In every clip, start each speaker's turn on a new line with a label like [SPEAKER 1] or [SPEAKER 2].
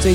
[SPEAKER 1] 最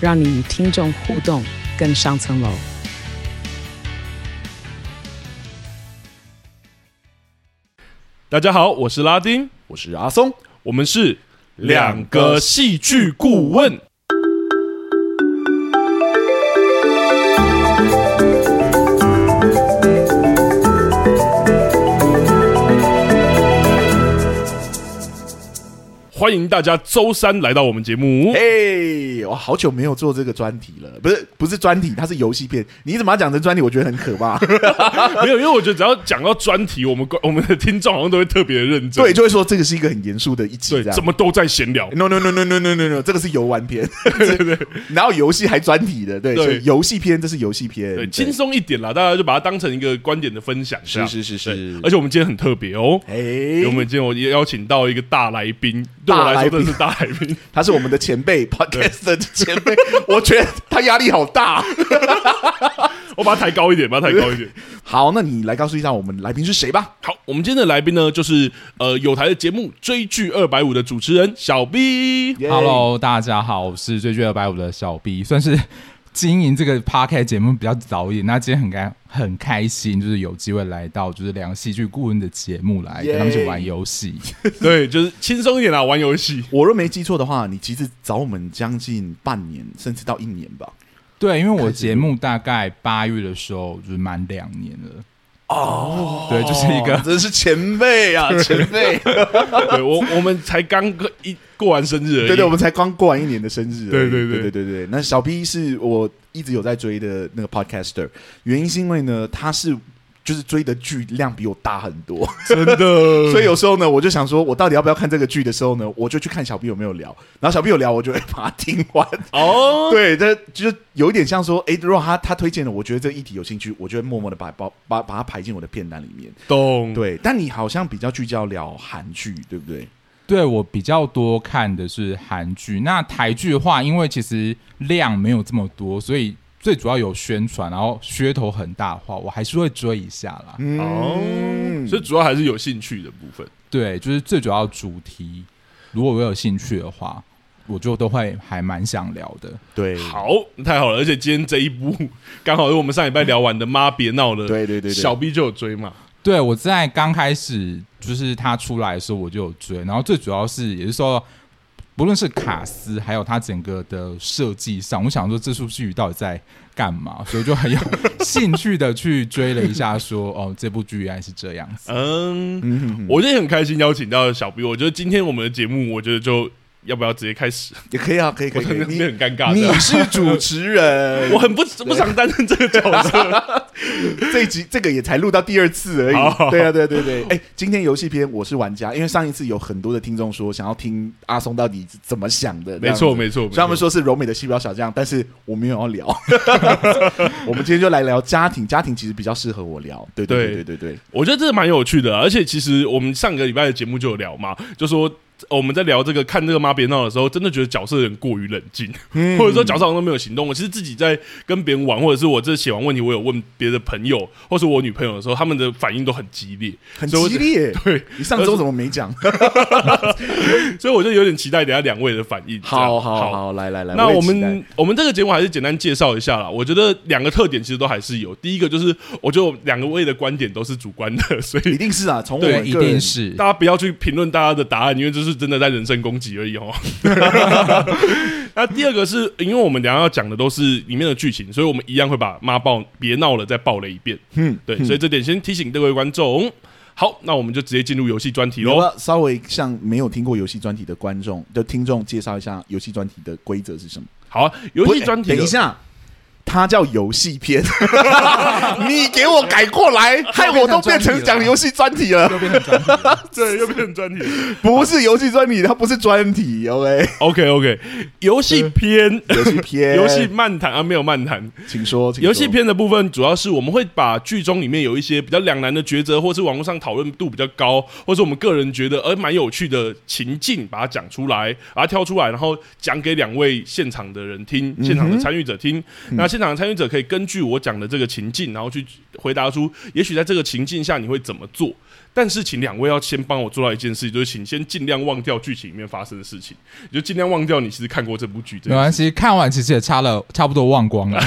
[SPEAKER 1] 让你与听众互动更上层楼。
[SPEAKER 2] 大家好，我是拉丁，
[SPEAKER 3] 我是阿松，
[SPEAKER 2] 我们是戏剧顾问。欢迎大家周三来到我们节目。
[SPEAKER 3] 哎嘿，我好久没有做这个专题了，不是不是专题，它是游戏片。你怎么讲成专题？我觉得很可 怕。啊
[SPEAKER 2] 没有，因为我觉得只要讲到专题，我们观我们的听众好像都会特别认真。
[SPEAKER 3] 对，就会说这个是一个很严肃的一集，
[SPEAKER 2] 对
[SPEAKER 3] 这，样
[SPEAKER 2] 怎。么都在闲聊。
[SPEAKER 3] No no no no no no no no，这个是游玩 片，对对对，然后游戏还专题的，对，
[SPEAKER 2] 对
[SPEAKER 3] 所以游戏片这是游戏片，
[SPEAKER 2] 对，轻松一点啦，大家就把它当成一个观点的分享。这
[SPEAKER 3] 是
[SPEAKER 2] 样
[SPEAKER 3] 是是是
[SPEAKER 2] 对，而且我们今天很特别哦，因为我
[SPEAKER 3] 哎，
[SPEAKER 2] 们今天我也邀请到一个大来宾，对我来说真的是大来宾。
[SPEAKER 3] 他是我们的前辈，podcast 的前辈，我觉得他压力好大。
[SPEAKER 2] 我把它抬高一点，把它抬高一 点。
[SPEAKER 3] 好，那你来告诉一下我们来宾是谁吧。
[SPEAKER 2] 好，我们今天的来宾呢，就是呃有台的节目《追剧二百五》的主持人小 B。
[SPEAKER 3] 耶
[SPEAKER 4] Hello，大家好，我是追剧二百五的小 B，算是 经营这个 p a r k 节目比较早一点。那今天很开很开心，就是有机会来到就是两个戏剧顾问的节目来跟他们一起玩游戏。
[SPEAKER 2] 对，就是轻松一点啦，玩游 戏。
[SPEAKER 3] 我若没记错的话，你其实找我们将近半年，甚至到一年吧。
[SPEAKER 4] 对，因为我节目大概八月的时候就是满两年了。哦，对，就是一个
[SPEAKER 3] 真是前辈 啊，前辈！
[SPEAKER 2] 对我，我们才刚过一过完生日而已。
[SPEAKER 3] 对对，我们才刚过完一年的生日而已。
[SPEAKER 2] 对对
[SPEAKER 3] 对
[SPEAKER 2] 对
[SPEAKER 3] 对对对那小 B 是我一直有在追的那个 podcaster，原因是因为呢，他是就是追的剧量比我大很多，
[SPEAKER 2] 真的。
[SPEAKER 3] 所以有时候呢，我就想说，我到底要不要看这个剧的时候呢，我就去看小 B 有没有聊，然后小 B 有聊，我就会把它听完。
[SPEAKER 2] 哦，
[SPEAKER 3] 对，这就是有一点像说，诶，如果他他推荐了，我觉得这一题有兴趣，我就会默默的把把把把它排进我的片单里面。
[SPEAKER 2] 懂。
[SPEAKER 3] 对，但你好像比较聚焦聊韩剧，对不对？
[SPEAKER 4] 对我比较多看的是韩剧，那台剧的话，因为其实量没有这么多，所以最主要有宣传，然后噱头很大的话，我还是会追一下啦。
[SPEAKER 3] 嗯
[SPEAKER 2] 哦，所以主要还是有兴趣的部分。
[SPEAKER 4] 对，就是最主要主题，如果我有兴趣的话，我就都会还蛮想聊的。
[SPEAKER 3] 对，
[SPEAKER 2] 好，太好了！而且今天这一部 刚好是我们上礼拜聊完的《妈别闹了》，
[SPEAKER 3] 对对对对
[SPEAKER 2] 小 B 就有追嘛。
[SPEAKER 4] 对我在刚开始就是他出来的时候我就有追，然后最主要是也是说，不论是卡斯还有他整个的设计上，我想说这出剧到底在干嘛，所以就很有兴趣的去追了一下说，哦这部剧原来是这样子。
[SPEAKER 2] 嗯，
[SPEAKER 3] 嗯哼哼，
[SPEAKER 2] 我今天很开心邀请到小 B，我觉得今天我们的节目，我觉得就要不要直接开始？
[SPEAKER 3] 也可以啊，可以可
[SPEAKER 2] 我
[SPEAKER 3] 以，可
[SPEAKER 2] 真
[SPEAKER 3] 以
[SPEAKER 2] 的
[SPEAKER 3] 你
[SPEAKER 2] 是很尴尬
[SPEAKER 3] 你
[SPEAKER 2] 的，
[SPEAKER 3] 是主持人，
[SPEAKER 2] 我很不不想担任这个角色。
[SPEAKER 3] 这一集这个也才录到第二次而
[SPEAKER 2] 好
[SPEAKER 3] 已。对啊，对对对。哎，今天游戏篇我是玩家，因为上一次有很多的听众说想要听阿松到底怎么想的，
[SPEAKER 2] 没错，
[SPEAKER 3] 错。
[SPEAKER 2] 没错，没
[SPEAKER 3] 虽然他们
[SPEAKER 2] 错。
[SPEAKER 3] 说是柔美的细胞小将，但是我没有要 聊。我们今天就来聊家庭，家庭其实比较适合我聊。对对
[SPEAKER 2] 对
[SPEAKER 3] 对对对
[SPEAKER 2] 我觉得这蛮有趣的啊，而且其实我们上个礼拜的节目就有聊嘛，就说。呃我们在聊这个看这个《妈别闹》的时候，真的觉得角色有点过于冷静，
[SPEAKER 3] 嗯
[SPEAKER 2] 或者说角色好像都没有行动。我其实自己在跟别人玩，或者是我这写完问题，我有问别的朋友或是我女朋友的时候，他们的反应都很激烈，
[SPEAKER 3] 很
[SPEAKER 2] 所以我
[SPEAKER 3] 激烈。
[SPEAKER 2] 对，
[SPEAKER 3] 你上周怎么没讲？
[SPEAKER 2] 所以我就有点期待等下两位的反应。这样
[SPEAKER 3] 好好好，来来来，
[SPEAKER 2] 那
[SPEAKER 3] 也
[SPEAKER 2] 我
[SPEAKER 3] 期待
[SPEAKER 2] 们我们这个节目还是简单介绍一下啦。我觉得两个特点其实都还是有，第一个就是我觉得我们两个位的观点都是主观的， 所
[SPEAKER 3] 一
[SPEAKER 2] 以
[SPEAKER 3] 定是啊，从我
[SPEAKER 4] 对，
[SPEAKER 3] 们
[SPEAKER 4] 一
[SPEAKER 3] 个人
[SPEAKER 4] 定是
[SPEAKER 2] 大家不要去评论大家的答案，因为这是真的在人身攻击而已哦。 那第二个是因为我们等一下要讲的都是里面的剧情，所以我们一样会把妈爆别闹了再爆雷一遍。
[SPEAKER 3] 嗯，
[SPEAKER 2] 对，所以这点先提醒各位观众。好，那我们就直接进入游戏专题
[SPEAKER 3] 你要不
[SPEAKER 2] 喽。
[SPEAKER 3] 要稍微向没有听过游戏专题的观众的听众介绍一下游戏专题的规则是什么？
[SPEAKER 2] 好啊，游
[SPEAKER 3] 不
[SPEAKER 2] 戏
[SPEAKER 3] 哎
[SPEAKER 2] 专题的
[SPEAKER 3] 等一下，它叫游 戏片，你给我改过来，害我都变成讲游戏专题了，
[SPEAKER 4] 又变成专题了。
[SPEAKER 2] 对，又变成专题。
[SPEAKER 3] 不是游戏专题，它不是专题，OK？
[SPEAKER 2] OK OK，游
[SPEAKER 3] 呃
[SPEAKER 2] 戏篇，
[SPEAKER 3] 游戏片，
[SPEAKER 2] 游戏，漫谈啊，没有漫谈。
[SPEAKER 3] 请说，请说
[SPEAKER 2] 游戏片的部分主要是我们会把剧中里面有一些比较两难的抉择，或是网络上讨论度比较高，或是我们个人觉得呃蛮有趣的情境，把它讲出来，
[SPEAKER 3] 嗯
[SPEAKER 2] 把它挑出来，然后讲给两位现场的人听，现场的参与者听。那现场的参与者可以根据我讲的这个情境，然后去回答出，也许在这个情境下你会怎么做。但是，请两位要先帮我做到一件事情，就是请先尽量忘掉剧情里面发生的事情，你就尽量忘掉你其实看过这部剧。这件
[SPEAKER 4] 没
[SPEAKER 2] 事
[SPEAKER 4] 关系，看完其实也差了差不多忘光 了。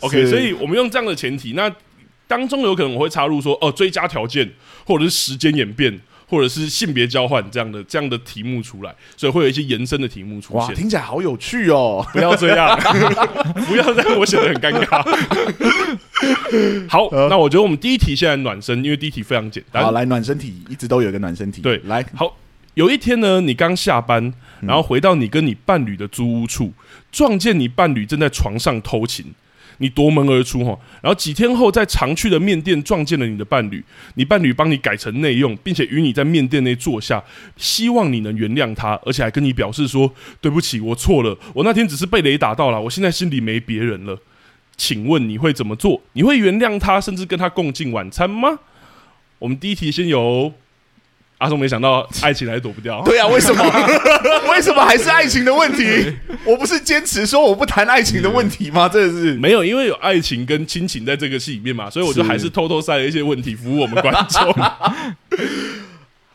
[SPEAKER 2] OK，
[SPEAKER 3] 是
[SPEAKER 2] 所以我们用这样的前提，那当中有可能我会插入说，哦，追加条件，或者是时间演变，或者是性别交换这样的这样的题目出来，所以会有一些延伸的题目出
[SPEAKER 3] 哇，
[SPEAKER 2] 现。
[SPEAKER 3] 听起来好有趣哦。
[SPEAKER 2] 不要这样， 不要让我显得很尴尬。 好，那我觉得我们第一题现在暖身，因为第一题非常简单
[SPEAKER 3] 好，。来暖身体，一直都有一个暖身体。
[SPEAKER 2] 对
[SPEAKER 3] 来，
[SPEAKER 2] 好，有一天呢，你刚下班，然后回到你跟你伴侣的租屋处，撞见你伴侣正在床上偷情。你夺门而出哈，然后几天后在常去的面店撞见了你的伴侣，你伴侣帮你改成内用，并且与你在面店内坐下，希望你能原谅他，而且还跟你表示说对不起，我错了，我那天只是被雷打到了，我现在心里没别人了。请问你会怎么做？你会原谅他，甚至跟他共进晚餐吗？我们第一题先由阿松没想到爱情还躲不掉。
[SPEAKER 3] 对啊，为什么？为什么还是爱情的问题？我不是坚持说我不谈爱情的问题吗？真的是
[SPEAKER 2] 没有，因为有爱情跟亲情在这个戏里面嘛，所以我就是还是偷偷塞了一些问题服务我们观众。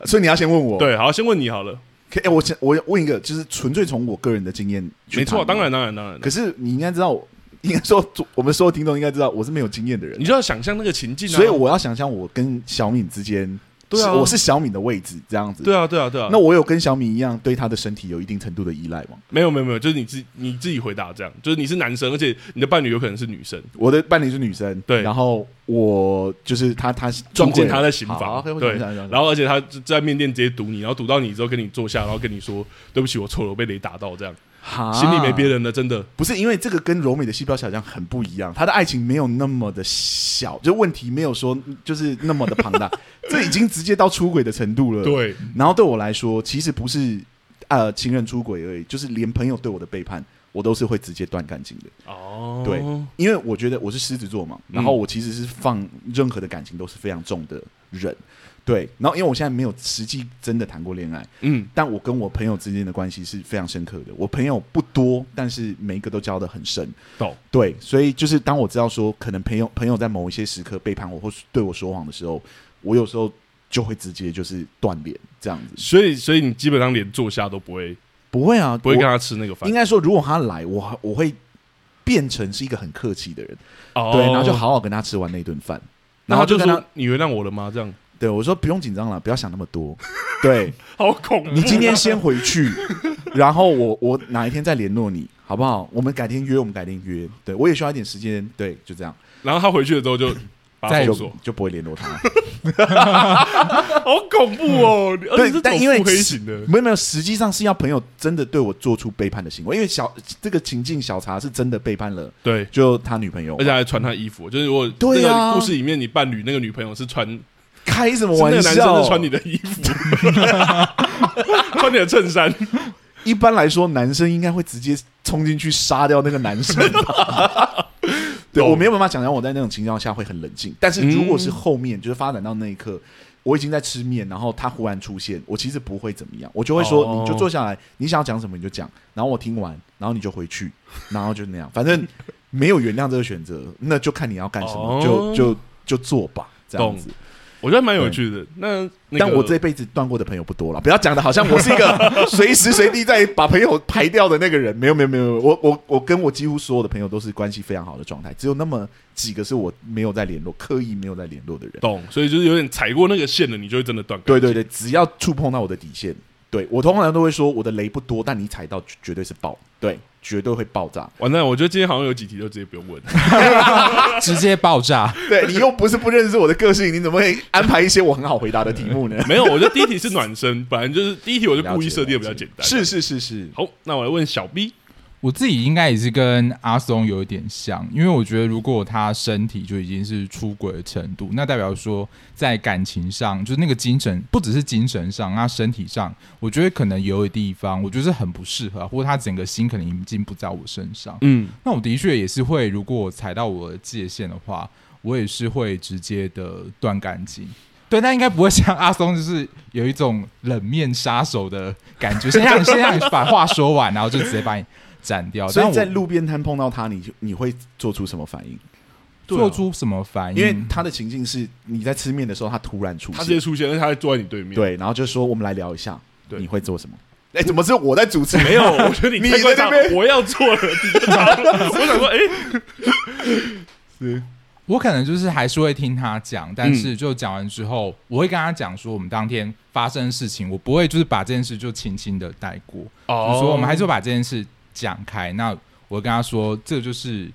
[SPEAKER 3] 所以你要先问我。
[SPEAKER 2] 对，好，先问你好了。
[SPEAKER 3] 可，哎、我先我问一个，就是纯粹从我个人的经验去
[SPEAKER 2] 没错，
[SPEAKER 3] 谈
[SPEAKER 2] 当。然，当然，当然。
[SPEAKER 3] 可是你应该知道，应该说我们所有听众应该知道，我是没有经验的人
[SPEAKER 2] 你，就要想象那个情境啊。
[SPEAKER 3] 所以我要想象我跟小敏之间，
[SPEAKER 2] 对啊
[SPEAKER 3] 是我是小敏的位置这样子。、
[SPEAKER 2] 对啊，对啊，对啊。
[SPEAKER 3] 那我有跟小敏一样对她的身体有一定程度的依赖吗？
[SPEAKER 2] 没有，没有，没有，就是你自己你自己回答这样，就是你是男生，而且你的伴侣有可能是女生。
[SPEAKER 3] 我的伴侣是女生，
[SPEAKER 2] 对
[SPEAKER 3] 然后我就是她，她
[SPEAKER 2] 撞见
[SPEAKER 3] 出轨
[SPEAKER 2] 他在刑
[SPEAKER 3] 好
[SPEAKER 2] 房，
[SPEAKER 3] ，OK，我
[SPEAKER 2] 对，
[SPEAKER 3] 想想想
[SPEAKER 2] 然后而且他在面店直接堵你，然后堵到你之后跟你坐下，然后跟你说对不起，我错了，我被雷打到，这样
[SPEAKER 3] 哈
[SPEAKER 2] 心里没别人了，真的。
[SPEAKER 3] 不是因为这个跟柔美的细胞小将很不一样，她的爱情没有那么的小，就问题没有说嗯就是那么的庞大，这已经直接到出轨的程度了。，
[SPEAKER 2] 对，
[SPEAKER 3] 然后对我来说，其实不是呃情人出轨而已，就是连朋友对我的背叛，我都是会直接断干净的。
[SPEAKER 2] 哦，
[SPEAKER 3] 对因为我觉得我是狮子座嘛，然后我其实是放任何的感情都是非常重的人。对，然后因为我现在没有实际真的谈过恋爱，
[SPEAKER 2] 嗯，
[SPEAKER 3] 但我跟我朋友之间的关系是非常深刻的。我朋友不多，但是每一个都交得很深。
[SPEAKER 2] 懂。
[SPEAKER 3] 对，所以就是当我知道说，可能朋友朋友在某一些时刻背叛我，或是对我说谎的时候，我有时候就会直接就是断联这样子。
[SPEAKER 2] 所以，所以你基本上连坐下都不会，
[SPEAKER 3] 不会啊，
[SPEAKER 2] 不会
[SPEAKER 3] 我
[SPEAKER 2] 跟他吃那个饭
[SPEAKER 3] 应。该说，如果他来，我我会变成是一个很客气的人，
[SPEAKER 2] 哦
[SPEAKER 3] 对，然后就，好好跟他吃完那一顿饭，
[SPEAKER 2] 那他
[SPEAKER 3] 然后
[SPEAKER 2] 就
[SPEAKER 3] 跟他
[SPEAKER 2] 说：“你原谅我了吗？”这样
[SPEAKER 3] 对我说不用紧张了，不要想那么多，对
[SPEAKER 2] 好恐 怖。
[SPEAKER 3] 你今天先回去，然后我我哪一天再联络你，好不好？我们改天约，我们改天约，对我也需要一点时间，对，就这样，
[SPEAKER 2] 然后他回去了之后就把他封
[SPEAKER 4] 再
[SPEAKER 3] 就
[SPEAKER 2] 锁，
[SPEAKER 3] 就不会联 络他。
[SPEAKER 2] 好恐怖哦！而且
[SPEAKER 3] 嗯对
[SPEAKER 2] 是，
[SPEAKER 3] 但
[SPEAKER 2] 走
[SPEAKER 3] 因为
[SPEAKER 2] 腹黑型的，
[SPEAKER 3] 没有没有，实际上是要朋友真的对我做出背叛的行为，因为小这个情境小茶是真的背叛了，
[SPEAKER 2] 对，
[SPEAKER 3] 就他女朋友
[SPEAKER 2] 而，且还穿他衣服，就是我
[SPEAKER 3] 对
[SPEAKER 2] 那
[SPEAKER 3] 啊
[SPEAKER 2] 个故事里面，你伴侣那个女朋友是穿，是
[SPEAKER 3] 开什么
[SPEAKER 2] 那个
[SPEAKER 3] 玩
[SPEAKER 2] 男
[SPEAKER 3] 笑？
[SPEAKER 2] 生是穿你的衣 服，穿你的衬衫，
[SPEAKER 3] 一般来说，男生应该会直接冲进去杀掉那个男生 吧。对，我没有办法想象我在那种情况下会很冷静，但是如果是后面、就是发展到那一刻，我已经在吃面，然后他忽然出现，我其实不会怎么样，我就会说、
[SPEAKER 2] 哦
[SPEAKER 3] 你就坐下来，你想要讲什么你就讲，然后我听完，然后你就回 去，然后就那样，反正没有原谅这个选择，那就看你要干什么，
[SPEAKER 2] 哦
[SPEAKER 3] 就就就做吧，这样子。
[SPEAKER 2] 我觉得蛮有趣的。那那个
[SPEAKER 3] 但我这辈子断过的朋友不多了，不要讲的好像我是 一个随时随地在把朋友排掉的那个人。没有没有没有，我我我跟我几乎所有的朋友都是关系非常好的状态，只有那么几个是我没有在联络，刻意没有在联络的人。
[SPEAKER 2] 懂，所以就是有点踩过那个线了，你就会真的断干
[SPEAKER 3] 对
[SPEAKER 2] 净。
[SPEAKER 3] 对对，只要触碰到我的底线，对我通常都会说我的雷不多，但你踩到绝绝对是爆，对，绝对会爆炸。
[SPEAKER 2] 完蛋，我觉得今天好像有几题就直接不用问。
[SPEAKER 4] 直接爆炸。
[SPEAKER 3] 对你又不是不认识我的个性，你怎么会安排一些我很好回答的题 目呢？
[SPEAKER 2] 没有，我觉得第一题是暖身，本来就是第一题，我就故意设定的比较简单。
[SPEAKER 3] 是是是是，
[SPEAKER 2] 好，那我来问小 B，
[SPEAKER 4] 我自己应该也是跟阿松有一点像，因为我觉得如果他身体就已经是出轨的程度，那代表说在感情上，就是那个精神，不只是精神上，那身体上，我觉得可能有的地方，我觉得是很不适合，啊或者他整个心可能已经不在我身上。
[SPEAKER 2] 嗯，
[SPEAKER 4] 那我的确也是会，如果我踩到我的界限的话，我也是会直接的断干净。对，但应该不会像阿松，就是有一种冷面杀手的感觉，先让你先让你把话说完，然后就直接把你斩掉。
[SPEAKER 3] 所以在
[SPEAKER 4] 但我
[SPEAKER 3] 路边摊碰到他，你就你会做出什么反应？
[SPEAKER 2] 对啊
[SPEAKER 4] 做出什么反应？
[SPEAKER 3] 因为他的情境是你在吃面的时候，他突然出
[SPEAKER 2] 嗯他直接
[SPEAKER 3] 现，
[SPEAKER 2] 出现，而且他还坐在你对面。
[SPEAKER 3] 对，然后就说我们来聊一下，
[SPEAKER 2] 对
[SPEAKER 3] 你会做什么？哎，怎么是我在主持？没
[SPEAKER 2] 没有，哦我觉得 你
[SPEAKER 3] 你
[SPEAKER 2] 太
[SPEAKER 3] 在
[SPEAKER 2] 夸张
[SPEAKER 3] 那边，
[SPEAKER 2] 我要做了，你就 打了。我想说，哎、
[SPEAKER 4] 我可能就是还是会听他讲，
[SPEAKER 3] 嗯
[SPEAKER 4] 但是就讲完之后，我会跟他讲说我们当天发生的事情，我不会就是把这件事就轻轻的带过，
[SPEAKER 2] 哦
[SPEAKER 4] 就说我们还是会把这件事讲开。那我会跟他说，这就是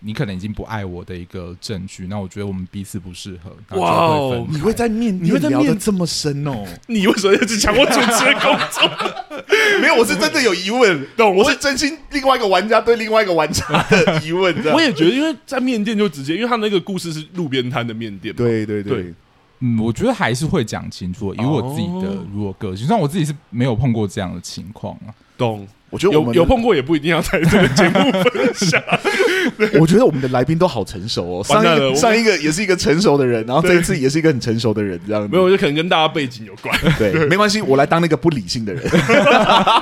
[SPEAKER 4] 你可能已经不爱我的一个证据。那我觉得我们彼此不适合，那
[SPEAKER 2] 哇哦
[SPEAKER 3] 你
[SPEAKER 4] 就会分开
[SPEAKER 3] 会在面，
[SPEAKER 2] 你会在
[SPEAKER 3] 聊
[SPEAKER 2] 面
[SPEAKER 3] 得这么深哦？
[SPEAKER 2] 你为什么一直抢我主持的工作？
[SPEAKER 3] 没有，我是真的有疑问，懂？我是真心另外一个玩家对另外一个玩家的疑问，这样
[SPEAKER 2] 我也觉得，因为在面店就直接，因为他那个故事是路边摊的面店嘛。
[SPEAKER 3] 对对对
[SPEAKER 2] 对，
[SPEAKER 4] 嗯，我觉得还是会讲清楚。以我自己的
[SPEAKER 2] 哦
[SPEAKER 4] 如果个性，虽然我自己是没有碰过这样的情况啊，
[SPEAKER 2] 懂。
[SPEAKER 3] 我觉得我
[SPEAKER 2] 有
[SPEAKER 3] 们
[SPEAKER 2] 有碰过也不一定要在这个节目分享。
[SPEAKER 3] 我觉得我们的来宾都好成熟哦，上
[SPEAKER 2] 完
[SPEAKER 3] 一
[SPEAKER 2] 蛋了我
[SPEAKER 3] 个
[SPEAKER 2] 们
[SPEAKER 3] 上一个也是一个成熟的人，然后这一次也是一个很成熟的人，这样子
[SPEAKER 2] 没有，就可能跟大家背景有关。
[SPEAKER 3] 对，没关系，我来当那个不理性的人。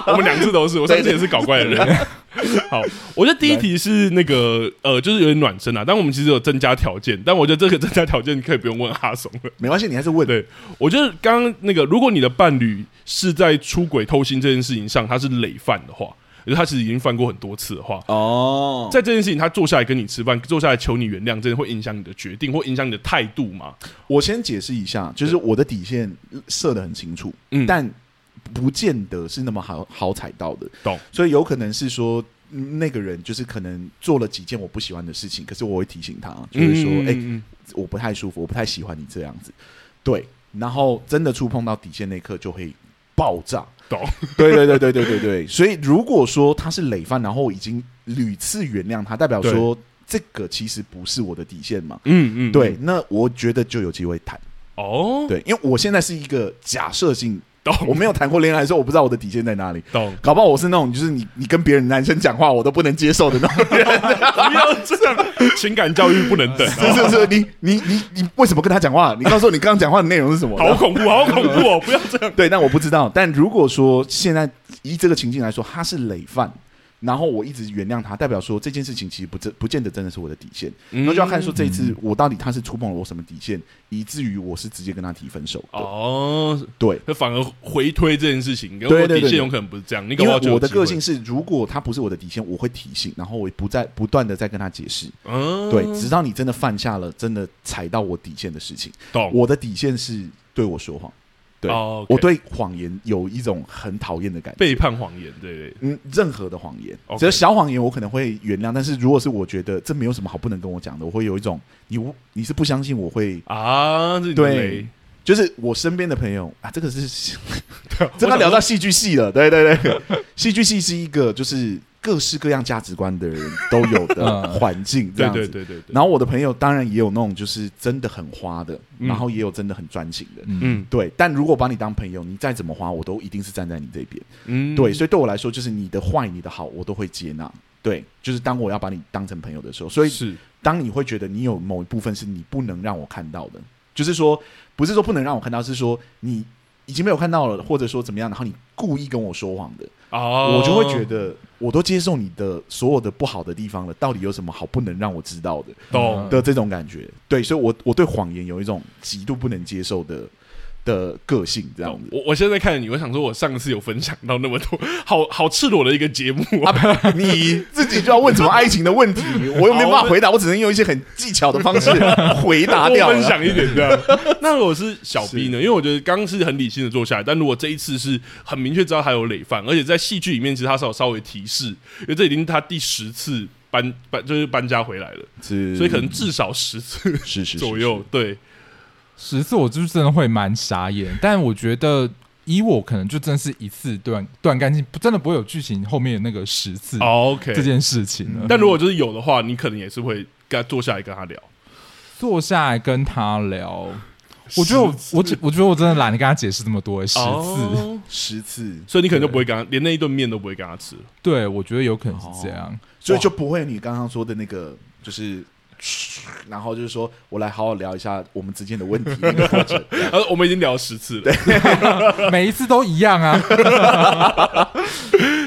[SPEAKER 2] 我们两次都是，我上次也是搞怪的人。 好，我觉得第一题是那个呃，就是有点暖身啊，但我们其实有增加条件，但我觉得这个增加条件可以不用问哈怂了。
[SPEAKER 3] 没关系，你还是问。
[SPEAKER 2] 对我觉得刚刚那个，如果你的伴侣是在出轨偷腥这件事情上他是累犯的话，也就是他其实已经犯过很多次的话，
[SPEAKER 3] 哦，
[SPEAKER 2] 在这件事情他坐下来跟你吃饭，坐下来求你原谅，真的会影响你的决定，或影响你的态度嘛？
[SPEAKER 3] 我先解释一下，就是我的底线设的很清楚，
[SPEAKER 2] 嗯
[SPEAKER 3] 但不见得是那么好好踩到的，
[SPEAKER 2] 懂？
[SPEAKER 3] 所以有可能是说。嗯那个人就是可能做了几件我不喜欢的事情，可是我会提醒他，就是说，哎、
[SPEAKER 2] 嗯
[SPEAKER 3] 我不太舒服，我不太喜欢你这样子。对，然后真的触碰到底线那一刻就会爆炸。
[SPEAKER 2] 嗯懂？
[SPEAKER 3] 对对对对对对 对。所以如果说他是累犯，然后我已经屡次原谅他，代表说这个其实不是我的底线嘛。
[SPEAKER 2] 嗯嗯，
[SPEAKER 3] 对，那我觉得就有机会谈。
[SPEAKER 2] 哦，
[SPEAKER 3] 对，因为我现在是一个假设性，我
[SPEAKER 2] 懂
[SPEAKER 3] 没有谈过恋爱，所以我不知道我的底线在哪里。
[SPEAKER 2] 懂。
[SPEAKER 3] 搞不好我是那种，就是你你跟别人男生讲话，我都不能接受的那种 人。
[SPEAKER 2] 不要这样，情感教育不能等、啊，
[SPEAKER 3] 是是是，你你你你为什么跟他讲话？你告诉我你刚刚讲话的内容是什么？
[SPEAKER 2] 哦好恐怖，好恐怖 哦！不要这样，
[SPEAKER 3] 对，但我不知道。但如果说现在以这个情境来说，他是累犯，然后我一直原谅他，代表说这件事情其实不真不见得真的是我的底线。那、就要看说这一
[SPEAKER 2] 嗯
[SPEAKER 3] 次我到底他是触碰了我什么底线，以至于我是直接跟他提分手。
[SPEAKER 2] 哦。
[SPEAKER 3] 对，
[SPEAKER 2] 那反而回推这件事情，跟
[SPEAKER 3] 对
[SPEAKER 2] 我
[SPEAKER 3] 对对
[SPEAKER 2] 底线
[SPEAKER 3] 对
[SPEAKER 2] 有可能不是这样。你搞
[SPEAKER 3] 因
[SPEAKER 2] 不好就
[SPEAKER 3] 为
[SPEAKER 2] 有
[SPEAKER 3] 我的
[SPEAKER 2] 机会
[SPEAKER 3] 个性，是，如果他不是我的底线，我会提醒，然后我不再不断的再跟他解释。
[SPEAKER 2] 嗯，
[SPEAKER 3] 对，直到你真的犯下了真的踩到我底线的事情。
[SPEAKER 2] 懂。
[SPEAKER 3] 我的底线是对我说谎，对、
[SPEAKER 2] 哦，OK
[SPEAKER 3] 我对谎言有一种很讨厌的感觉。
[SPEAKER 2] 背叛谎言，对对，
[SPEAKER 3] 嗯，任何的谎言，
[SPEAKER 2] OK
[SPEAKER 3] 只有小谎言我可能会原谅，但是如果是我觉得这没有什么好不能跟我讲的，我会有一种你无你是不相信我会，
[SPEAKER 2] 啊，这是你的雷
[SPEAKER 3] 对，就是我身边的朋友啊，这 个是，
[SPEAKER 2] 啊
[SPEAKER 3] 这个聊到戏剧系了，对对对，戏剧系是一个就是各式各样价值观的人都有 的
[SPEAKER 4] 嗯
[SPEAKER 3] 环境，这
[SPEAKER 2] 对
[SPEAKER 3] 样子。
[SPEAKER 2] 对对对对，
[SPEAKER 3] 然后我的朋友当然也有那种就是真的很花的，
[SPEAKER 2] 嗯
[SPEAKER 3] 然后也有真的很专情的，
[SPEAKER 4] 嗯，
[SPEAKER 2] 嗯
[SPEAKER 3] 对。但如果把你当朋友，你再怎么花，我都一定是站在你这边。
[SPEAKER 2] 嗯，
[SPEAKER 3] 对，所以对我来说，就是你的坏、你的好，我都会接纳。对，就是当我要把你当成朋友的时候，所以
[SPEAKER 2] 是
[SPEAKER 3] 当你会觉得你有某一部分是你不能让我看到的，就是说，不是说不能让我看到，是说你已经没有看到了，或者说怎么样，然后你故意跟我说谎的，
[SPEAKER 2] 哦，
[SPEAKER 3] 我就会觉得我都接受你的所有的不好的地方了，到底有什么好不能让我知道的
[SPEAKER 2] 哦懂
[SPEAKER 3] 的这种感觉？对，所以我我对谎言有一种极度不能接受的的个性，这样
[SPEAKER 2] 懂
[SPEAKER 3] 子。。
[SPEAKER 2] 我我现在看你，我想说，我上次有分享到那么多， 好好赤裸的一个节目
[SPEAKER 4] 啊
[SPEAKER 2] 哦，
[SPEAKER 3] 你自己就要问什么爱情的问题，我又没办法回答，我只能用一些很技巧的方式回答掉
[SPEAKER 2] 多分
[SPEAKER 3] 了。
[SPEAKER 2] 享一点这 样。那如果是小 B 呢？因为我觉得刚刚是很理性的坐下来，但如果这一次是很明确知道他有累犯，而且在戏剧里面其实他是有稍微提示，因为这已经他第十次搬搬就是搬家回来了，
[SPEAKER 4] 嗯
[SPEAKER 3] 是
[SPEAKER 2] 所以可能至少十次
[SPEAKER 3] 是是是
[SPEAKER 2] 左右。对，
[SPEAKER 4] 十次我就是真的会蛮傻眼，但我觉得以我可能就真是一次断断干净，不真的不会有剧情后面那个十次
[SPEAKER 2] 哦 OK，嗯
[SPEAKER 4] 这件事情了。
[SPEAKER 2] 但如果就是有的话，你可能也是会跟他坐下来跟他聊。
[SPEAKER 4] 坐下来跟他聊，我觉得我我只我觉得我真的懒得跟他解释这么多、十次。
[SPEAKER 2] 哦
[SPEAKER 3] 十次，
[SPEAKER 2] 所以你可能就不会跟他，连那一顿面都不会跟他吃。
[SPEAKER 4] 对，我觉得有可能是
[SPEAKER 2] 哦
[SPEAKER 4] 这样。
[SPEAKER 3] 所以就不会你刚刚说的那个，就是，然后就是说我来好好聊一下我们之间的问题。那个 过程
[SPEAKER 2] 呃，我们已经聊了十次了。
[SPEAKER 4] 每一次都一样 啊。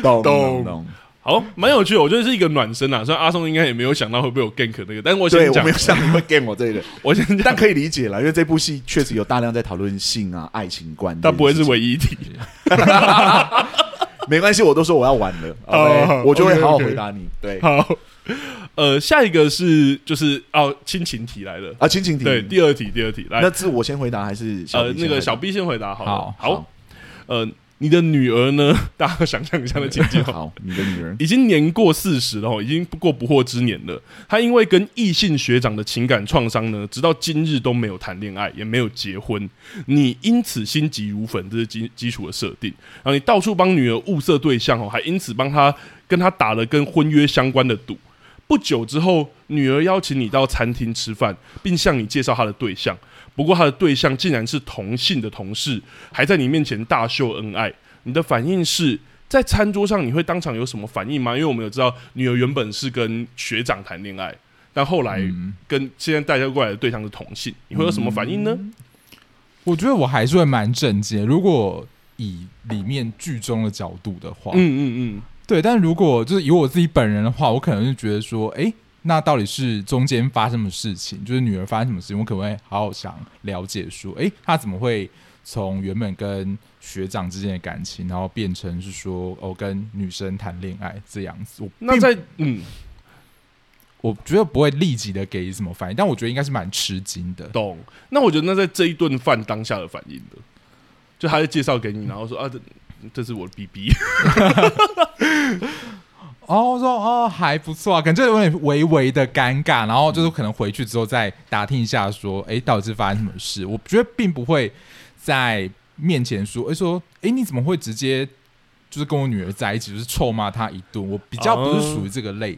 [SPEAKER 3] 懂
[SPEAKER 2] 懂
[SPEAKER 3] 懂，
[SPEAKER 2] 好，蛮有趣的，我觉得是一个暖身啊。虽然阿松应该也没有想到会被我 gank 那个，但是我
[SPEAKER 3] 对
[SPEAKER 2] 先
[SPEAKER 3] 我
[SPEAKER 2] 讲
[SPEAKER 3] 没有，想你会 get 我这个，
[SPEAKER 2] 我先讲，
[SPEAKER 3] 但可以理解了，因为这部戏确实有大量在讨论性啊、爱情观。
[SPEAKER 2] 但不会是唯一题。
[SPEAKER 3] 没关系，我都说我要玩了
[SPEAKER 2] 哦
[SPEAKER 3] ，OK，我就会好好
[SPEAKER 2] OK，OK
[SPEAKER 3] 回答你。对
[SPEAKER 2] 好，呃，下一个是就是哦，亲情题来了。
[SPEAKER 3] 啊，亲情题，
[SPEAKER 2] 对，第二题，第二题来
[SPEAKER 3] 那，是我先回答还是小
[SPEAKER 2] 呃，
[SPEAKER 3] 李先
[SPEAKER 2] 那个
[SPEAKER 3] 回答
[SPEAKER 2] 小 B 先回答好了。
[SPEAKER 4] 好
[SPEAKER 2] 好，呃，你的女儿呢？ 大家想象一下的情 境哦。
[SPEAKER 3] 好，你的女儿
[SPEAKER 2] 已经年过四十了哦，已经不过不惑之年了。他因为跟异性学长的情感创伤呢，直到今日都没有谈恋爱，也没有结婚。你因此心急如焚，这是基基础的设定。然后你到处帮女儿物色对象哦，还因此帮她跟她打了跟婚约相关的赌。不久之后，女儿邀请你到餐厅吃饭，并向你介绍她的对象。不过她的对象竟然是同性的同事，还在你面前大秀恩爱。你的反应是在餐桌上你会当场有什么反应吗？因为我们有知道女儿原本是跟学长谈恋爱，但后来
[SPEAKER 4] 嗯
[SPEAKER 2] 跟现在带过来的对象是同性，你会有什么反应呢？
[SPEAKER 4] 我觉得我还是会蛮震惊。如果以里面剧中的角度的话，
[SPEAKER 2] 嗯嗯嗯，
[SPEAKER 4] 对，但如果就是以我自己本人的话，我可能就觉得说，诶，那到底是中间发生什么事情？就是女儿发生什么事情？我可能会好好想了解说，诶，她怎么会从原本跟学长之间的感情，然后变成是说哦跟女生谈恋爱这样子？我
[SPEAKER 2] 那
[SPEAKER 4] 并
[SPEAKER 2] 在嗯
[SPEAKER 4] 我觉得不会立即的给予什么反应，但我觉得应该是蛮吃惊的。
[SPEAKER 2] 懂。那我觉得那在这一顿饭当下的反应的，就他就介绍给你，然后说啊这这是我的 BB，
[SPEAKER 4] 哦，我说哦还不错啊，感觉有点微微的尴尬，然后就是可能回去之后再打听一下说，诶，到底是发生什么事？我觉得并不会在面前说，诶，说，诶，你怎么会直接就是跟我女儿在一起，就是臭骂她一顿？我比较不是属于这个类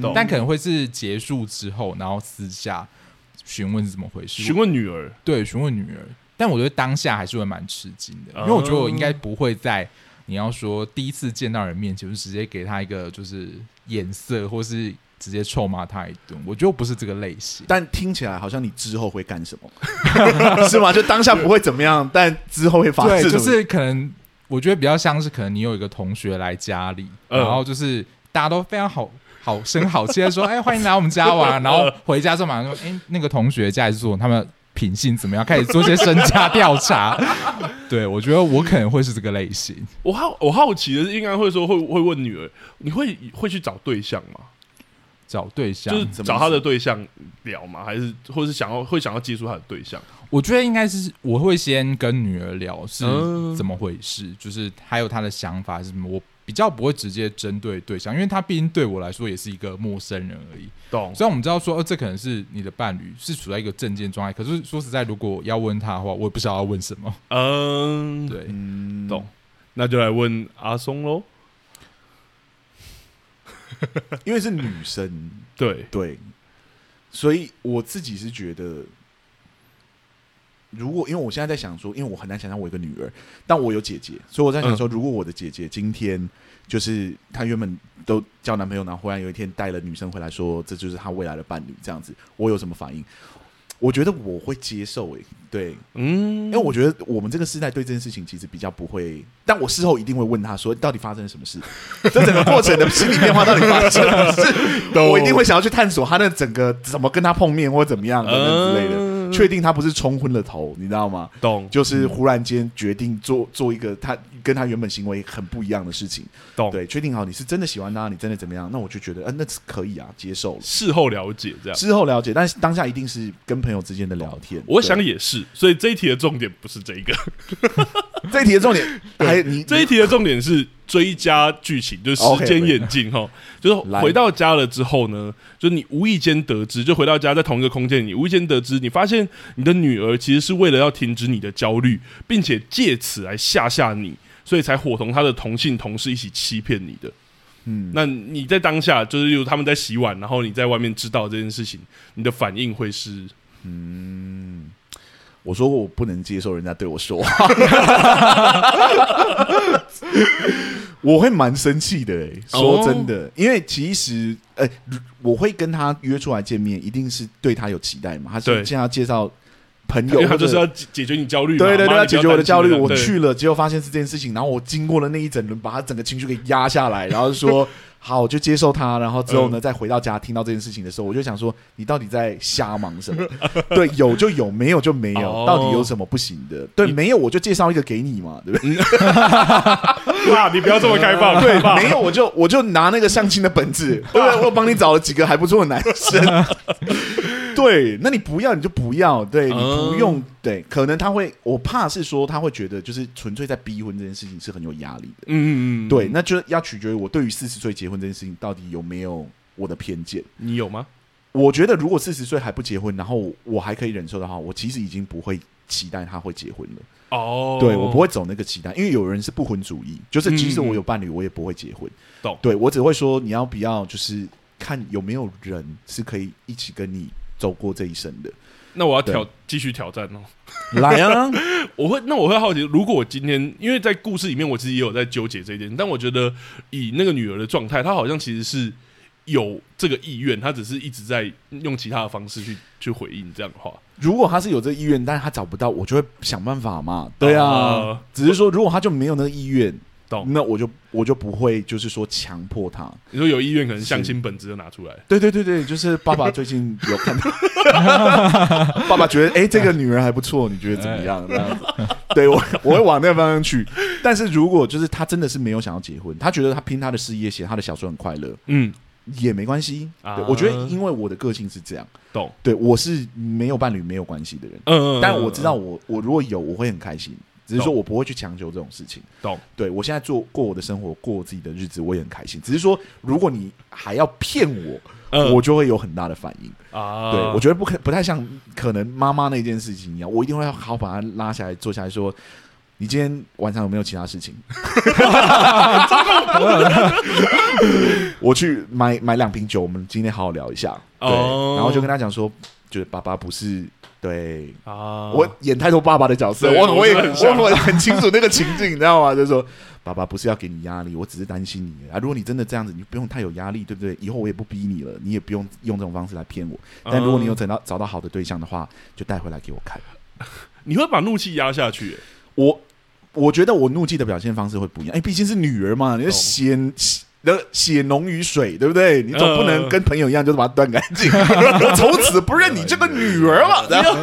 [SPEAKER 2] 懂
[SPEAKER 4] 但可能会是结束之后，然后私下询问是怎么回事，
[SPEAKER 2] 询问女儿
[SPEAKER 4] 对，询问女儿。但我觉得当下还是会蛮吃惊的，因为我觉得我应该不会在你要说第一次见到人面前就直接给他一个就是眼色，或是直接臭骂他一顿。我觉得我不是这个类型。
[SPEAKER 3] 但听起来好像你之后会干什么， 是吗？就当下不会怎么样，但之后会发生
[SPEAKER 4] 对，
[SPEAKER 3] 什
[SPEAKER 4] 就
[SPEAKER 3] 么事。
[SPEAKER 4] 是可能我觉得比较像是可能你有一个同学来家里，
[SPEAKER 2] 嗯
[SPEAKER 4] 然后就是大家都非常好。好声好气的说：“哎，欢迎来我们家玩。”然后回家之后马上说：“哎，那个同学家里是做他们品性怎么样？”开始做一些身家调查。 对，我觉得我可能会是这个类型。
[SPEAKER 2] 我好我好奇的是，应该会说会会问女儿，你会会去找对象吗？
[SPEAKER 4] 找对象，
[SPEAKER 2] 就是
[SPEAKER 3] 怎么
[SPEAKER 2] 找他的对象聊吗？还是或是想要会想要接触他的对象？
[SPEAKER 4] 我觉得应该是我会先跟女儿聊是
[SPEAKER 2] 嗯
[SPEAKER 4] 怎么回事，就是还有她的想法是什么。我比较不会直接针对对象，因为她毕竟对我来说也是一个陌生人而已。
[SPEAKER 2] 懂
[SPEAKER 4] 虽然我们知道说，哦，这可能是你的伴侣是处在一个正见状态，可是说实在，如果要问他的话，我也不知道要问什么。
[SPEAKER 2] 嗯，
[SPEAKER 4] 对，
[SPEAKER 3] 嗯
[SPEAKER 2] 懂。那就来问阿松喽。
[SPEAKER 3] 因为是女生，
[SPEAKER 2] 对，
[SPEAKER 3] 对，所以我自己是觉得，如果因为我现在在想说，因为我很难想象我有一个女儿，但我有姐姐，所以我在想
[SPEAKER 4] 嗯
[SPEAKER 3] 说，如果我的姐姐今天就是她原本都交男朋友，然后忽然有一天带了女生回来说，这就是她未来的伴侣，这样子，我有什么反应？我觉得我会接受、欸，对，
[SPEAKER 2] 嗯，
[SPEAKER 3] 因为我觉得我们这个时代对这件事情其实比较不会，但我事后一定会问他说，到底发生了什么事？ 这整个过程的心理变化到底发生了什 么事？我一定会想要去探索他的整个怎么跟他碰面或怎么样等等之类
[SPEAKER 2] 嗯
[SPEAKER 3] 的，确定他不是冲昏了头，你知道吗？
[SPEAKER 2] 懂
[SPEAKER 3] 就是忽然间决定做做一个他跟他原本行为很不一样的事情，
[SPEAKER 2] 懂，
[SPEAKER 3] 对，确定好你是真的喜欢他，你真的怎么样？那我就觉得，嗯、那是啊可以啊，接受了。
[SPEAKER 2] 事后了解这样。
[SPEAKER 3] 之后了解，但是当下一定是跟朋友之间的聊天。
[SPEAKER 2] 我想
[SPEAKER 3] 对
[SPEAKER 2] 也是，所以这一题的重点不是这一个，
[SPEAKER 3] 这一题的重点，还有你
[SPEAKER 2] 这一题的重点是追加剧情，就是时
[SPEAKER 3] 哦 OK，
[SPEAKER 2] 间
[SPEAKER 3] 没
[SPEAKER 2] 演进哈。就是
[SPEAKER 3] 来
[SPEAKER 2] 回到家了之后呢，就是你无意间得知，就回到家在同一个空间，你无意间得知，你发现你的女儿其实是为了要停止你的焦虑，并且借此来吓吓你，所以才伙同她的同性同事一起欺骗你的。
[SPEAKER 3] 嗯，
[SPEAKER 2] 那你在当下，就是例如他们在洗碗，然后你在外面知道这件事情，你的反应会是
[SPEAKER 3] 我说过我不能接受人家对我说 话，我会蛮生气的、欸。
[SPEAKER 2] 哦
[SPEAKER 3] 说真的，因为其实，呃，我会跟他约出来见面，一定是对他有期待嘛。他
[SPEAKER 2] 对
[SPEAKER 3] 是向他介绍朋
[SPEAKER 2] 因
[SPEAKER 3] 友，
[SPEAKER 2] 为他就是要
[SPEAKER 3] 或者
[SPEAKER 2] 解解决你焦虑嘛，
[SPEAKER 3] 对对
[SPEAKER 2] 妈你
[SPEAKER 3] 对，要
[SPEAKER 2] 不
[SPEAKER 3] 解决我的
[SPEAKER 2] 担心
[SPEAKER 3] 焦虑。
[SPEAKER 2] 了
[SPEAKER 3] 我
[SPEAKER 2] 对
[SPEAKER 3] 去了，结果发现是这件事情，然后我经过了那一整轮，把他整个情绪给压下来，然 后说好，我就接受他。然后之后呢，再回到家听到这件事情的时候，我就想说，你到底在瞎忙什 么？对，有就有，没有就没
[SPEAKER 2] 哦
[SPEAKER 3] 有，到底有什么不行的？对，
[SPEAKER 2] 你
[SPEAKER 3] 没有我就介绍一个给你嘛，对不对？
[SPEAKER 2] 爸，啊你不要这么开 放，对
[SPEAKER 3] 没有我就我就拿那个相亲的 本子，对不对？我帮你找了几个还不错的男生。对，那你不要你就不要，对你不
[SPEAKER 2] 嗯
[SPEAKER 3] 用，对，可能他会，我怕是说他会觉得就是纯粹在逼婚这件事情是很有压力的。
[SPEAKER 2] 嗯嗯嗯，
[SPEAKER 3] 对，，那就要取决于我对于四十岁结婚这件事情到底有没有我的偏见。
[SPEAKER 2] 你有吗？
[SPEAKER 3] 我觉得如果四十岁还不结婚，然后我还可以忍受的话，我其实已经不会期待他会结婚了。
[SPEAKER 2] 哦，
[SPEAKER 3] 对我不会走那个期待，因为有人是不婚主义，就是即
[SPEAKER 2] 嗯
[SPEAKER 3] 使
[SPEAKER 2] 嗯
[SPEAKER 3] 我有伴侣，我也不会结婚。
[SPEAKER 2] 懂
[SPEAKER 3] 对我只会说你要不要，就是看有没有人是可以一起跟你走过这一生的。
[SPEAKER 2] 那我要挑继续挑战哦。
[SPEAKER 3] 来啊，
[SPEAKER 2] 我会，那我会好奇，如果我今天，因为在故事里面我自己也有在纠结这一点，但我觉得以那个女儿的状态，她好像其实是有这个意愿，她只是一直在用其他的方式去去回应这样的话。
[SPEAKER 3] 如果他是有这意愿，但是他找不到，我就会想办法嘛。对啊，
[SPEAKER 2] 哦
[SPEAKER 3] 只是说如果他就没有那个意愿，
[SPEAKER 2] 懂
[SPEAKER 3] 那我就我就不会就是说强迫他。
[SPEAKER 2] 你说有意愿，可能相亲本质就拿出来。
[SPEAKER 3] 对对对对，就是爸爸最近有看到，爸爸觉得哎、诶这个女人还不错，你觉得怎么样？这样子，对我我会往那个方向去。但是如果就是他真的是没有想要结婚，他觉得他拼他的事业，写他的小说很快乐，
[SPEAKER 2] 嗯，
[SPEAKER 3] 也没关系。
[SPEAKER 2] 啊
[SPEAKER 3] 对我觉得因为我的个性是这样，
[SPEAKER 2] 懂。
[SPEAKER 3] 对我是没有伴侣没有关系的人，
[SPEAKER 2] 嗯，
[SPEAKER 3] 但我知道我我如果有我会很开心，只是说
[SPEAKER 2] 懂
[SPEAKER 3] 我不会去强求这种事情。
[SPEAKER 2] 懂。
[SPEAKER 3] 对我现在做过我的生活，过我自己的日子，我也很开心。只是说如果你还要骗我，
[SPEAKER 2] 嗯
[SPEAKER 3] 我就会有很大的反应。
[SPEAKER 2] 啊，
[SPEAKER 3] 对，我觉得不可不太像可能妈妈那件事情一样，我一定会好好把她拉下来坐下来说。你今天晚上有没有其他事情？ 我去买买两瓶酒，我们今天好好聊一下。对，
[SPEAKER 2] 哦
[SPEAKER 3] 然后就跟他讲说，就是爸爸不是对
[SPEAKER 2] 得啊，
[SPEAKER 3] 我演太多爸爸的角色，
[SPEAKER 2] 对
[SPEAKER 3] 我我
[SPEAKER 2] 我
[SPEAKER 3] 也
[SPEAKER 2] 真的很像
[SPEAKER 3] 我我很清楚那个情境，你知道吗？就是说，爸爸不是要给你压力，我只是担心你啊。如果你真的这样子，你不用太有压力，对不对？以后我也不逼你了，你也不用用这种方式来骗我。但如果你有
[SPEAKER 2] 嗯
[SPEAKER 3] 找到找到好的对象的话，就带回来给我看。
[SPEAKER 2] 你会把怒气压下去，欸
[SPEAKER 3] 我我觉得我怒气的表现方式会不一样，哎，毕竟是女儿嘛，你就
[SPEAKER 2] 懂
[SPEAKER 3] 血血呃血浓于水，对不对？你总不能
[SPEAKER 2] 呃
[SPEAKER 3] 跟朋友一样，就是把它断干净， 从此不认你这个女儿了，然后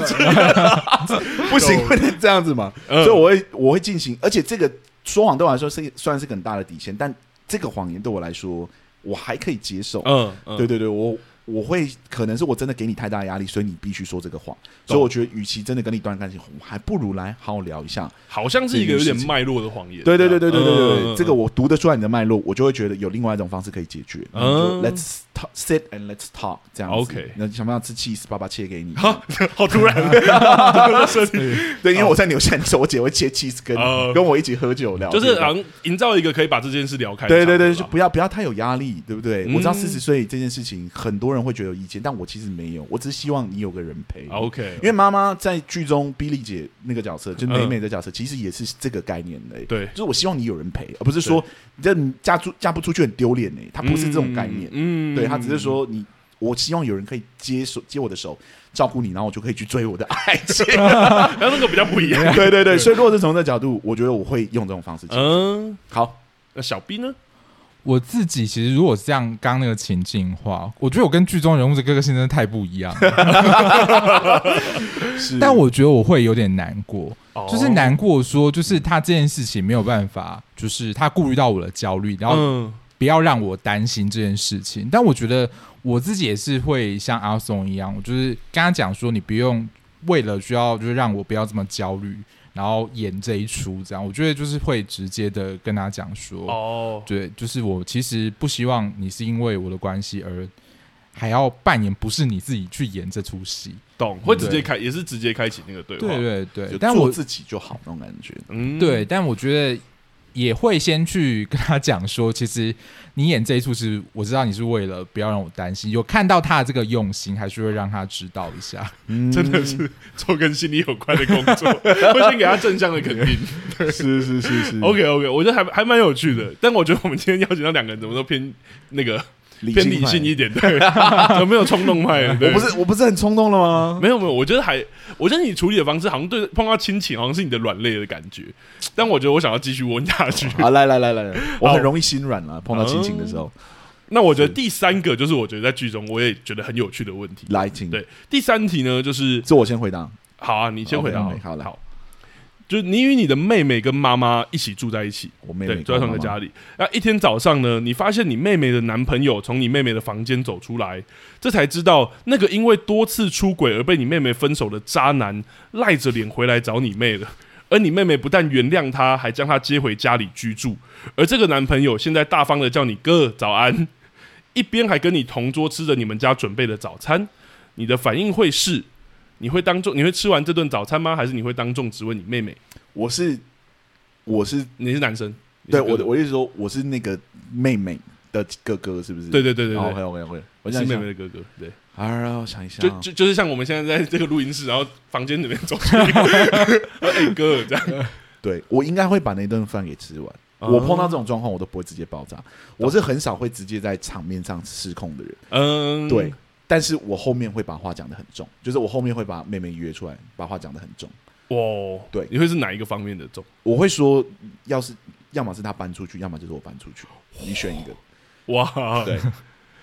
[SPEAKER 3] 不行，不能这样子嘛。
[SPEAKER 2] 嗯
[SPEAKER 3] 所以我会我会进行，而且这个说谎对我来说是算是个很大的底线，但这个谎言对我来说我还可以接受。
[SPEAKER 2] 嗯，嗯
[SPEAKER 3] 对对对，我我会可能是我真的给你太大的压力，所以你必须说这个谎。所以我觉得，与其真的跟你断干净，我还不如来好好聊一下。
[SPEAKER 2] 好像是一个有点
[SPEAKER 3] 这件事情
[SPEAKER 2] 脉络的谎言。
[SPEAKER 3] 对对对对对对
[SPEAKER 2] 嗯
[SPEAKER 3] 对对，这个我读得出来你的脉络，我就会觉得有另外一种方式可以解决。
[SPEAKER 2] 嗯
[SPEAKER 3] 然后就 Let's talk, sit and let's talk 这样子。
[SPEAKER 2] OK
[SPEAKER 3] 那想办法吃 cheese，爸爸切给你。
[SPEAKER 2] 好 好突然， 这个设定
[SPEAKER 3] 对，因为我在纽西兰的时候，我姐会切 cheese 跟
[SPEAKER 2] 哦
[SPEAKER 3] 跟我一起喝酒聊
[SPEAKER 2] 就
[SPEAKER 3] 天，
[SPEAKER 2] 是好像营造一个可以把这件事聊开的
[SPEAKER 3] 对
[SPEAKER 2] 场合
[SPEAKER 3] 对
[SPEAKER 2] 啦。
[SPEAKER 3] 对，就不要不要太有压力，对不对？
[SPEAKER 2] 嗯
[SPEAKER 3] 我知道四十岁这件事情，很多人会觉得有意见，但我其实没有，我只是希望你有个人陪。
[SPEAKER 2] 啊 OK，
[SPEAKER 3] 因为妈妈在剧中比利姐那个角色，就是美
[SPEAKER 2] 嗯
[SPEAKER 3] 美的角色，其实也是这个概念的、欸。
[SPEAKER 2] 对
[SPEAKER 3] 就是我希望你有人陪，而不是说你这你嫁出嫁不出去很丢脸呢。她不是这种概念，
[SPEAKER 2] 嗯
[SPEAKER 3] 对她只是，说你，我希望有人可以接手接我的手，照顾你，然后我就可以去追我的爱 情。
[SPEAKER 2] 然后那个比较不一样。
[SPEAKER 3] 对对对，所以如果是从这角度，我觉得我会用这种方式。
[SPEAKER 2] 嗯，
[SPEAKER 3] 好，
[SPEAKER 2] 那小 B 呢？
[SPEAKER 4] 我自己其实如果是这样，刚刚那个情境的话，我觉得我跟剧中人物的个性真的太不一样了。
[SPEAKER 3] 是，
[SPEAKER 4] 但我觉得我会有点难过，
[SPEAKER 2] 哦
[SPEAKER 4] 就是难过说，就是他这件事情没有办法，就是他顾虑到我的焦虑，然后
[SPEAKER 2] 嗯
[SPEAKER 4] 不要让我担心这件事情。但我觉得我自己也是会像阿松一样，我就是跟他讲说，你不用为了需要就是让我不要这么焦虑，然后演这一出，这样我觉得就是会直接的跟他讲说，
[SPEAKER 2] 哦，
[SPEAKER 4] 对，就是我其实不希望你是因为我的关系而还要扮演不是你自己去演这出戏。
[SPEAKER 2] 懂，会直接开，也是直接开启那个对话。
[SPEAKER 4] 对对对，
[SPEAKER 3] 就
[SPEAKER 4] 但
[SPEAKER 3] 做
[SPEAKER 4] 我
[SPEAKER 3] 自己就好那种感觉。
[SPEAKER 2] 嗯，
[SPEAKER 4] 对，但我觉得也会先去跟他讲说，其实你演这一出是我知道你是为了不要让我担心，有看到他的这个用心，还是会让他知道一下。
[SPEAKER 2] 真的是做跟心理有关的工 作，会先给他正向的肯定。
[SPEAKER 3] 是是是是
[SPEAKER 2] OK OK，我觉得还还蛮有趣的，但我觉得我们今天邀请到两个人，怎么都偏那个
[SPEAKER 3] 理
[SPEAKER 2] 偏理
[SPEAKER 3] 派
[SPEAKER 2] 性一点，对， 怎么没有冲动 派？
[SPEAKER 3] 我
[SPEAKER 2] 对
[SPEAKER 3] 不是我不是很冲动了吗？
[SPEAKER 2] 没有没有，我觉得还，我觉得你处理的方式好像对碰到亲情，好像是你的软肋的感觉。但我觉得我想要继续问下去。
[SPEAKER 3] 好，来来来来来，我
[SPEAKER 2] 好嗯
[SPEAKER 3] 很容易心软了，碰到亲情的时候，
[SPEAKER 2] 那我觉得第三个就是我觉得在剧中我也觉得很有趣的问题。
[SPEAKER 3] 来请，
[SPEAKER 2] 对，第三题呢就是
[SPEAKER 3] 这我先回答。
[SPEAKER 2] 好啊，你先回答好了
[SPEAKER 3] OK，好来
[SPEAKER 2] 好，就是你与你的妹妹跟妈妈一起住在一起，
[SPEAKER 3] 我妹妹
[SPEAKER 2] 对，住在同一个家里。那一天早上呢，你发现你妹妹的男朋友从你妹妹的房间走出来，这才知道那个因为多次出轨而被你妹妹分手的渣男赖着脸回来找你妹了。而你妹妹不但原谅他，还将他接回家里居住。而这个男朋友现在大方的叫你哥早安，一边还跟你同桌吃着你们家准备的早餐。你的反应会是，你会当众，你会吃完这顿早餐吗？还是你会当众质问你妹妹？
[SPEAKER 3] 我是我是
[SPEAKER 2] 你是男生，你
[SPEAKER 3] 对
[SPEAKER 2] 是哥
[SPEAKER 3] 我的我意思说我是那个妹妹的哥哥，是不是？
[SPEAKER 2] 对对对对对，
[SPEAKER 3] OK OK OK，我
[SPEAKER 2] 我
[SPEAKER 3] 想
[SPEAKER 2] 是
[SPEAKER 3] 一
[SPEAKER 2] 妹
[SPEAKER 3] 下
[SPEAKER 2] 妹，的哥哥，对，
[SPEAKER 3] 啊，让我想一下
[SPEAKER 2] 就
[SPEAKER 3] 啊，
[SPEAKER 2] 就就是像我们现在在这个录音室，然后房间里面走 出一个哎哥这样，
[SPEAKER 3] 对我应该会把那顿饭给吃完。
[SPEAKER 2] 哦
[SPEAKER 3] 我碰到这种状况，我都不会直接爆炸，我是很少会直接在场面上失控的人。
[SPEAKER 2] 嗯，
[SPEAKER 3] 对，但是我后面会把话讲得很重，就是我后面会把妹妹约出来，把话讲得很重。
[SPEAKER 2] 哇，哦
[SPEAKER 3] 对
[SPEAKER 2] 你会是哪一个方面的重？
[SPEAKER 3] 我会说，要是要么是她搬出去，要么就是我搬出去，你选一个。
[SPEAKER 2] 哇，
[SPEAKER 3] 对，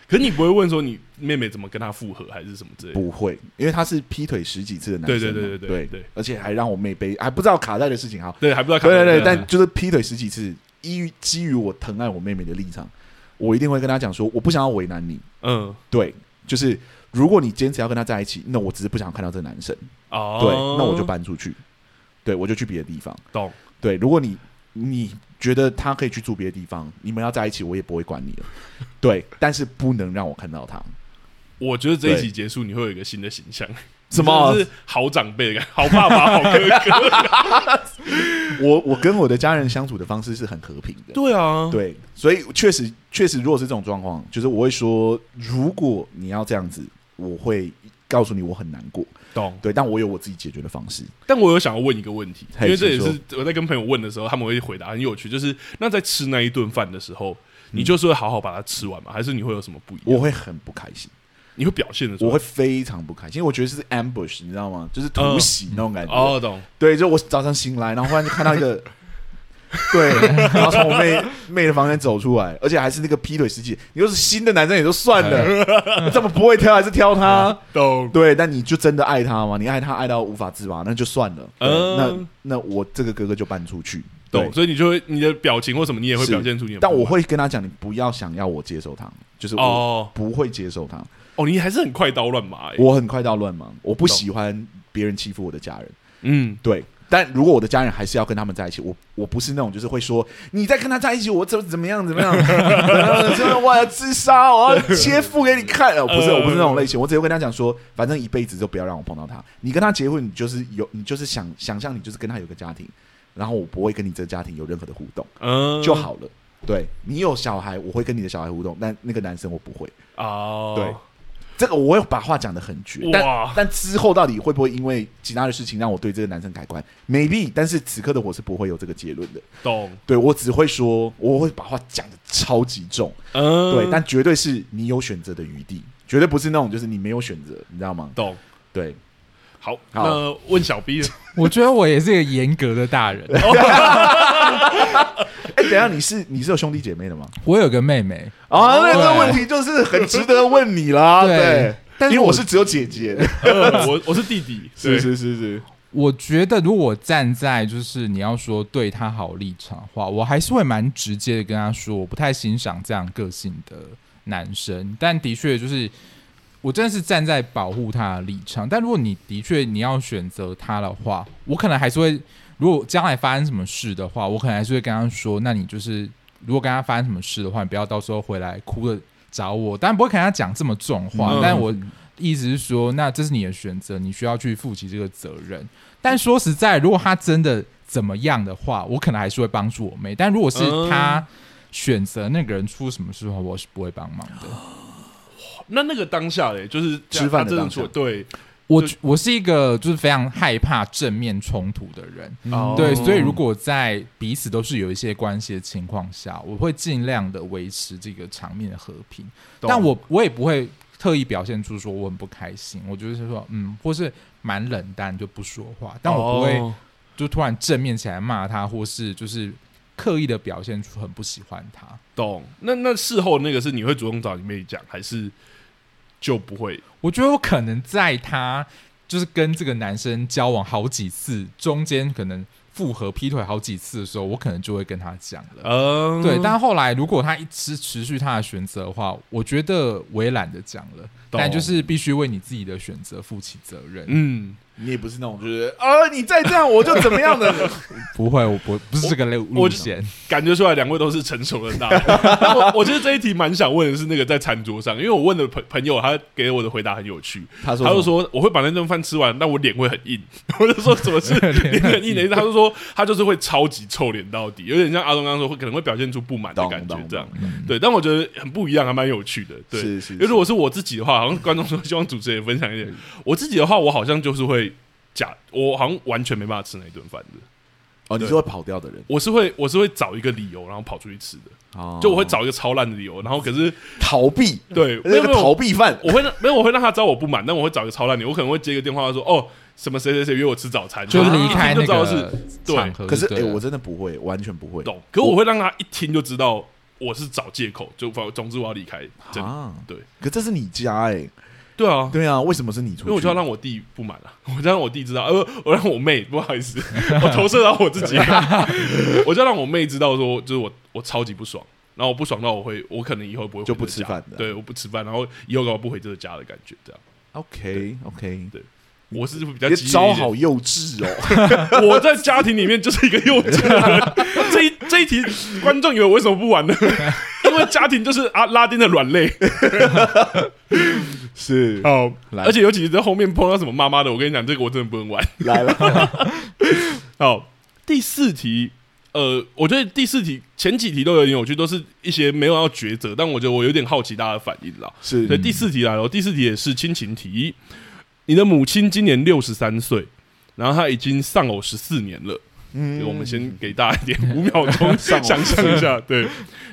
[SPEAKER 2] 可是你不会问说你妹妹怎么跟他复合还是什么之类的？
[SPEAKER 3] 不会，因为他是劈腿十几次的男生嘛，
[SPEAKER 2] 对对对对对
[SPEAKER 3] 对
[SPEAKER 2] 对
[SPEAKER 3] 而且还让我妹背，还不知道卡带的事情哈。
[SPEAKER 2] 对，还不知道看
[SPEAKER 3] 对
[SPEAKER 2] 不看
[SPEAKER 3] 对
[SPEAKER 2] 得
[SPEAKER 3] 对，
[SPEAKER 2] 到。
[SPEAKER 3] 但就是劈腿十几次，基于基于我疼爱我妹妹的立场，我一定会跟她讲说，我不想要为难你。
[SPEAKER 2] 嗯，
[SPEAKER 3] 对，就是如果你坚持要跟他在一起，那我只是不想看到这个男生。
[SPEAKER 2] 哦，
[SPEAKER 3] 对，那我就搬出去，对我就去别的地方。
[SPEAKER 2] 懂。
[SPEAKER 3] 对，如果你你觉得他可以去住别的地方，你们要在一起，我也不会管你了。对，但是不能让我看到他。
[SPEAKER 2] 我觉得这一集
[SPEAKER 3] 对
[SPEAKER 2] 结束，你会有一个新的形象，
[SPEAKER 3] 什么
[SPEAKER 2] 真的是好长辈的感觉，好爸爸，好哥哥。
[SPEAKER 3] 我我跟我的家人相处的方式是很和平的。
[SPEAKER 2] 对啊，
[SPEAKER 3] 对，所以确实确实，如果是这种状况，就是我会说，如果你要这样子，我会告诉你我很难过。
[SPEAKER 2] 懂。
[SPEAKER 3] 对，但我有我自己解决的方式。
[SPEAKER 2] 但我有想要问一个问题，因
[SPEAKER 3] 嘿
[SPEAKER 2] 为这也
[SPEAKER 3] 请
[SPEAKER 2] 是我在跟朋友问的时候，他们会回答很有趣，就是那在吃那一顿饭的时候，你就是会好好把它吃完吗？还是你会有什么不一样？
[SPEAKER 3] 我会很不开心，
[SPEAKER 2] 你会表现的，
[SPEAKER 3] 我会非常不开心，因为我觉得是 ambush，你知道吗？就是突袭那种感觉。
[SPEAKER 2] 哦，懂
[SPEAKER 3] 对，就我早上醒来，然后忽然就看到 一个，对，然后从我妹妹的房间走出来，而且还是那个劈腿十几，你又是新的男生也就算
[SPEAKER 2] 哎
[SPEAKER 3] 了，这么不会挑还是挑他？
[SPEAKER 2] 懂，
[SPEAKER 3] 对，但你就真的爱他吗？你爱他爱到无法自拔，那就算了。对
[SPEAKER 2] 嗯
[SPEAKER 3] 那那我这个哥哥就搬出去。
[SPEAKER 2] 懂，
[SPEAKER 3] 对，
[SPEAKER 2] 所以你就会你的表情或什么，你也会
[SPEAKER 3] 是
[SPEAKER 2] 表现出你的不
[SPEAKER 3] 但
[SPEAKER 2] 满。
[SPEAKER 3] 我会跟他讲，你不要想要我接受他，就是我
[SPEAKER 2] 哦
[SPEAKER 3] 不会接受他。
[SPEAKER 2] 哦，你还是很快刀乱麻欸，
[SPEAKER 3] 我很快到乱忙，我不
[SPEAKER 2] 懂
[SPEAKER 3] 喜欢别人欺负我的家人。
[SPEAKER 2] 嗯，
[SPEAKER 3] 对，但如果我的家人还是要跟他们在一起，我我不是那种就是会说你再跟他在一起，我怎么怎么样怎么样， 真的我要自杀，我要切腹给你看。哦，不是，
[SPEAKER 2] 呃
[SPEAKER 3] 我不是那种类型，我只会跟他讲说，反正一辈子都不要让我碰到他。你跟他结婚，你就是有，你就是想想象你就是跟他有个家庭，然后我不会跟你这个家庭有任何的互动
[SPEAKER 2] 嗯
[SPEAKER 3] 就好了。对你有小孩，我会跟你的小孩互动，但那个男生我不会。
[SPEAKER 2] 哦，
[SPEAKER 3] 对这个我会把话讲得很绝，
[SPEAKER 2] 哇
[SPEAKER 3] 但但之后到底会不会因为其他的事情让我对这个男生改观？maybe，但是此刻的我是不会有这个结论的。
[SPEAKER 2] 懂，
[SPEAKER 3] 对我只会说，我会把话讲得超级重，
[SPEAKER 2] 嗯，
[SPEAKER 3] 对，但绝对是你有选择的余地，绝对不是那种就是你没有选择，你知道吗？
[SPEAKER 2] 懂。
[SPEAKER 3] 对，
[SPEAKER 2] 好，
[SPEAKER 3] 好
[SPEAKER 2] 那问小 B 了
[SPEAKER 4] 我觉得我也是一个严格的大人，
[SPEAKER 3] 哎，等一下你是你是有兄弟姐妹的吗？
[SPEAKER 4] 我有个妹妹，
[SPEAKER 2] 哦
[SPEAKER 3] 啊，那
[SPEAKER 4] 对
[SPEAKER 3] 这问题就是很值得问你啦，
[SPEAKER 4] 对
[SPEAKER 3] 对，
[SPEAKER 4] 但是
[SPEAKER 3] 因为我
[SPEAKER 4] 我
[SPEAKER 3] 是只有姐姐的，
[SPEAKER 2] 呃我我是弟弟，对
[SPEAKER 3] 是是是是，
[SPEAKER 4] 我觉得如果我站在就是你要说对她好立场的话，我还是会蛮直接的跟她说，我不太欣赏这样个性的男生。但的确就是，我真的是站在保护她的立场。但如果你的确你要选择她的话，我可能还是会如果将来发生什么事的话，我可能还是会跟他说，那你就是如果跟他发生什么事的话，你不要到时候回来哭着找我。当然不会跟他讲这么重话，
[SPEAKER 2] 嗯
[SPEAKER 4] 但我意思是说，那这是你的选择，你需要去负起这个责任。但说实在，如果他真的怎么样的话，我可能还是会帮助我妹。但如果是
[SPEAKER 2] 嗯
[SPEAKER 4] 他选择那个人出什么事的话，我是不会帮忙 的。
[SPEAKER 2] 那那个当下嘞，就是
[SPEAKER 3] 吃饭
[SPEAKER 2] 他真
[SPEAKER 3] 的
[SPEAKER 2] 的
[SPEAKER 3] 当下
[SPEAKER 2] 出对，
[SPEAKER 4] 我
[SPEAKER 2] 就
[SPEAKER 4] 我是一个就是非常害怕正面冲突的人，
[SPEAKER 2] 哦
[SPEAKER 4] 对，所以如果在彼此都是有一些关系的情况下，我会尽量的维持这个场面的和平，
[SPEAKER 2] 懂
[SPEAKER 4] 但我我也不会特意表现出说我很不开心，我就是说嗯，或是蛮冷淡就不说话，但我不会
[SPEAKER 2] 哦
[SPEAKER 4] 就突然正面起来骂他，或是就是刻意的表现出很不喜欢他。
[SPEAKER 2] 懂。那那事后那个是你会主动找你妹讲，还是就不会？
[SPEAKER 4] 我觉得我可能在他就是跟这个男生交往好几次，中间可能复合劈腿好几次的时候，我可能就会跟他讲了。
[SPEAKER 2] 嗯，
[SPEAKER 4] 呃对，但后来如果他一直持续他的选择的话，我觉得我也懒得讲了。
[SPEAKER 2] 懂
[SPEAKER 4] 但就是必须为你自己的选择负起责任。
[SPEAKER 2] 嗯，
[SPEAKER 3] 你也不是那种就是啊，你再这样我就怎么样的。
[SPEAKER 4] 不会，我不不是这个路
[SPEAKER 2] 我
[SPEAKER 4] 路线。
[SPEAKER 2] 感觉出来两位都是成熟的大人。但我我觉得这一题蛮想问的是那个在餐桌上，因为我问的朋朋友，他给我的回答很有趣。
[SPEAKER 3] 他说
[SPEAKER 2] 他就说我会把那顿饭吃完，但我脸会很硬。 我就说什么 是脸很硬的意思？他就说他就是会超级臭脸到底，有点像阿东刚刚说，会可能会表现出不满的
[SPEAKER 3] 懂
[SPEAKER 2] 感觉
[SPEAKER 3] 懂
[SPEAKER 2] 这样
[SPEAKER 3] 懂。
[SPEAKER 2] 对，但我觉得很不一样，还蛮有趣的。对，
[SPEAKER 3] 是是嗯
[SPEAKER 2] 因为如果是我自己的话，好像观众说希望主持人也分享一点。我自己的话，我好像就是会假，我好像完全没办法吃那一顿饭的。
[SPEAKER 3] 哦，你是会跑掉的人，
[SPEAKER 2] 我是会，我是会找一个理由，然后跑出去吃的。
[SPEAKER 3] 哦
[SPEAKER 2] 就我会找一个超烂的理由，然后可是
[SPEAKER 3] 逃避，
[SPEAKER 2] 对，没
[SPEAKER 3] 那
[SPEAKER 2] 有
[SPEAKER 3] 个
[SPEAKER 2] 没有
[SPEAKER 3] 逃避犯。
[SPEAKER 2] 我会让没有，我会让他知道我不满，但我会找一个超烂的理由，我可能会接一个电话说哦，什么谁谁谁约我吃早餐，
[SPEAKER 4] 就是离
[SPEAKER 2] 一听
[SPEAKER 4] 开
[SPEAKER 2] 就
[SPEAKER 4] 那
[SPEAKER 2] 知道是
[SPEAKER 4] 个场合
[SPEAKER 3] 可是
[SPEAKER 4] 对
[SPEAKER 3] 哎、
[SPEAKER 4] 了
[SPEAKER 3] 我真的不会，完全不会。
[SPEAKER 2] 啊懂，可我会让他一听就知道我是找借口，就反总之我要离开，真的
[SPEAKER 3] 啊，
[SPEAKER 2] 对
[SPEAKER 3] 可这是你家哎、
[SPEAKER 2] 对啊。
[SPEAKER 3] 对啊，为什么是你出
[SPEAKER 2] 因
[SPEAKER 3] 去？
[SPEAKER 2] 为我就要让我弟不满了， 我就让我弟知道，呃，我让我妹，不好意 思，我投射到我自己， 我就要让我妹知道说，就是我我超级不爽，然后我不爽到我会，我可能以后不会回
[SPEAKER 3] 就
[SPEAKER 2] 这
[SPEAKER 3] 不
[SPEAKER 2] 个
[SPEAKER 3] 吃
[SPEAKER 2] 家
[SPEAKER 3] 饭的
[SPEAKER 2] 对，我不吃饭，然后以后搞不好不回这个家的感觉，这样。
[SPEAKER 3] OK OK，
[SPEAKER 2] 我是比较
[SPEAKER 3] 别
[SPEAKER 2] 激烈
[SPEAKER 3] 招
[SPEAKER 2] 一
[SPEAKER 3] 好
[SPEAKER 2] 点，
[SPEAKER 3] 幼稚哦。
[SPEAKER 2] 我在家庭里面就是一个幼稚的人。 这一这一题，观众以为我为什么不玩呢？ 因为家庭就是啊拉丁的软肋
[SPEAKER 3] 是，
[SPEAKER 2] 哦，
[SPEAKER 3] 来
[SPEAKER 2] 而且尤其是在后面碰到什么妈妈的，我跟你讲，这个我真的不能玩。
[SPEAKER 3] 来了，
[SPEAKER 2] 好，第四题，呃，我觉得第四题前几题都有点有趣，都是一些没有要抉择，但我觉得我有点好奇大家的反应啦。
[SPEAKER 3] 是
[SPEAKER 2] 对，第四题来了，第四题也是亲情题。你的母亲今年六十三岁，然后她已经丧偶十四年了。
[SPEAKER 3] 嗯
[SPEAKER 2] 所以我们先给大家一点五秒 钟
[SPEAKER 3] 上
[SPEAKER 2] 想
[SPEAKER 3] 网
[SPEAKER 2] 象一下，对，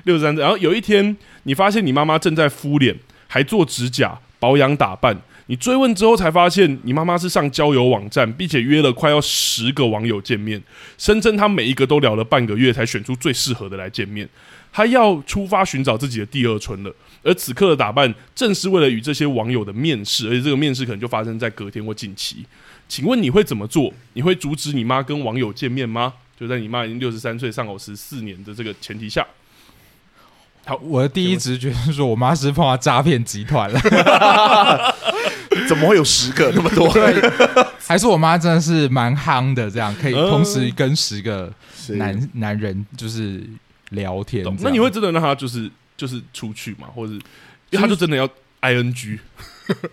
[SPEAKER 2] 六十三岁。然后有一天，你发现你妈妈正在敷脸，还做指甲、保养、打扮。你追问之后才发现，你妈妈是上交友网站，并且约了快要十个网友见面，声称她每一个都聊了半个月才选出最适合的来见面。她要出发寻找自己的第二春了，而此刻的打扮正是为了与这些网友的面试，而且这个面试可能就发生在隔天或近期。请问你会怎么做？你会阻止你妈跟网友见面吗？就在你妈已经六十三岁、上偶十四年的这个前提下，
[SPEAKER 4] 我的第一直觉是说，我妈是碰到诈骗集 团了，
[SPEAKER 3] 怎么会有十个那么多？
[SPEAKER 4] 还是我妈真的是蛮夯的，这样可以
[SPEAKER 2] 嗯
[SPEAKER 4] 同时跟十个
[SPEAKER 3] 是
[SPEAKER 4] 男男人就是聊天
[SPEAKER 2] 懂？。
[SPEAKER 4] 这
[SPEAKER 2] 那
[SPEAKER 4] 样
[SPEAKER 2] 你会真的让她就是就是出去吗？或者，因为她就真的要 I N G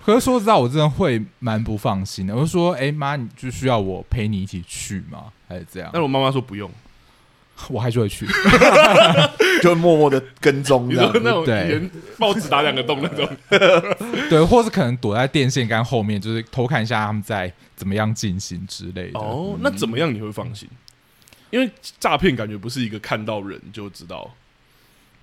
[SPEAKER 4] 可是说实在，我真的会蛮不放心的。我就说，哎、妈，你就需要我陪你一起去吗？还是这样？
[SPEAKER 2] 但我妈妈说不用，
[SPEAKER 4] 我还是会去。
[SPEAKER 3] 就默默的跟踪
[SPEAKER 2] 你
[SPEAKER 3] 这
[SPEAKER 2] 说
[SPEAKER 3] 样
[SPEAKER 2] 那种
[SPEAKER 4] 对
[SPEAKER 2] 连报纸打两个洞那 种，
[SPEAKER 4] 对，或是可能躲在电线杆后面，就是偷看一下他们在怎么样进行之类的。
[SPEAKER 2] 哦，那怎么样你会放心？因为诈骗感觉不是一个看到人就知道，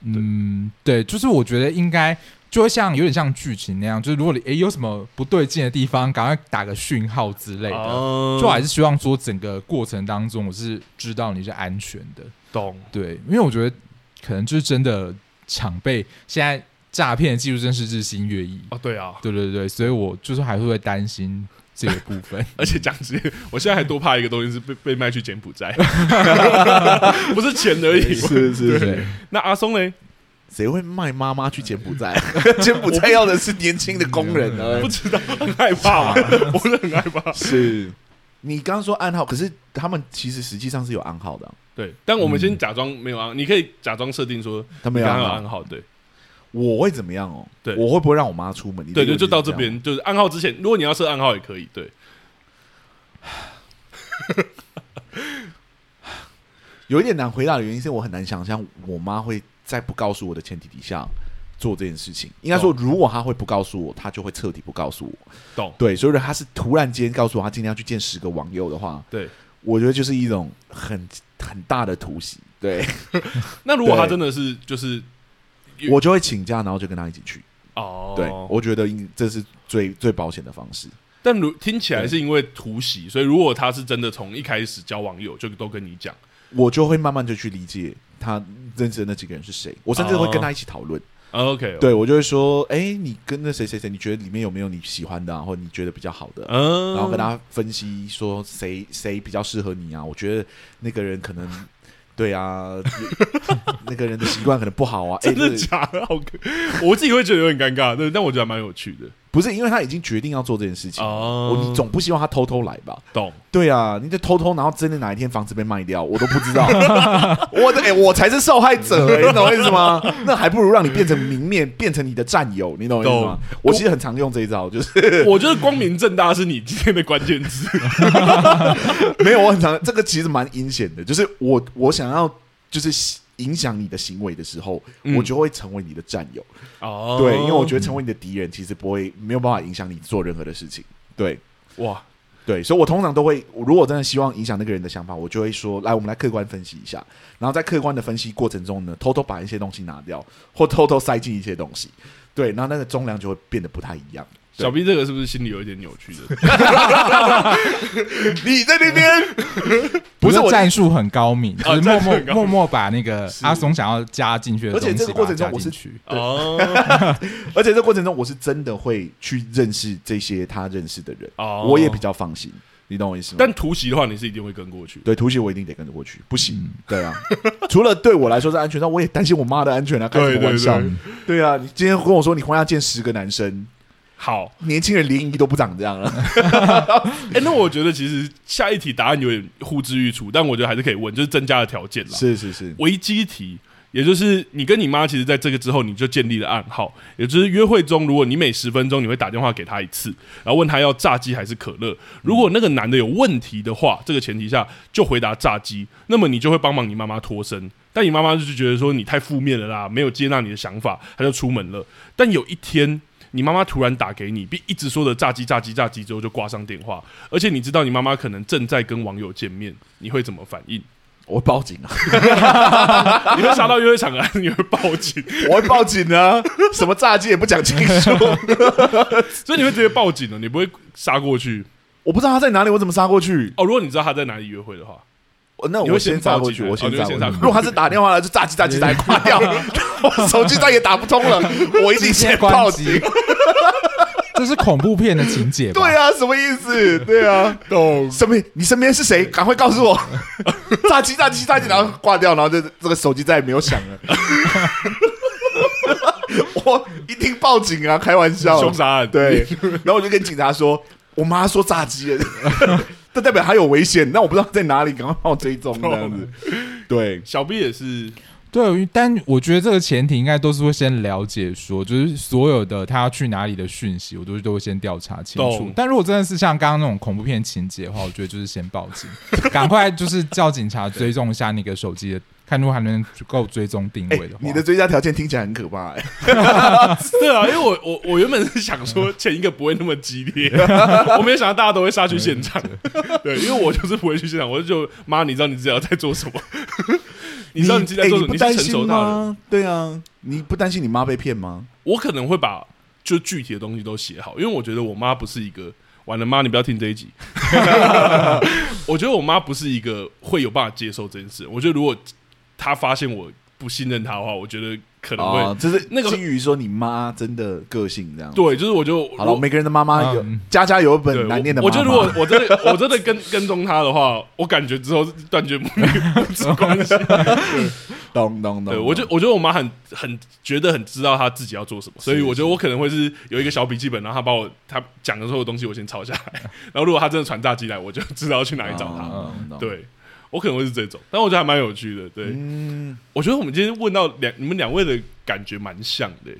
[SPEAKER 4] 嗯，对，就是我觉得应该就会像有点像剧情那样，就是如果你诶有什么不对劲的地方，赶快打个讯号之类的。
[SPEAKER 2] 哦
[SPEAKER 4] 就我还是希望说整个过程当中，我是知道你是安全的。
[SPEAKER 2] 懂
[SPEAKER 4] 对，因为我觉得可能就是真的常被现在诈骗的技术真是日新月异。
[SPEAKER 2] 哦，对啊，
[SPEAKER 4] 对对对，所以我就是还是会担心这个部分。
[SPEAKER 2] 而且讲直接，我现在还多怕一个东西是被被卖去柬埔 寨，不是钱而已。
[SPEAKER 3] 是是是，
[SPEAKER 4] 对，
[SPEAKER 2] 那阿松嘞，
[SPEAKER 3] 谁会卖妈妈去柬埔寨？ 柬埔寨要的是年轻的工人啊
[SPEAKER 2] 不
[SPEAKER 3] 呢。
[SPEAKER 2] 知道，很害怕嘛，我是很害怕。
[SPEAKER 3] 是，你刚刚说暗号，可是他们其实实际上是有暗号的啊、
[SPEAKER 2] 对，但我们先假装没有啊，你可以假装设定说
[SPEAKER 3] 他们
[SPEAKER 2] 刚
[SPEAKER 3] 有暗啊
[SPEAKER 2] 刚有
[SPEAKER 3] 号。
[SPEAKER 2] 暗号，对
[SPEAKER 3] 我会怎么样哦？
[SPEAKER 2] 对
[SPEAKER 3] 我会不会让我妈出门？你
[SPEAKER 2] 对
[SPEAKER 3] 的
[SPEAKER 2] 对，
[SPEAKER 3] 问
[SPEAKER 2] 就
[SPEAKER 3] 题
[SPEAKER 2] 到
[SPEAKER 3] 是
[SPEAKER 2] 这
[SPEAKER 3] 样。
[SPEAKER 2] 边，就是暗号之前，如果你要设暗号也可以，对，
[SPEAKER 3] 有一点难回答的原因是我很难想象我妈会在不告诉我的前提底下做这件事情。应该说，如果她会不告诉我，她就会彻底不告诉我。
[SPEAKER 2] 懂，
[SPEAKER 3] 对，所以说她是突然间告诉我她今天要去见十个网友的话，
[SPEAKER 2] 对。
[SPEAKER 3] 我觉得就是一种很很大的突袭。对
[SPEAKER 2] 那如果他
[SPEAKER 3] 对
[SPEAKER 2] 真的是就是
[SPEAKER 3] 我就会请假，然后就跟她一起去。
[SPEAKER 2] 哦，
[SPEAKER 3] 对，我觉得应这是最最保险的方式。
[SPEAKER 2] 但如听起来
[SPEAKER 3] 对
[SPEAKER 2] 是因为突袭，所以如果他是真的从一开始交网友就都跟你讲，
[SPEAKER 3] 我就会慢慢就去理解她认识的那几个人是谁，我甚至会跟她一起讨论。
[SPEAKER 2] 啊 OK，，
[SPEAKER 3] 对我就会说，哎、你跟那谁谁谁，你觉得里面有没有你喜欢的、啊，或者你觉得比较好的？啊
[SPEAKER 2] 嗯，
[SPEAKER 3] 然后跟他分析说谁谁比较适合你啊？我觉得那个人可能对啊， 那个人的习惯可能不好啊。哎、
[SPEAKER 2] 真的
[SPEAKER 3] 对
[SPEAKER 2] 假的？好可，我自己会觉得有点尴尬，对，但我觉得还蛮有趣的
[SPEAKER 3] 不是因为他已经决定要做这件事情，
[SPEAKER 2] 哦
[SPEAKER 3] 我你总不希望他偷偷来吧？
[SPEAKER 2] 懂，
[SPEAKER 3] 对啊，你得偷偷，然后真的哪一天房子被卖掉，我都不 知道。我的哎、我才是受害者、哎，你懂我意思吗？ 那还不如让你变成明面，变成你的战友，你懂我意思吗
[SPEAKER 2] 懂？
[SPEAKER 3] 我其实很常用这一招，就是
[SPEAKER 2] 我觉得光明正大是你今天的关键词，
[SPEAKER 3] 没有，我很常这个其实蛮阴险的，就是我我想要就是影响你的行为的时候，
[SPEAKER 2] 嗯
[SPEAKER 3] 我就会成为你的战友。
[SPEAKER 2] 哦
[SPEAKER 3] 对，因为我觉
[SPEAKER 2] 得
[SPEAKER 3] 得成为你的敌人其实不会没有办法影响你做任何的事情。对
[SPEAKER 2] 哇，
[SPEAKER 3] 对，所以我通常都会，如果真的希望影响那个人的想法，我就会说，来，我们来客观分析一下。然后在客观的分析过程中呢，偷偷把一些东西拿掉，或偷偷塞进一些东西。对，然后那个重量就会变得不太一样。对
[SPEAKER 2] 小 B 这个是不是心里有一点扭曲的？
[SPEAKER 3] 你在那边 不是
[SPEAKER 4] 我
[SPEAKER 3] 我哦
[SPEAKER 4] 的战术很高明，
[SPEAKER 2] 啊
[SPEAKER 4] 就是默
[SPEAKER 2] 战术
[SPEAKER 4] 默
[SPEAKER 2] 很高明
[SPEAKER 4] 默默把那个阿松想要加进去的
[SPEAKER 3] 而
[SPEAKER 4] 东西，
[SPEAKER 3] 且这个过程中
[SPEAKER 4] 把它
[SPEAKER 3] 我
[SPEAKER 4] 加
[SPEAKER 3] 是
[SPEAKER 4] 进去。
[SPEAKER 2] 哦
[SPEAKER 3] 而且这过程中，我是真的会去认识这些他认识的人，
[SPEAKER 2] 哦
[SPEAKER 3] 我也比，较放心，你懂我意思吗？
[SPEAKER 2] 但突袭的话，你是一定会跟过去的。
[SPEAKER 3] 对突袭我一定得跟着过去，不行，对啊。除了对我来说是安全，但我也担心我妈的安全啊，开什
[SPEAKER 2] 对
[SPEAKER 3] 么
[SPEAKER 2] 对
[SPEAKER 3] 玩笑？
[SPEAKER 2] 对
[SPEAKER 3] 对啊，你今天跟我说你婚要见十个男生，
[SPEAKER 2] 好，
[SPEAKER 3] 年轻人联谊都不长这样啊了，
[SPEAKER 2] 哎，那我觉得其实下一题答案有点呼之欲出，但我觉得还是可以问，就是增加的条件啦。
[SPEAKER 3] 是是是，
[SPEAKER 2] 危机题，也就是你跟你妈其实在这个之后你就建立了暗号，也就是约会中，如果你每十分钟你会打电话给她一次，然后问她要炸鸡还是可乐。如果那个男的有问题的话，这个前提下就回答炸鸡，那么你就会帮忙你妈妈脱身。但你妈妈就是觉得说你太负面了啦，没有接纳你的想法，她就出门了。但有一天。你妈妈突然打给你，并一直说的炸鸡炸鸡炸鸡之后就挂上电话，而且你知道你妈妈可能正在跟网友见面，你会怎么反应？
[SPEAKER 3] 我会报警啊，
[SPEAKER 2] 你会杀到约会场，还啊是你会报警？
[SPEAKER 3] 我会报警啊，什么炸鸡也不讲清楚，
[SPEAKER 2] 所以你会直接报警了，哦你不会杀过去
[SPEAKER 3] 我不知道他在哪里，我怎么杀过去？
[SPEAKER 2] 哦。如果你知道他在哪里约会的话，
[SPEAKER 3] 哦那
[SPEAKER 2] 你
[SPEAKER 3] 我
[SPEAKER 2] 会
[SPEAKER 3] 先
[SPEAKER 2] 先
[SPEAKER 3] 杀
[SPEAKER 2] 报
[SPEAKER 3] 过
[SPEAKER 2] 警
[SPEAKER 3] 去，
[SPEAKER 2] 吗
[SPEAKER 3] 我
[SPEAKER 2] 哦
[SPEAKER 3] 先
[SPEAKER 2] 你会
[SPEAKER 3] 杀
[SPEAKER 2] 先
[SPEAKER 3] 过
[SPEAKER 2] 杀
[SPEAKER 3] 去。
[SPEAKER 2] 过
[SPEAKER 3] 如果他是打电话来，就炸鸡炸鸡炸 鸡挂掉，我手机再也打不通了，我一定先报警。
[SPEAKER 4] 这是恐怖片的情节吧？
[SPEAKER 3] 对啊，什么意思？对啊，懂。身边你身边是谁？赶快告诉 我！炸鸡炸鸡炸鸡，然后挂掉，然后这这个手机再也没有响 了。我一定报警啊！开玩笑，
[SPEAKER 2] 凶杀案
[SPEAKER 3] 对，然后我就跟警察说，我妈说炸 鸡了，这代表她有危险。那我不知道在哪里，赶快帮我追踪这样子。对，
[SPEAKER 2] 小 B 也是
[SPEAKER 4] 对，但我觉得这个前提应该都是会先了解说，就是所有的他要去哪里的讯息，我都都会先调查清楚
[SPEAKER 2] 懂。
[SPEAKER 4] 但如果真的是像刚刚那种恐怖片情节的话，我觉得就是先报警， 赶快就是叫警察追踪一下那个手机的，看如果还能够追踪定
[SPEAKER 3] 哎
[SPEAKER 4] 位的话。
[SPEAKER 3] 你的追加条件听起来很可怕、哎
[SPEAKER 2] 对啊，因为我我我原本是想说前一个不会那么激烈， 我没有想到大家都会杀去现场。 对，因为我就是不会去现场，我就觉得妈，你知道你自己要在做什么， 你知道你自己在
[SPEAKER 3] 哎
[SPEAKER 2] 做什么，
[SPEAKER 3] 你不
[SPEAKER 2] 你是
[SPEAKER 3] 担
[SPEAKER 2] 成熟
[SPEAKER 3] 心
[SPEAKER 2] 大人。
[SPEAKER 3] 吗？对啊，你不担心你妈被骗吗？
[SPEAKER 2] 我可能会把就具体的东西都写好，因为我觉得我妈不是一个。完了，妈，你不要听这一集。 我觉得我妈不是一个会有办法接受这件事。我觉得如果她发现我不信任他的话，我觉得可能会、
[SPEAKER 3] 哦，就是
[SPEAKER 2] 那个
[SPEAKER 3] 基于说你妈真的个性这样。
[SPEAKER 2] 对，就是我就
[SPEAKER 3] 好了，
[SPEAKER 2] 我
[SPEAKER 3] 每个人的妈妈有
[SPEAKER 4] 嗯
[SPEAKER 3] 家家有
[SPEAKER 2] 对
[SPEAKER 3] 本难念的
[SPEAKER 2] 我
[SPEAKER 3] 妈
[SPEAKER 2] 我
[SPEAKER 3] 妈。
[SPEAKER 2] 觉得如果我真的我真的跟跟踪他的话，我感觉之后是断绝母女母子关系。
[SPEAKER 3] 咚咚咚，
[SPEAKER 2] 对，我觉得我觉得我妈很很觉得很知道她自己要做什么，所以我觉得我可能会是有一个小笔记本，然后她把我她讲的所有东西我先抄下来，然后如果她真的传炸鸡来，我就知道去哪里找她。
[SPEAKER 3] 哦，咚，咚
[SPEAKER 2] 对。我可能会是这种，但我觉得还蛮有趣的。对，
[SPEAKER 3] 嗯，
[SPEAKER 2] 我觉得我们今天问到两你们两位的感觉蛮像的、欸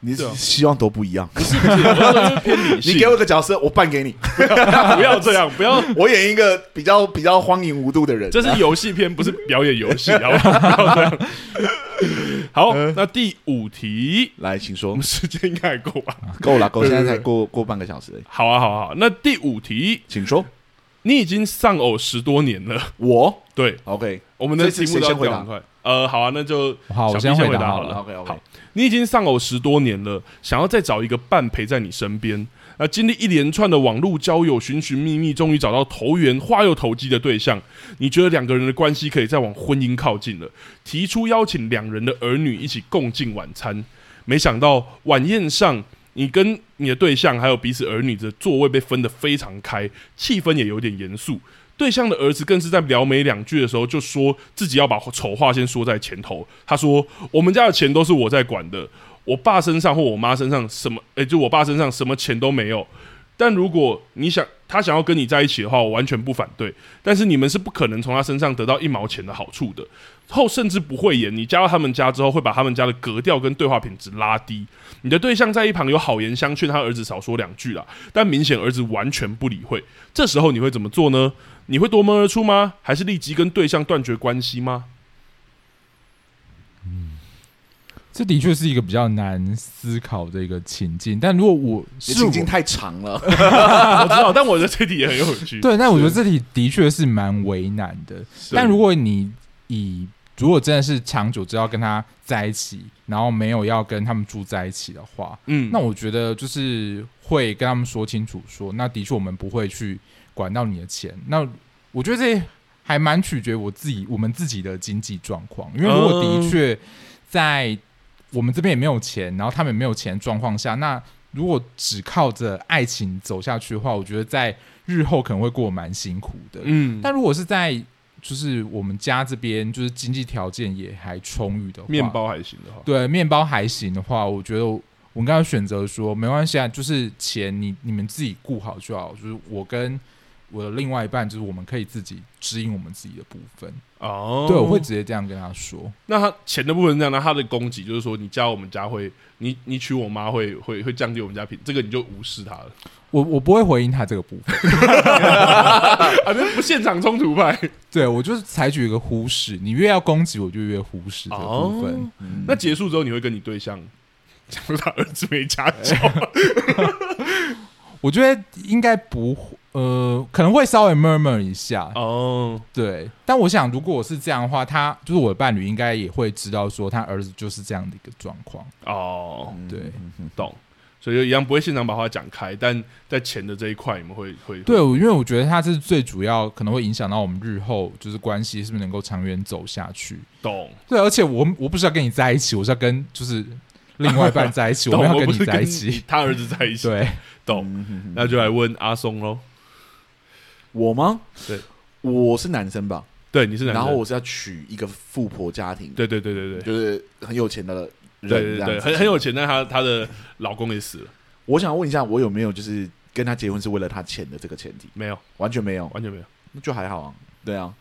[SPEAKER 3] 你
[SPEAKER 2] 对啊
[SPEAKER 3] 希望都不一样。
[SPEAKER 2] 是不是？我要说偏 理性，
[SPEAKER 3] 你给我一个角色，我 扮给你，
[SPEAKER 2] 不要这样，不要，
[SPEAKER 3] 我演一个比较比较荒淫无度的人。
[SPEAKER 2] 这是游戏片，不是表演游戏，好不好？不要这样。好，那第五题，
[SPEAKER 3] 来，请
[SPEAKER 2] 我
[SPEAKER 3] 说
[SPEAKER 2] 们。时间应该还够吧？
[SPEAKER 3] 够了，够，
[SPEAKER 2] 对
[SPEAKER 3] 现
[SPEAKER 2] 对
[SPEAKER 3] 在才
[SPEAKER 2] 对
[SPEAKER 3] 过过半个小时而已，
[SPEAKER 2] 好啊，好啊，好啊。那第五题，
[SPEAKER 3] 请说。
[SPEAKER 2] 你已经丧偶十多年了，
[SPEAKER 3] 我
[SPEAKER 2] 对，
[SPEAKER 3] OK，
[SPEAKER 2] 我们的
[SPEAKER 3] 这次
[SPEAKER 2] 题目
[SPEAKER 3] 谁
[SPEAKER 2] 都要
[SPEAKER 3] 先回
[SPEAKER 2] 掉
[SPEAKER 3] 答
[SPEAKER 2] 很快。呃，好啊，那就
[SPEAKER 4] 好，我
[SPEAKER 2] 小 B
[SPEAKER 4] 回
[SPEAKER 2] 回
[SPEAKER 4] 答
[SPEAKER 2] 好
[SPEAKER 4] 了。
[SPEAKER 3] 了，OK，OK
[SPEAKER 2] 好你已经丧偶十多年了，想要再找一个伴陪在你身边。那经历一连串的网络交友，寻寻觅觅，终于找到投缘、花又投机的对象。你觉得两个人的关系可以再往婚姻靠近了，提出邀请两人的儿女一起共进晚餐。没想到晚宴上，你跟你的对象还有彼此儿女的座位被分得非常开，气氛也有点严肃。对象的儿子更是在聊没两句的时候，就说自己要把丑话先说在前头。他说：“我们家的钱都是我在管的，我爸身上或我妈身上什么，哎诶、就我爸身上什么钱都没有。但如果你想他想要跟你在一起的话，我完全不反对。但是你们是不可能从他身上得到一毛钱的好处的。后甚至不会演，你加到他们家之后，会把他们家的格调跟对话品质拉低。你的对象在一旁有好言相劝，他儿子少说两句啦，但明显儿子完全不理会。这时候你会怎么做呢？你会夺门而出吗？还是立即跟对象断绝关系吗？
[SPEAKER 4] 这的确是一个比较难思考的一个情境，但如果我
[SPEAKER 3] 你
[SPEAKER 4] 是
[SPEAKER 3] 情
[SPEAKER 4] 我
[SPEAKER 3] 境太长了，
[SPEAKER 2] 我知道，但我觉得这题也很有趣。
[SPEAKER 4] 对，但我觉得这题的确是蛮为难的。
[SPEAKER 2] 是，
[SPEAKER 4] 但如果你以如果真的是长久之后要跟他在一起，然后没有要跟他们住在一起的话，
[SPEAKER 2] 嗯，
[SPEAKER 4] 那我觉得就是会跟他们说清楚说那的确我们不会去管到你的钱。那我觉得这还蛮取决我自己我们自己的经济状况，因为如果
[SPEAKER 2] 嗯
[SPEAKER 4] 的确在我们这边也没有钱，然后他们也没有钱的状况下，那如果只靠着爱情走下去的话，我觉得在日后可能会过得蛮辛苦的。
[SPEAKER 2] 嗯，
[SPEAKER 4] 但如果是在就是我们家这边，就是经济条件也还充裕的话，
[SPEAKER 2] 面包还行的话，
[SPEAKER 4] 对面包还行的话，我觉得我我刚刚选择说没关系啊，就是钱你你们自己顾好就好，就是我跟我的另外一半，就是我们可以自己指引我们自己的部分。
[SPEAKER 2] 哦，
[SPEAKER 4] 对，我会直接这样跟他说。
[SPEAKER 2] 那他钱的部分是这样，那他的供给就是说，你加我们家会，你你娶我妈会会会降低我们家品，这个你就无视他了，
[SPEAKER 4] 我我不会回应他这个部分，
[SPEAKER 2] 啊，那不现场冲突派。
[SPEAKER 4] 对我就是采取一个忽视，你越要攻击我就越忽视这个部分。
[SPEAKER 2] 哦
[SPEAKER 3] 嗯
[SPEAKER 2] 那结束之后，你会跟你对象讲说他儿子没家教，
[SPEAKER 4] 我觉得应该不会，呃，可能会稍微 murmur 一下，
[SPEAKER 2] 哦，
[SPEAKER 4] 对。但我想，如果我是这样的话，他就是我的伴侣，应该也会知道说他儿子就是这样的一个状况，
[SPEAKER 2] 哦，
[SPEAKER 3] 嗯
[SPEAKER 4] 对。
[SPEAKER 2] 懂。所以就一样不会现场把话讲开，但在钱的这一块，你们会会
[SPEAKER 4] 对，我因为我觉得它是最主要，可能会影响到我们日后就是关系是不是能够长远走下去。
[SPEAKER 2] 懂。
[SPEAKER 4] 对，而且我我不是要跟你在一起，我是要跟就是另外一半在一 起，我
[SPEAKER 2] 懂
[SPEAKER 4] 们要
[SPEAKER 2] 我
[SPEAKER 4] 跟
[SPEAKER 2] 不
[SPEAKER 4] 你
[SPEAKER 2] 是
[SPEAKER 4] 在一
[SPEAKER 2] 你
[SPEAKER 4] 起。
[SPEAKER 2] 他儿子在一起，
[SPEAKER 4] 对，
[SPEAKER 2] 懂。
[SPEAKER 3] 嗯
[SPEAKER 2] 那就来问阿松喽。
[SPEAKER 3] 我吗？
[SPEAKER 2] 对，
[SPEAKER 3] 我是男生吧，
[SPEAKER 2] 对，你是男生，
[SPEAKER 3] 然后我是要娶一个富婆家庭，，
[SPEAKER 2] 对对对对对
[SPEAKER 3] 就是很有钱的人，
[SPEAKER 2] 对对
[SPEAKER 3] 这样
[SPEAKER 2] 对，
[SPEAKER 3] 子
[SPEAKER 2] 很很有。钱，但她她的老公也死了，
[SPEAKER 3] 我想问一下，我有没有就是跟他结婚是为了他钱的这个前提？
[SPEAKER 2] 没有，
[SPEAKER 3] 完全没有，
[SPEAKER 2] 完全没有。
[SPEAKER 3] 那就还好啊。对啊，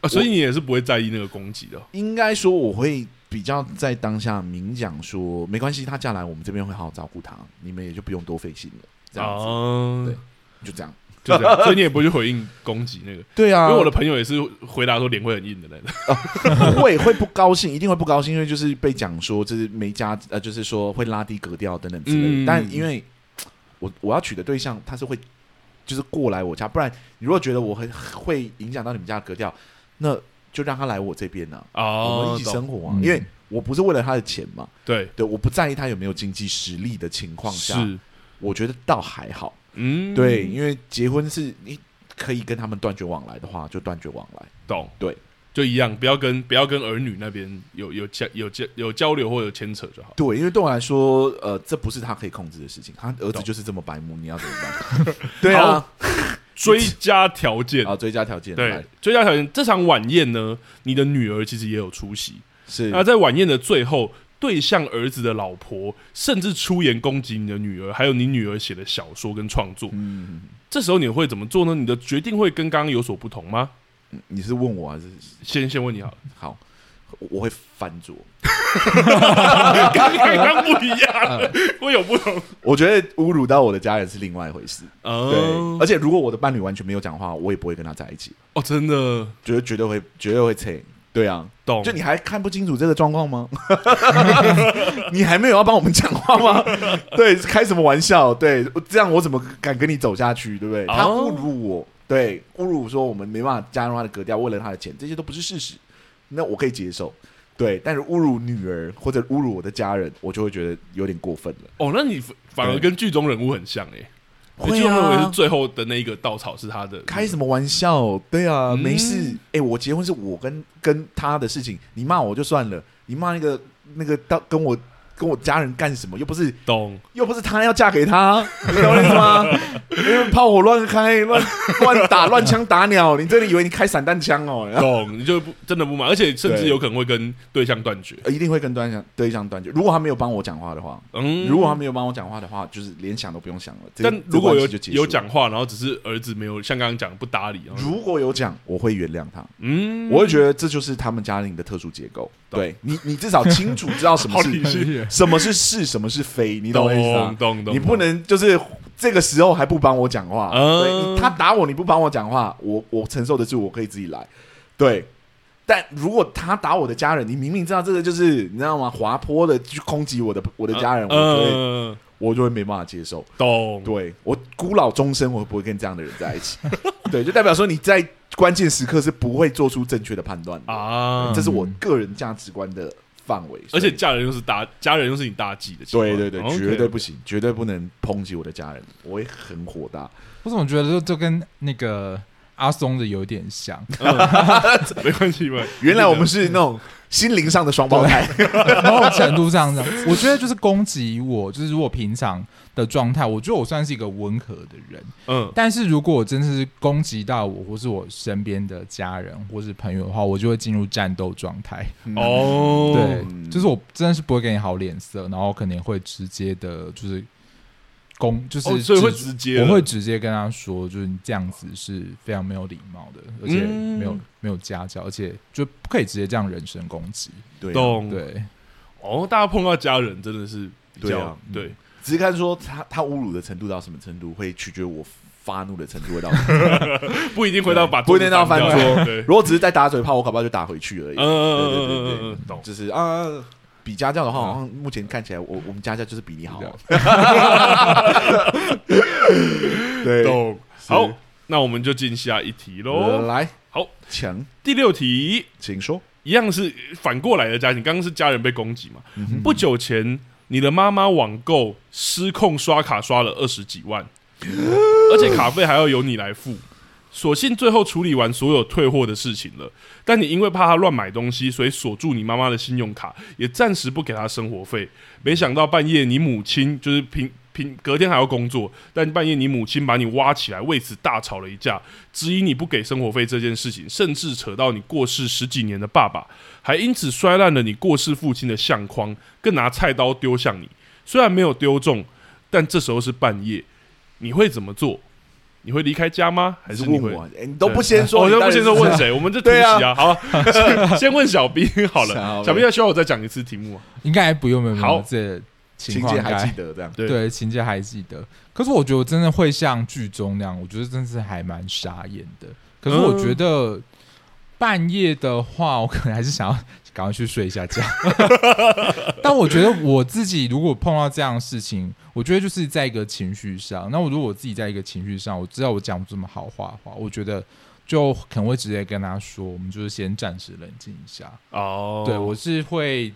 [SPEAKER 2] 啊，所以你也是不会在意那个攻击的哦，
[SPEAKER 3] 应该说我会比较在当下明讲说，没关系，他嫁来我们这边会好好照顾他，你们也就不用多费心了，这样子、
[SPEAKER 2] 哦
[SPEAKER 3] 对就这样。
[SPEAKER 2] 就 这样，所以你也不会去回应攻击那个。
[SPEAKER 3] 对啊，
[SPEAKER 2] 因为我的朋友也是回答说脸会很硬的那种，
[SPEAKER 3] 会会不高兴，一定会不高兴，因为就是被讲说就是没家呃，就是说会拉低格调等等之类的。
[SPEAKER 2] 嗯
[SPEAKER 3] 但因为我我要娶的对象他是会就是过来我家，不然你如果觉得我很会影响到你们家的格调，那就让他来我这边呢、啊我们一起
[SPEAKER 2] 哦懂
[SPEAKER 3] 生活啊，
[SPEAKER 4] 嗯
[SPEAKER 3] 因为我不是为了他的钱嘛，
[SPEAKER 2] 对，
[SPEAKER 3] 对，我不在意他有没有经济实力的情况下，
[SPEAKER 2] 是，
[SPEAKER 3] 我觉得倒还好。
[SPEAKER 2] 嗯，
[SPEAKER 3] 对，，因为结婚是你可以跟他们断绝往来的话，就断绝往来。
[SPEAKER 2] 懂，
[SPEAKER 3] 对，
[SPEAKER 2] 就一样，不要跟不要跟儿女那边有有交有交有交流或者牵扯就好。
[SPEAKER 3] 对，因为对我来说，呃，这不是他可以控制的事情，他儿子
[SPEAKER 2] 懂
[SPEAKER 3] 就是这么白目，你要怎么办？ 对 啊，
[SPEAKER 2] 追加条件，
[SPEAKER 3] 啊，追加条件，来
[SPEAKER 2] 对，追加条件，这场晚宴呢，你的女儿其实也有出席。
[SPEAKER 3] 是
[SPEAKER 2] 那在晚宴的最后，对象儿子的老婆甚至出言攻击你的女儿，还有你女儿写的小说跟创作。
[SPEAKER 3] 嗯，
[SPEAKER 2] 这时候你会怎么做呢？你的决定会跟刚刚有所不同吗？
[SPEAKER 3] 你是问我还是
[SPEAKER 2] 先先问你好 了，
[SPEAKER 3] 好？我我会翻桌，
[SPEAKER 2] 刚刚不一
[SPEAKER 3] 嗯
[SPEAKER 2] 样，会有不同。
[SPEAKER 3] 我觉得侮辱到我的家人是另外一回事。对，
[SPEAKER 2] 哦
[SPEAKER 3] 而且如果我的伴侣完全没有讲话，我也不会跟他在一起，
[SPEAKER 2] 哦，真的
[SPEAKER 3] 绝绝对会绝对会切。对啊，
[SPEAKER 2] 懂？
[SPEAKER 3] 就你还看不清楚这个状况吗？ 你还没有要帮我们讲话吗？ 对，开什么玩笑？对，这样我怎么敢跟你走下去？对不对？
[SPEAKER 2] 哦
[SPEAKER 3] 他侮辱我，对，侮辱说我们没办法加入他的格调，为了他的钱，这些都不是事实。那我可以接受，对，但是侮辱女儿或者侮辱我的家人，我就会觉得有点过分了。
[SPEAKER 2] 哦，那你反反而
[SPEAKER 3] 对
[SPEAKER 2] 跟剧中人物很像哎、欸，
[SPEAKER 3] 会
[SPEAKER 2] 剧中人物
[SPEAKER 3] 啊
[SPEAKER 2] 是，最后的那一个稻草是他的
[SPEAKER 3] 开什么玩笑？对啊，
[SPEAKER 2] 嗯
[SPEAKER 3] 没事。哎、我结婚是我跟跟他的事情，你骂我就算了，你骂那个那个到跟我跟我家人干什么？又不是
[SPEAKER 2] 懂？
[SPEAKER 3] 又不是她要嫁给他，你懂我意思吗？因为炮火乱开、乱乱打、乱枪打鸟，你真的以为你开散弹枪哦？ 然后
[SPEAKER 2] 懂，你就不真的不买，而且甚至
[SPEAKER 3] 对
[SPEAKER 2] 有可能会跟对象断绝。
[SPEAKER 3] 呃一定会跟端详对象断绝。如果他没有帮我讲话的话，
[SPEAKER 2] 嗯，
[SPEAKER 3] 如果他没有帮我讲话的话，就是连想都不用想了。这
[SPEAKER 2] 但如果
[SPEAKER 3] 这
[SPEAKER 2] 有
[SPEAKER 3] 关系就结束了
[SPEAKER 2] 有讲话，然后只是儿子没有像刚刚讲的不搭理，然后
[SPEAKER 3] 如果有讲，我会原谅他。
[SPEAKER 2] 嗯，
[SPEAKER 3] 我会觉得这就是他们家庭的特殊结构。
[SPEAKER 2] 懂
[SPEAKER 3] 对你，你至少清楚知道 什么
[SPEAKER 2] 好理
[SPEAKER 3] 是
[SPEAKER 2] 性
[SPEAKER 3] 什么是是，什么是非，你懂我意思
[SPEAKER 2] 嗯懂
[SPEAKER 3] 吗？
[SPEAKER 2] 懂懂，
[SPEAKER 3] 你不能就是这个时候还不帮我讲话，
[SPEAKER 2] 嗯
[SPEAKER 3] 对你他打我你不帮我讲话，我我承受得住，我可以自己来，对。但如果他打我的家人，你明明知道这个就是你知道吗？滑坡的去攻击我的我的
[SPEAKER 2] 懂
[SPEAKER 3] 家人，我就会
[SPEAKER 2] 嗯，
[SPEAKER 3] 我就会没办法接受。
[SPEAKER 2] 懂
[SPEAKER 3] 对我孤老终生，我不会跟这样的人在一起。 对，就代表说你在关键时刻是不会做出正确的判断的，
[SPEAKER 2] 啊
[SPEAKER 3] 这。是我个人价值观的范围。
[SPEAKER 2] 而
[SPEAKER 3] 所以
[SPEAKER 2] 且家人又是搭，家人又是你搭记的情况，
[SPEAKER 3] 对对对，
[SPEAKER 2] 哦 OK
[SPEAKER 3] 绝对不行，绝对不能抨击我的家人，我会很火大。
[SPEAKER 4] 我总觉得这这跟那个阿松的有点像，
[SPEAKER 2] 没关系吧？
[SPEAKER 3] 原来我们是那种心灵上的双胞胎，
[SPEAKER 4] 某种程度上这样。我觉得就是攻击我，就是如果平常的状态，我觉得我算是一个温和的人。
[SPEAKER 2] 嗯，
[SPEAKER 4] 但是如果我真的是攻击到我，或是我身边的家人或是朋友的话，我就会进入战斗状态。
[SPEAKER 3] 嗯
[SPEAKER 2] 哦，
[SPEAKER 4] 对，就是我真的是不会给你好脸色，然后可能会直接的，就是攻，就是、
[SPEAKER 2] 哦所以会直接了
[SPEAKER 4] 我会直接跟他说，就是你这样子是非常没有礼貌的，而且
[SPEAKER 2] 嗯
[SPEAKER 4] 没有、没有家教，而且就不可以直接这样人身攻击。
[SPEAKER 3] 对啊
[SPEAKER 2] 懂，
[SPEAKER 4] 对，
[SPEAKER 2] 哦，大家碰到家人真的是比
[SPEAKER 3] 对
[SPEAKER 2] 较
[SPEAKER 3] 啊
[SPEAKER 2] 对，
[SPEAKER 3] 只是看说他他侮辱的程度到什么程度，会取决我发怒的程度会到什么程度。
[SPEAKER 2] 不一定会到把
[SPEAKER 3] 不一定到翻
[SPEAKER 2] 桌子掉
[SPEAKER 3] 桌
[SPEAKER 2] 对，嗯
[SPEAKER 3] 如果只是在打嘴炮，我搞不好就打回去而已。
[SPEAKER 2] 嗯
[SPEAKER 3] 对对
[SPEAKER 2] 嗯
[SPEAKER 3] 对
[SPEAKER 2] 嗯
[SPEAKER 3] 对
[SPEAKER 2] 嗯，懂。
[SPEAKER 3] 就是啊，比家教的话，好像目前看起来，我我们家教就是比你好。
[SPEAKER 2] 嗯
[SPEAKER 3] 对，
[SPEAKER 2] 懂。好，那我们就进下一题喽。
[SPEAKER 3] 来，
[SPEAKER 2] 好，
[SPEAKER 3] 强，
[SPEAKER 2] 第六题
[SPEAKER 3] 请说。
[SPEAKER 2] 一样是反过来的家庭，刚刚是家人被攻击嘛？
[SPEAKER 3] 嗯
[SPEAKER 2] 不久前，你的妈妈网购失控刷卡刷了二十几 万，而且卡费还要由你来付。所幸最后处理完所有退货的事情了，但你因为怕她乱买东西，所以锁住你妈妈的信用卡，也暂时不给她生活费。没想到半夜你母亲就是平平隔天还要工作，但半夜你母亲把你挖起来，为此大吵了一架，质疑你不给生活费这件事情，甚至扯到你过世十几年的爸爸，还因此摔烂了你过世父亲的相框，更拿菜刀丢向你。虽然没有丢中，但这时候是半夜，你会怎么做？你会离开家吗？还
[SPEAKER 3] 还
[SPEAKER 2] 是
[SPEAKER 3] 是
[SPEAKER 2] 你
[SPEAKER 3] 问
[SPEAKER 2] 会？
[SPEAKER 3] 我，哎，你都不先说，
[SPEAKER 2] 我
[SPEAKER 3] 你
[SPEAKER 2] 就
[SPEAKER 3] 当
[SPEAKER 2] 哦不
[SPEAKER 3] 然
[SPEAKER 2] 先
[SPEAKER 3] 是
[SPEAKER 2] 说问谁，我们这突袭
[SPEAKER 3] 对啊
[SPEAKER 2] 啊，好啊， 先先问小兵好
[SPEAKER 3] 好
[SPEAKER 2] 了，
[SPEAKER 3] 嘞
[SPEAKER 2] 小兵要需要我再讲一次题目啊？
[SPEAKER 4] 应该不用，没有没
[SPEAKER 2] 好
[SPEAKER 4] 有这情
[SPEAKER 3] 情
[SPEAKER 4] 况
[SPEAKER 3] 节
[SPEAKER 4] 应
[SPEAKER 3] 还记
[SPEAKER 4] 该
[SPEAKER 3] 得这样。
[SPEAKER 2] 对
[SPEAKER 4] 对情节还记得。可是我觉得我真的会像剧中那样，我觉得真的是还蛮傻眼的。可是我觉得半夜的话，我可能还是想要赶快去睡一下觉。 但我觉得我自己如果碰到这样的事情，我觉得就是在一个情绪上。那我如果我自己在一个情绪上，我知道我讲不这么好话的话，我觉得就可能会直接跟他说，
[SPEAKER 3] 哦
[SPEAKER 4] 我们就是先暂时冷静一下。
[SPEAKER 2] 哦，
[SPEAKER 4] 对我是会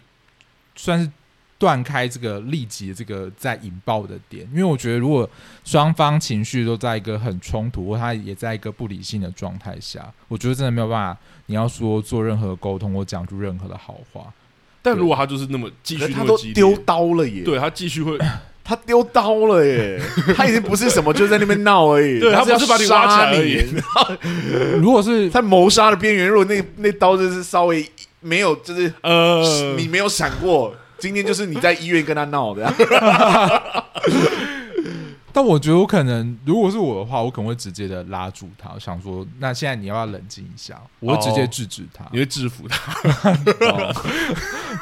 [SPEAKER 4] 算是断开这个立即的这个在引爆的点，因为我觉得如果双方情绪都在一个很冲突，或他也在一个不理性的状态下，我觉得真的没有办法，你要说做任何沟通或讲出任何的好话，
[SPEAKER 2] 但如果他就是那么继
[SPEAKER 3] 可
[SPEAKER 2] 续
[SPEAKER 3] 是
[SPEAKER 2] 那
[SPEAKER 3] 他
[SPEAKER 2] 么
[SPEAKER 3] 都
[SPEAKER 2] 激烈，
[SPEAKER 3] 丢刀了耶，
[SPEAKER 2] 对他继续 会，
[SPEAKER 3] 他丢刀了耶，他已经不是什么，就在那边闹而已，
[SPEAKER 2] 对他
[SPEAKER 3] 他
[SPEAKER 2] 不是把你挖起来而已
[SPEAKER 3] 是要杀你，
[SPEAKER 4] 如果是
[SPEAKER 3] 在谋杀的边缘，如果那那刀就是稍微没有，就是、
[SPEAKER 2] 呃，
[SPEAKER 3] 你没有闪过，今天就是你在医院跟他闹的、
[SPEAKER 4] 但我觉得我可能，如果是我的话，我可能会直接的拉住他，想说，那现在你要不要冷静一下？我会直
[SPEAKER 3] 哦
[SPEAKER 4] 接制止他，
[SPEAKER 2] 你会制服他， 哦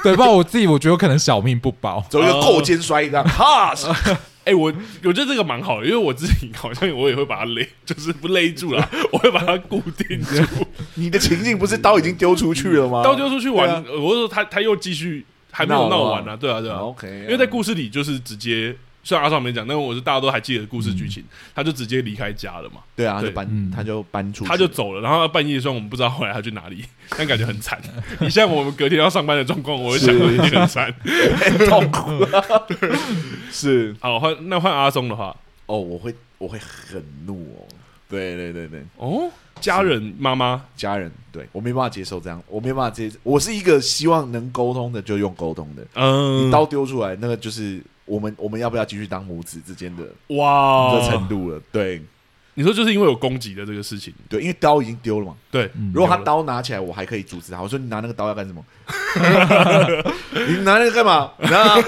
[SPEAKER 4] 对，不然我自己我觉得我可能小命不保。
[SPEAKER 3] 走一个扣肩摔这样，哈，
[SPEAKER 2] 哎、我我觉得这个蛮好的，因为我自己好像我也会把它勒， 就是不勒住 了，我会把它固定住。
[SPEAKER 3] 你的情境不是刀已经丢出去了吗？
[SPEAKER 2] 到丢出去玩，
[SPEAKER 3] 对啊
[SPEAKER 2] 呃我说他他又继续还没有
[SPEAKER 3] 闹
[SPEAKER 2] 闹
[SPEAKER 3] 了啊
[SPEAKER 2] 完啊，对啊对啊。
[SPEAKER 3] OK，
[SPEAKER 2] 因为在故事里就是直接，虽然阿少没讲，但我是大家都还记得故事剧情，
[SPEAKER 3] 嗯
[SPEAKER 2] 他就直接离开家了嘛，
[SPEAKER 3] 对啊，他
[SPEAKER 2] 对
[SPEAKER 3] 就搬、
[SPEAKER 4] 嗯
[SPEAKER 3] 他就搬出去，
[SPEAKER 2] 他就走了。然后半夜的时候，我们不知道后来他去哪里，但感觉很惨。 你像我们隔天要上班的状况，我会想
[SPEAKER 3] 是
[SPEAKER 2] 到一定很惨。
[SPEAKER 3] 痛苦了，是
[SPEAKER 2] 好，换那换阿松的话，
[SPEAKER 3] 哦，我会我会很怒哦，对对对对，
[SPEAKER 2] 哦，家人妈妈
[SPEAKER 3] 家人，对我没办法接受这样，我没办法接，我是一个希望能沟通的就用沟通的，
[SPEAKER 2] 嗯
[SPEAKER 3] 你，刀丢出来，那个就是我们我们要不要继续当母子之间的
[SPEAKER 2] 哇哦
[SPEAKER 3] 的程度了？对
[SPEAKER 2] 你说就是因为有攻击的这个事情，
[SPEAKER 3] 对，因为刀已经丢了嘛。
[SPEAKER 2] 对，
[SPEAKER 4] 嗯
[SPEAKER 3] 如果他刀拿起来，我还可以阻止他。我说你拿那个刀要干什么？你拿那个干嘛？拿啊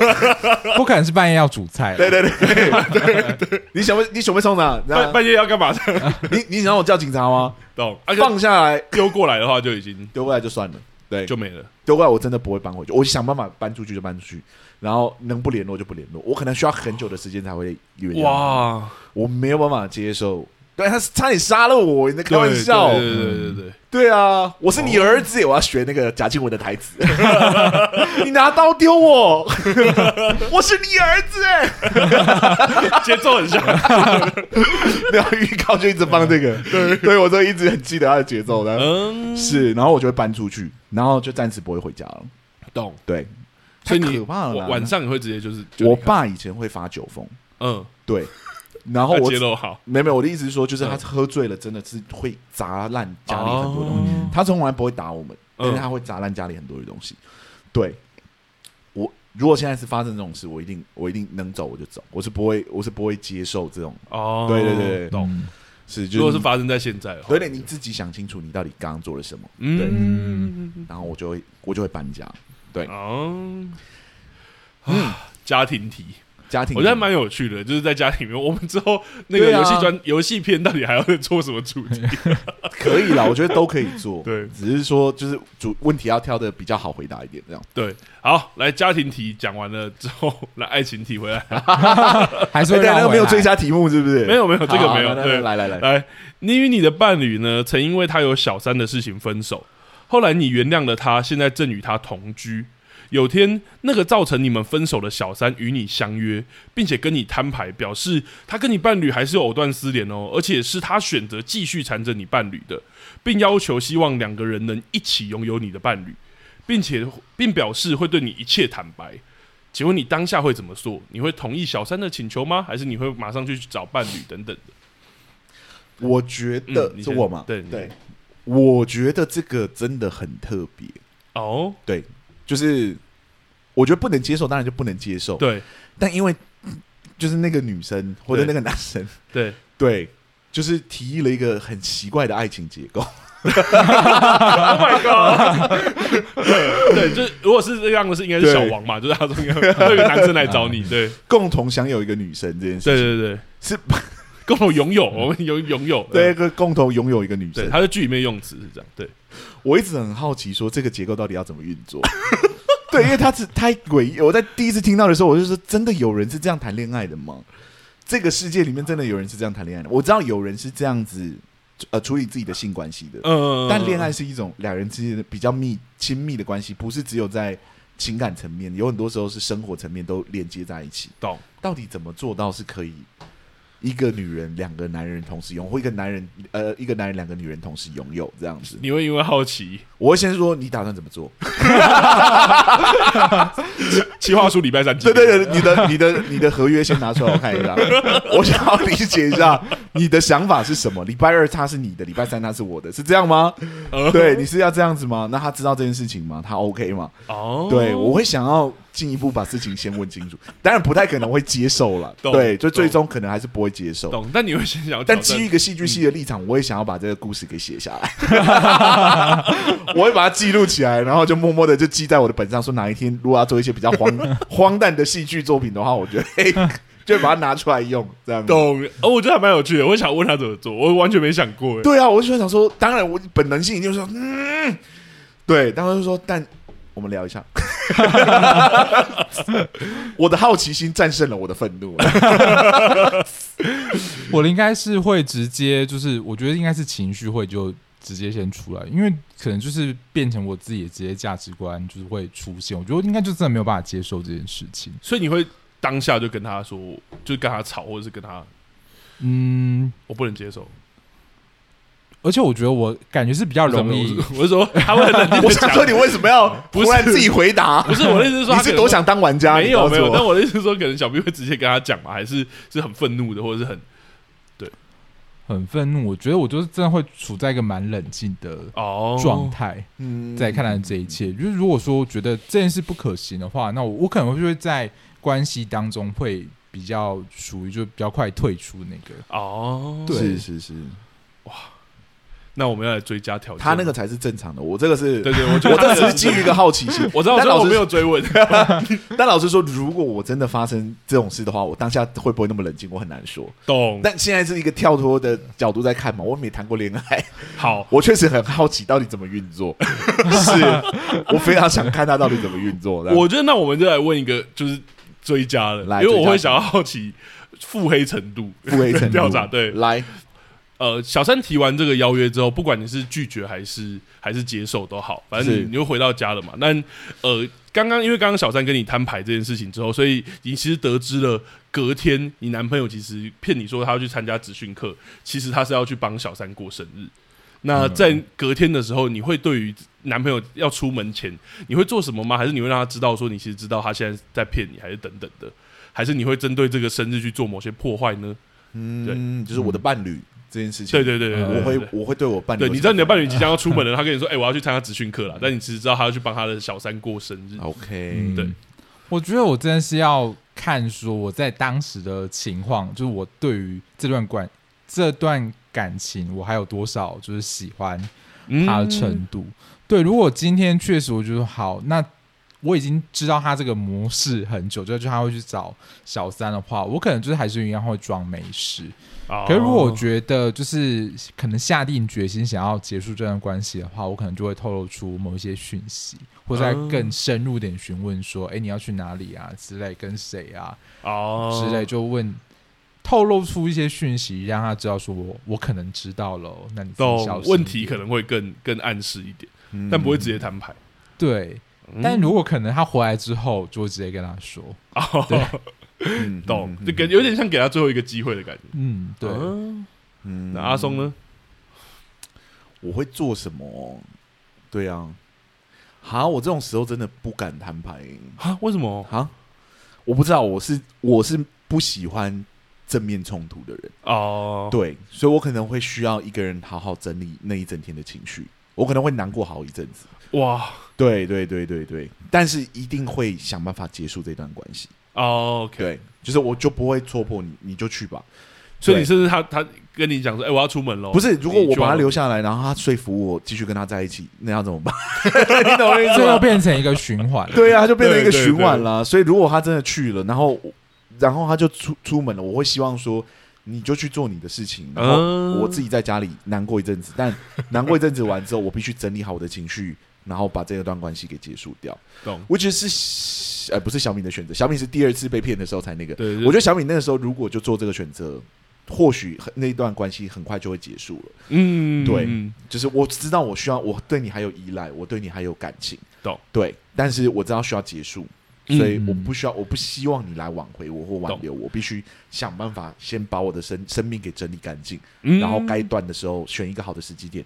[SPEAKER 4] 不可能是半夜要煮菜，
[SPEAKER 3] 对对对对对，你想不你想不冲哪？
[SPEAKER 2] 半
[SPEAKER 3] 然后
[SPEAKER 2] 半夜要干嘛的？
[SPEAKER 3] 你你想让我叫警察吗？
[SPEAKER 2] 懂？而且
[SPEAKER 3] 放下来
[SPEAKER 2] 丢过来的话就已经
[SPEAKER 3] 丢过来就算了。对，
[SPEAKER 2] 就没了。
[SPEAKER 3] 丢过来我真的不会搬回去，我想办法搬出去就搬出去，然后能不联络就不联络。我可能需要很久的时间才会原谅他。
[SPEAKER 2] 哇，
[SPEAKER 3] 我没有办法接受。对，他是差点杀了我，你在开玩
[SPEAKER 2] 对
[SPEAKER 3] 笑？
[SPEAKER 2] 对对对对对。
[SPEAKER 3] 对啊，我是你儿子，我要学那个贾静雯的 台词。你拿刀丢我， 我是你儿子。
[SPEAKER 2] 节奏很 像，
[SPEAKER 3] 然后预告就一直放这个，对，对我都一直很记得他的节奏的。
[SPEAKER 2] 嗯，
[SPEAKER 3] 是，然后我就会搬出去，然后就暂时不会回家了。
[SPEAKER 2] 懂。
[SPEAKER 3] 对，
[SPEAKER 2] 所以
[SPEAKER 3] 太
[SPEAKER 2] 你
[SPEAKER 3] 可怕了啦
[SPEAKER 2] 晚晚上你会直接就是，就
[SPEAKER 3] 我
[SPEAKER 2] 离开
[SPEAKER 3] 爸以前会发酒疯，
[SPEAKER 2] 嗯，
[SPEAKER 3] 对，然后
[SPEAKER 2] 他
[SPEAKER 3] 我
[SPEAKER 2] 揭露好
[SPEAKER 3] 没有没有，我的意思是说，就是他
[SPEAKER 2] 嗯
[SPEAKER 3] 喝醉了，真的是会砸烂家里很多东西。
[SPEAKER 2] 西，
[SPEAKER 3] 他从来不会打我们，
[SPEAKER 2] 嗯
[SPEAKER 3] 但是他会砸烂家里很多的东西。对，我如果现在是发生这种事，我一定我一定能走我就走，我是不会我是不会接受这种
[SPEAKER 2] 哦，
[SPEAKER 3] 对对对
[SPEAKER 2] 懂。
[SPEAKER 4] 嗯
[SPEAKER 3] 事。就
[SPEAKER 2] 如果是
[SPEAKER 3] 你
[SPEAKER 2] 发生在现在的话，
[SPEAKER 3] 对对，你自己想清楚你到底刚刚做了什么，
[SPEAKER 2] 嗯，
[SPEAKER 3] 然后我就会我就会搬家，对
[SPEAKER 2] 哦，啊家庭题，
[SPEAKER 3] 家庭
[SPEAKER 2] 我觉得蛮有趣的，就是在家里面，我们之后那个
[SPEAKER 3] 对啊
[SPEAKER 2] 游戏专游戏片到底还要做什么主题？
[SPEAKER 3] 可以啦， 我觉得都可以做，
[SPEAKER 2] 对
[SPEAKER 3] 只是说就是主问题要挑的比较好回答一点这样。
[SPEAKER 2] 对，好，来家庭题讲完了之后，来爱情题回来。
[SPEAKER 4] 还是
[SPEAKER 3] 哎
[SPEAKER 4] 会
[SPEAKER 3] 等一下
[SPEAKER 4] 让
[SPEAKER 3] 那个
[SPEAKER 4] 我
[SPEAKER 3] 没有追加题目是不是？
[SPEAKER 2] 没有没有这个
[SPEAKER 3] 好
[SPEAKER 2] 没有
[SPEAKER 3] 那那
[SPEAKER 2] 对
[SPEAKER 3] 那来来来，
[SPEAKER 2] 来，你与你的伴侣呢，曾因为他有小三的事情分手，后来你原谅了他，现在正与他同居。有天，那个造成你们分手的小三与你相约，并且跟你摊牌，表示他跟你伴侣还是有藕断丝连哦，而且是他选择继续缠着你伴侣的，并要求希望两个人能一起拥有你的伴侣，并且并表示会对你一切坦白。请问你当下会怎么做？你会同意小三的请求吗？还是你会马上去找伴侣等等的？
[SPEAKER 3] 我觉得
[SPEAKER 2] 嗯你
[SPEAKER 3] 是
[SPEAKER 2] 先
[SPEAKER 3] 我嘛，
[SPEAKER 2] 对你
[SPEAKER 3] 对，我觉得这个真的很特别。
[SPEAKER 2] 哦，
[SPEAKER 3] 就是我觉得不能接受，当然就不能接受。，
[SPEAKER 2] 对
[SPEAKER 3] 但因为嗯就是那个女生或者那个男生，
[SPEAKER 2] 对，
[SPEAKER 3] 对，就是提议了一个很奇怪的爱情结构。
[SPEAKER 2] Oh my god！对，就是如果是这样的事，应该是小王嘛，就是他说应该会有个男生来找你， 对
[SPEAKER 3] 共同享有一个女生这件事
[SPEAKER 2] 对
[SPEAKER 3] 情
[SPEAKER 2] 对对，
[SPEAKER 3] 是
[SPEAKER 2] 共同拥有，我们拥拥有，嗯
[SPEAKER 3] 对一个共同拥有一个女
[SPEAKER 2] 对，
[SPEAKER 3] 生，
[SPEAKER 2] 他在剧里面用词是这样，对，
[SPEAKER 3] 我一直很好奇说这个结构到底要怎么运作。 对，因为他是太诡异。我在第一次听到的时候，我就说：真的有人是这样谈恋爱的吗？这个世界里面真的有人是这样谈恋爱的？我知道有人是这样子呃处理自己的性关系的，
[SPEAKER 2] 嗯，
[SPEAKER 3] 但恋爱是一种两人之间的比较密亲密的关系，不是只有在情感层面，有很多时候是生活层面都连接在一起。
[SPEAKER 2] 懂，
[SPEAKER 3] 到底怎么做到是可以一个女人、两个男人同时拥，或一个男人呃一个男人、两个女人同时拥有这样子？
[SPEAKER 2] 嗯你会因为好奇
[SPEAKER 3] 我会先说你打算怎么 做？
[SPEAKER 2] 企划书礼拜三寄
[SPEAKER 3] 对
[SPEAKER 2] 给我，
[SPEAKER 3] 对对，你的你的你的合约先拿出来我看一 下，我想要理解一下你的想法是什么。礼拜二他是你的，礼拜三他是我的，是这样吗？对，你是要这样子吗？那他知道这件事情吗？他 OK 吗？
[SPEAKER 2] 哦，
[SPEAKER 3] 对，我会想要进一步把事情先问清楚，当然不太可能会接受了，
[SPEAKER 2] 懂
[SPEAKER 3] 对，就最
[SPEAKER 2] 懂
[SPEAKER 3] 终可能还是不会接受。
[SPEAKER 2] 懂。但你会先想要挑战，
[SPEAKER 3] 但基于一个戏剧系的立场，我也想要把这个故事给写下来， 我会把它记录起来，然后就默默的就记在我的本上，说哪一天如果要做一些比较荒 荒诞的戏剧作品的话，我觉得 嘿，就会把它拿出来用，这样子。
[SPEAKER 2] 懂哦，我觉得还蛮有趣的。我想问他怎么做，我完全没想过。欸
[SPEAKER 3] 对啊，我就想说，当然我本能性一定就是说，嗯，对，当时就说，但我们聊 一下，我的好奇心战胜了我的愤怒，
[SPEAKER 4] 我的应该是会直接就是，我觉得应该是情绪会就直接先出来，因为可能就是变成我自己的职业价值观就是会出现，我觉得应该就真的没有办法接受这件事情。
[SPEAKER 2] 所以你会当下就跟他说，就跟他吵，或者是跟他
[SPEAKER 4] 嗯，
[SPEAKER 2] 我不能接受。
[SPEAKER 4] 而且我觉得我感觉是比较容易
[SPEAKER 2] 我，是我是 说他会很冷静地
[SPEAKER 3] 我想说你为什么 要
[SPEAKER 2] 不是
[SPEAKER 3] 突然自己回 答？
[SPEAKER 2] 不是我的意思是说，
[SPEAKER 3] 你
[SPEAKER 2] 他可
[SPEAKER 3] 是
[SPEAKER 2] 能
[SPEAKER 3] 多想当玩家？
[SPEAKER 2] 没
[SPEAKER 3] 你告
[SPEAKER 2] 有
[SPEAKER 3] 诉
[SPEAKER 2] 没有，
[SPEAKER 3] 我
[SPEAKER 2] 但我的意思是说，可能小 B 会直接跟他讲嘛，还是是很愤怒的，或者是很
[SPEAKER 4] 很愤怒，我觉得我就是真的会处在一个蛮冷静的
[SPEAKER 2] 哦
[SPEAKER 4] 状态。
[SPEAKER 3] 嗯
[SPEAKER 4] 再看待这一切。就是如果说觉得这件事不可行的话，那我我可能就会在关系当中会比较属于就比较快退出那个。
[SPEAKER 2] 哦。
[SPEAKER 4] 对
[SPEAKER 3] 是是是，
[SPEAKER 2] 那我们要来追加条件，
[SPEAKER 3] 他那个才是正常的，我这个是
[SPEAKER 2] 对，对，我觉得
[SPEAKER 3] 我
[SPEAKER 2] 他那
[SPEAKER 3] 这只
[SPEAKER 2] 个
[SPEAKER 3] 是基于一个好奇心
[SPEAKER 2] 。我知道，但
[SPEAKER 3] 但老
[SPEAKER 2] 我
[SPEAKER 3] 师
[SPEAKER 2] 没有追 问。
[SPEAKER 3] 但老实说，如果我真的发生这种事的话，我当下会不会那么冷静？我很难说。
[SPEAKER 2] 懂
[SPEAKER 3] 但现在是一个跳脱的角度在看嘛，我也没谈过恋爱，
[SPEAKER 2] 好，
[SPEAKER 3] 我确实很好奇到底怎么运 作，是我非常想看他到底怎么运作的。
[SPEAKER 2] 我觉得那我们就来问一个，就是追加了，
[SPEAKER 3] 啊来
[SPEAKER 2] 因为我
[SPEAKER 3] 追加
[SPEAKER 2] 会想要好奇腹黑程度。
[SPEAKER 3] 腹 黑程度
[SPEAKER 2] 调查对
[SPEAKER 3] 来，
[SPEAKER 2] 呃，小三提完这个邀约之后，不管你是拒绝还是还是接受都好，反正
[SPEAKER 3] 是
[SPEAKER 2] 你你又回到家了嘛。那呃，刚刚因为刚刚小三跟你摊牌这件事情之后，所以你其实得知了隔天你男朋友其实骗你说他要去参加职训课，其实他是要去帮小三过生日。那
[SPEAKER 3] 嗯
[SPEAKER 2] 在隔天的时候，你会对于男朋友要出门前，你会做什么吗？还是你会让他知道说你其实知道他现在在骗你，还是等等的？还是你会针对这个生日去做某些破坏呢？
[SPEAKER 3] 嗯，就是我的伴侣这件事情，
[SPEAKER 2] 对对对对对
[SPEAKER 3] 我
[SPEAKER 2] 对
[SPEAKER 3] 会我会对我伴侣，
[SPEAKER 2] 对，你知道你的伴侣即将要出门了，他跟你说：“哎、我要去参加职训课了。”但你其实知道他要去帮他的小三过生日。
[SPEAKER 3] ，OK，
[SPEAKER 2] 嗯对，
[SPEAKER 4] 我觉得我真的是要看说我在当时的情况，就是我对于这段关这段感情，我还有多少就是喜欢
[SPEAKER 2] 嗯
[SPEAKER 4] 他的程度。对，如果今天确实我觉得好，那我已经知道他这个模式很久，就是他会去找小三的话，我可能就是还是一样会装没事。
[SPEAKER 2] 哦
[SPEAKER 4] 可是如果我觉得就是可能下定决心想要结束这段关系的话，我可能就会透露出某一些讯息，或者再
[SPEAKER 2] 啊
[SPEAKER 4] 更深入点询问说，哎、你要去哪里啊之类，跟谁啊
[SPEAKER 2] 哦
[SPEAKER 4] 之类，就问。透露出一些讯息，让他知道说我我可能知道了哦，那你自己小
[SPEAKER 2] 懂
[SPEAKER 4] 心
[SPEAKER 2] 问题
[SPEAKER 4] 一点
[SPEAKER 2] 可能会更更暗示一点，
[SPEAKER 3] 嗯
[SPEAKER 2] 但不会直接摊牌。嗯
[SPEAKER 4] 对，但如果可能他回来之后，就会直接跟他说，
[SPEAKER 2] 哦，
[SPEAKER 3] 嗯
[SPEAKER 2] 懂，
[SPEAKER 3] 嗯
[SPEAKER 2] 就给有点像给他最后一个机会的感觉。
[SPEAKER 4] 嗯，对，
[SPEAKER 2] 嗯
[SPEAKER 3] 嗯
[SPEAKER 2] 那阿松呢？
[SPEAKER 3] 我会做什么？对啊，好，我这种时候真的不敢摊牌
[SPEAKER 2] 啊，为什么？
[SPEAKER 3] 啊！我不知道，我是我是不喜欢正面冲突的人，
[SPEAKER 2] 哦，
[SPEAKER 3] 对，所以我可能会需要一个人好好整理那一整天的情绪，我可能会难过好一阵子。
[SPEAKER 2] 哇，
[SPEAKER 3] 对对对对对，但是一定会想办法结束这段关系。
[SPEAKER 2] 哦，OK。
[SPEAKER 3] 对，就是我就不会戳破你，你就去吧。
[SPEAKER 2] 所以你甚至他他跟你讲说：“哎、我要出门喽。”
[SPEAKER 3] 不是，如果
[SPEAKER 2] 你
[SPEAKER 3] 我
[SPEAKER 2] 去玩
[SPEAKER 3] 把他
[SPEAKER 2] 咯
[SPEAKER 3] 留下来，然后他说服我继续跟他在一起，那要怎么办？ 你懂我意思
[SPEAKER 4] 这
[SPEAKER 3] 吗。
[SPEAKER 4] 又？变成一个循环
[SPEAKER 3] 对啊，它就变成一个
[SPEAKER 2] 对对
[SPEAKER 3] 循环啦。所以如果他真的去了，然后然后他就出出门了，我会希望说你就去做你的事情，然后
[SPEAKER 2] 嗯，
[SPEAKER 3] 我自己在家里难过一阵子，但难过一阵子完之后，我必须整理好我的情绪。然后把这一段关系给结束掉，
[SPEAKER 2] 嗯懂。
[SPEAKER 3] 我觉得是，呃，不是小米的选择。小米是第二次被骗的时候才那个。
[SPEAKER 2] 对，
[SPEAKER 3] 我觉得小米那个时候如果就做这个选择，或许很那一段关系很快就会结束了。
[SPEAKER 2] 嗯，
[SPEAKER 3] 对
[SPEAKER 2] 嗯
[SPEAKER 3] 就是我知道我需要，我对你还有依赖，我对你还有感情，
[SPEAKER 2] 懂？
[SPEAKER 3] 对，但是我知道需要结束，
[SPEAKER 2] 嗯
[SPEAKER 3] 所以我不需要，我不希望你来挽回我或挽留我，我必须想办法先把我的生生命给整理干净，
[SPEAKER 2] 嗯
[SPEAKER 3] 然后该断的时候选一个好的时机点，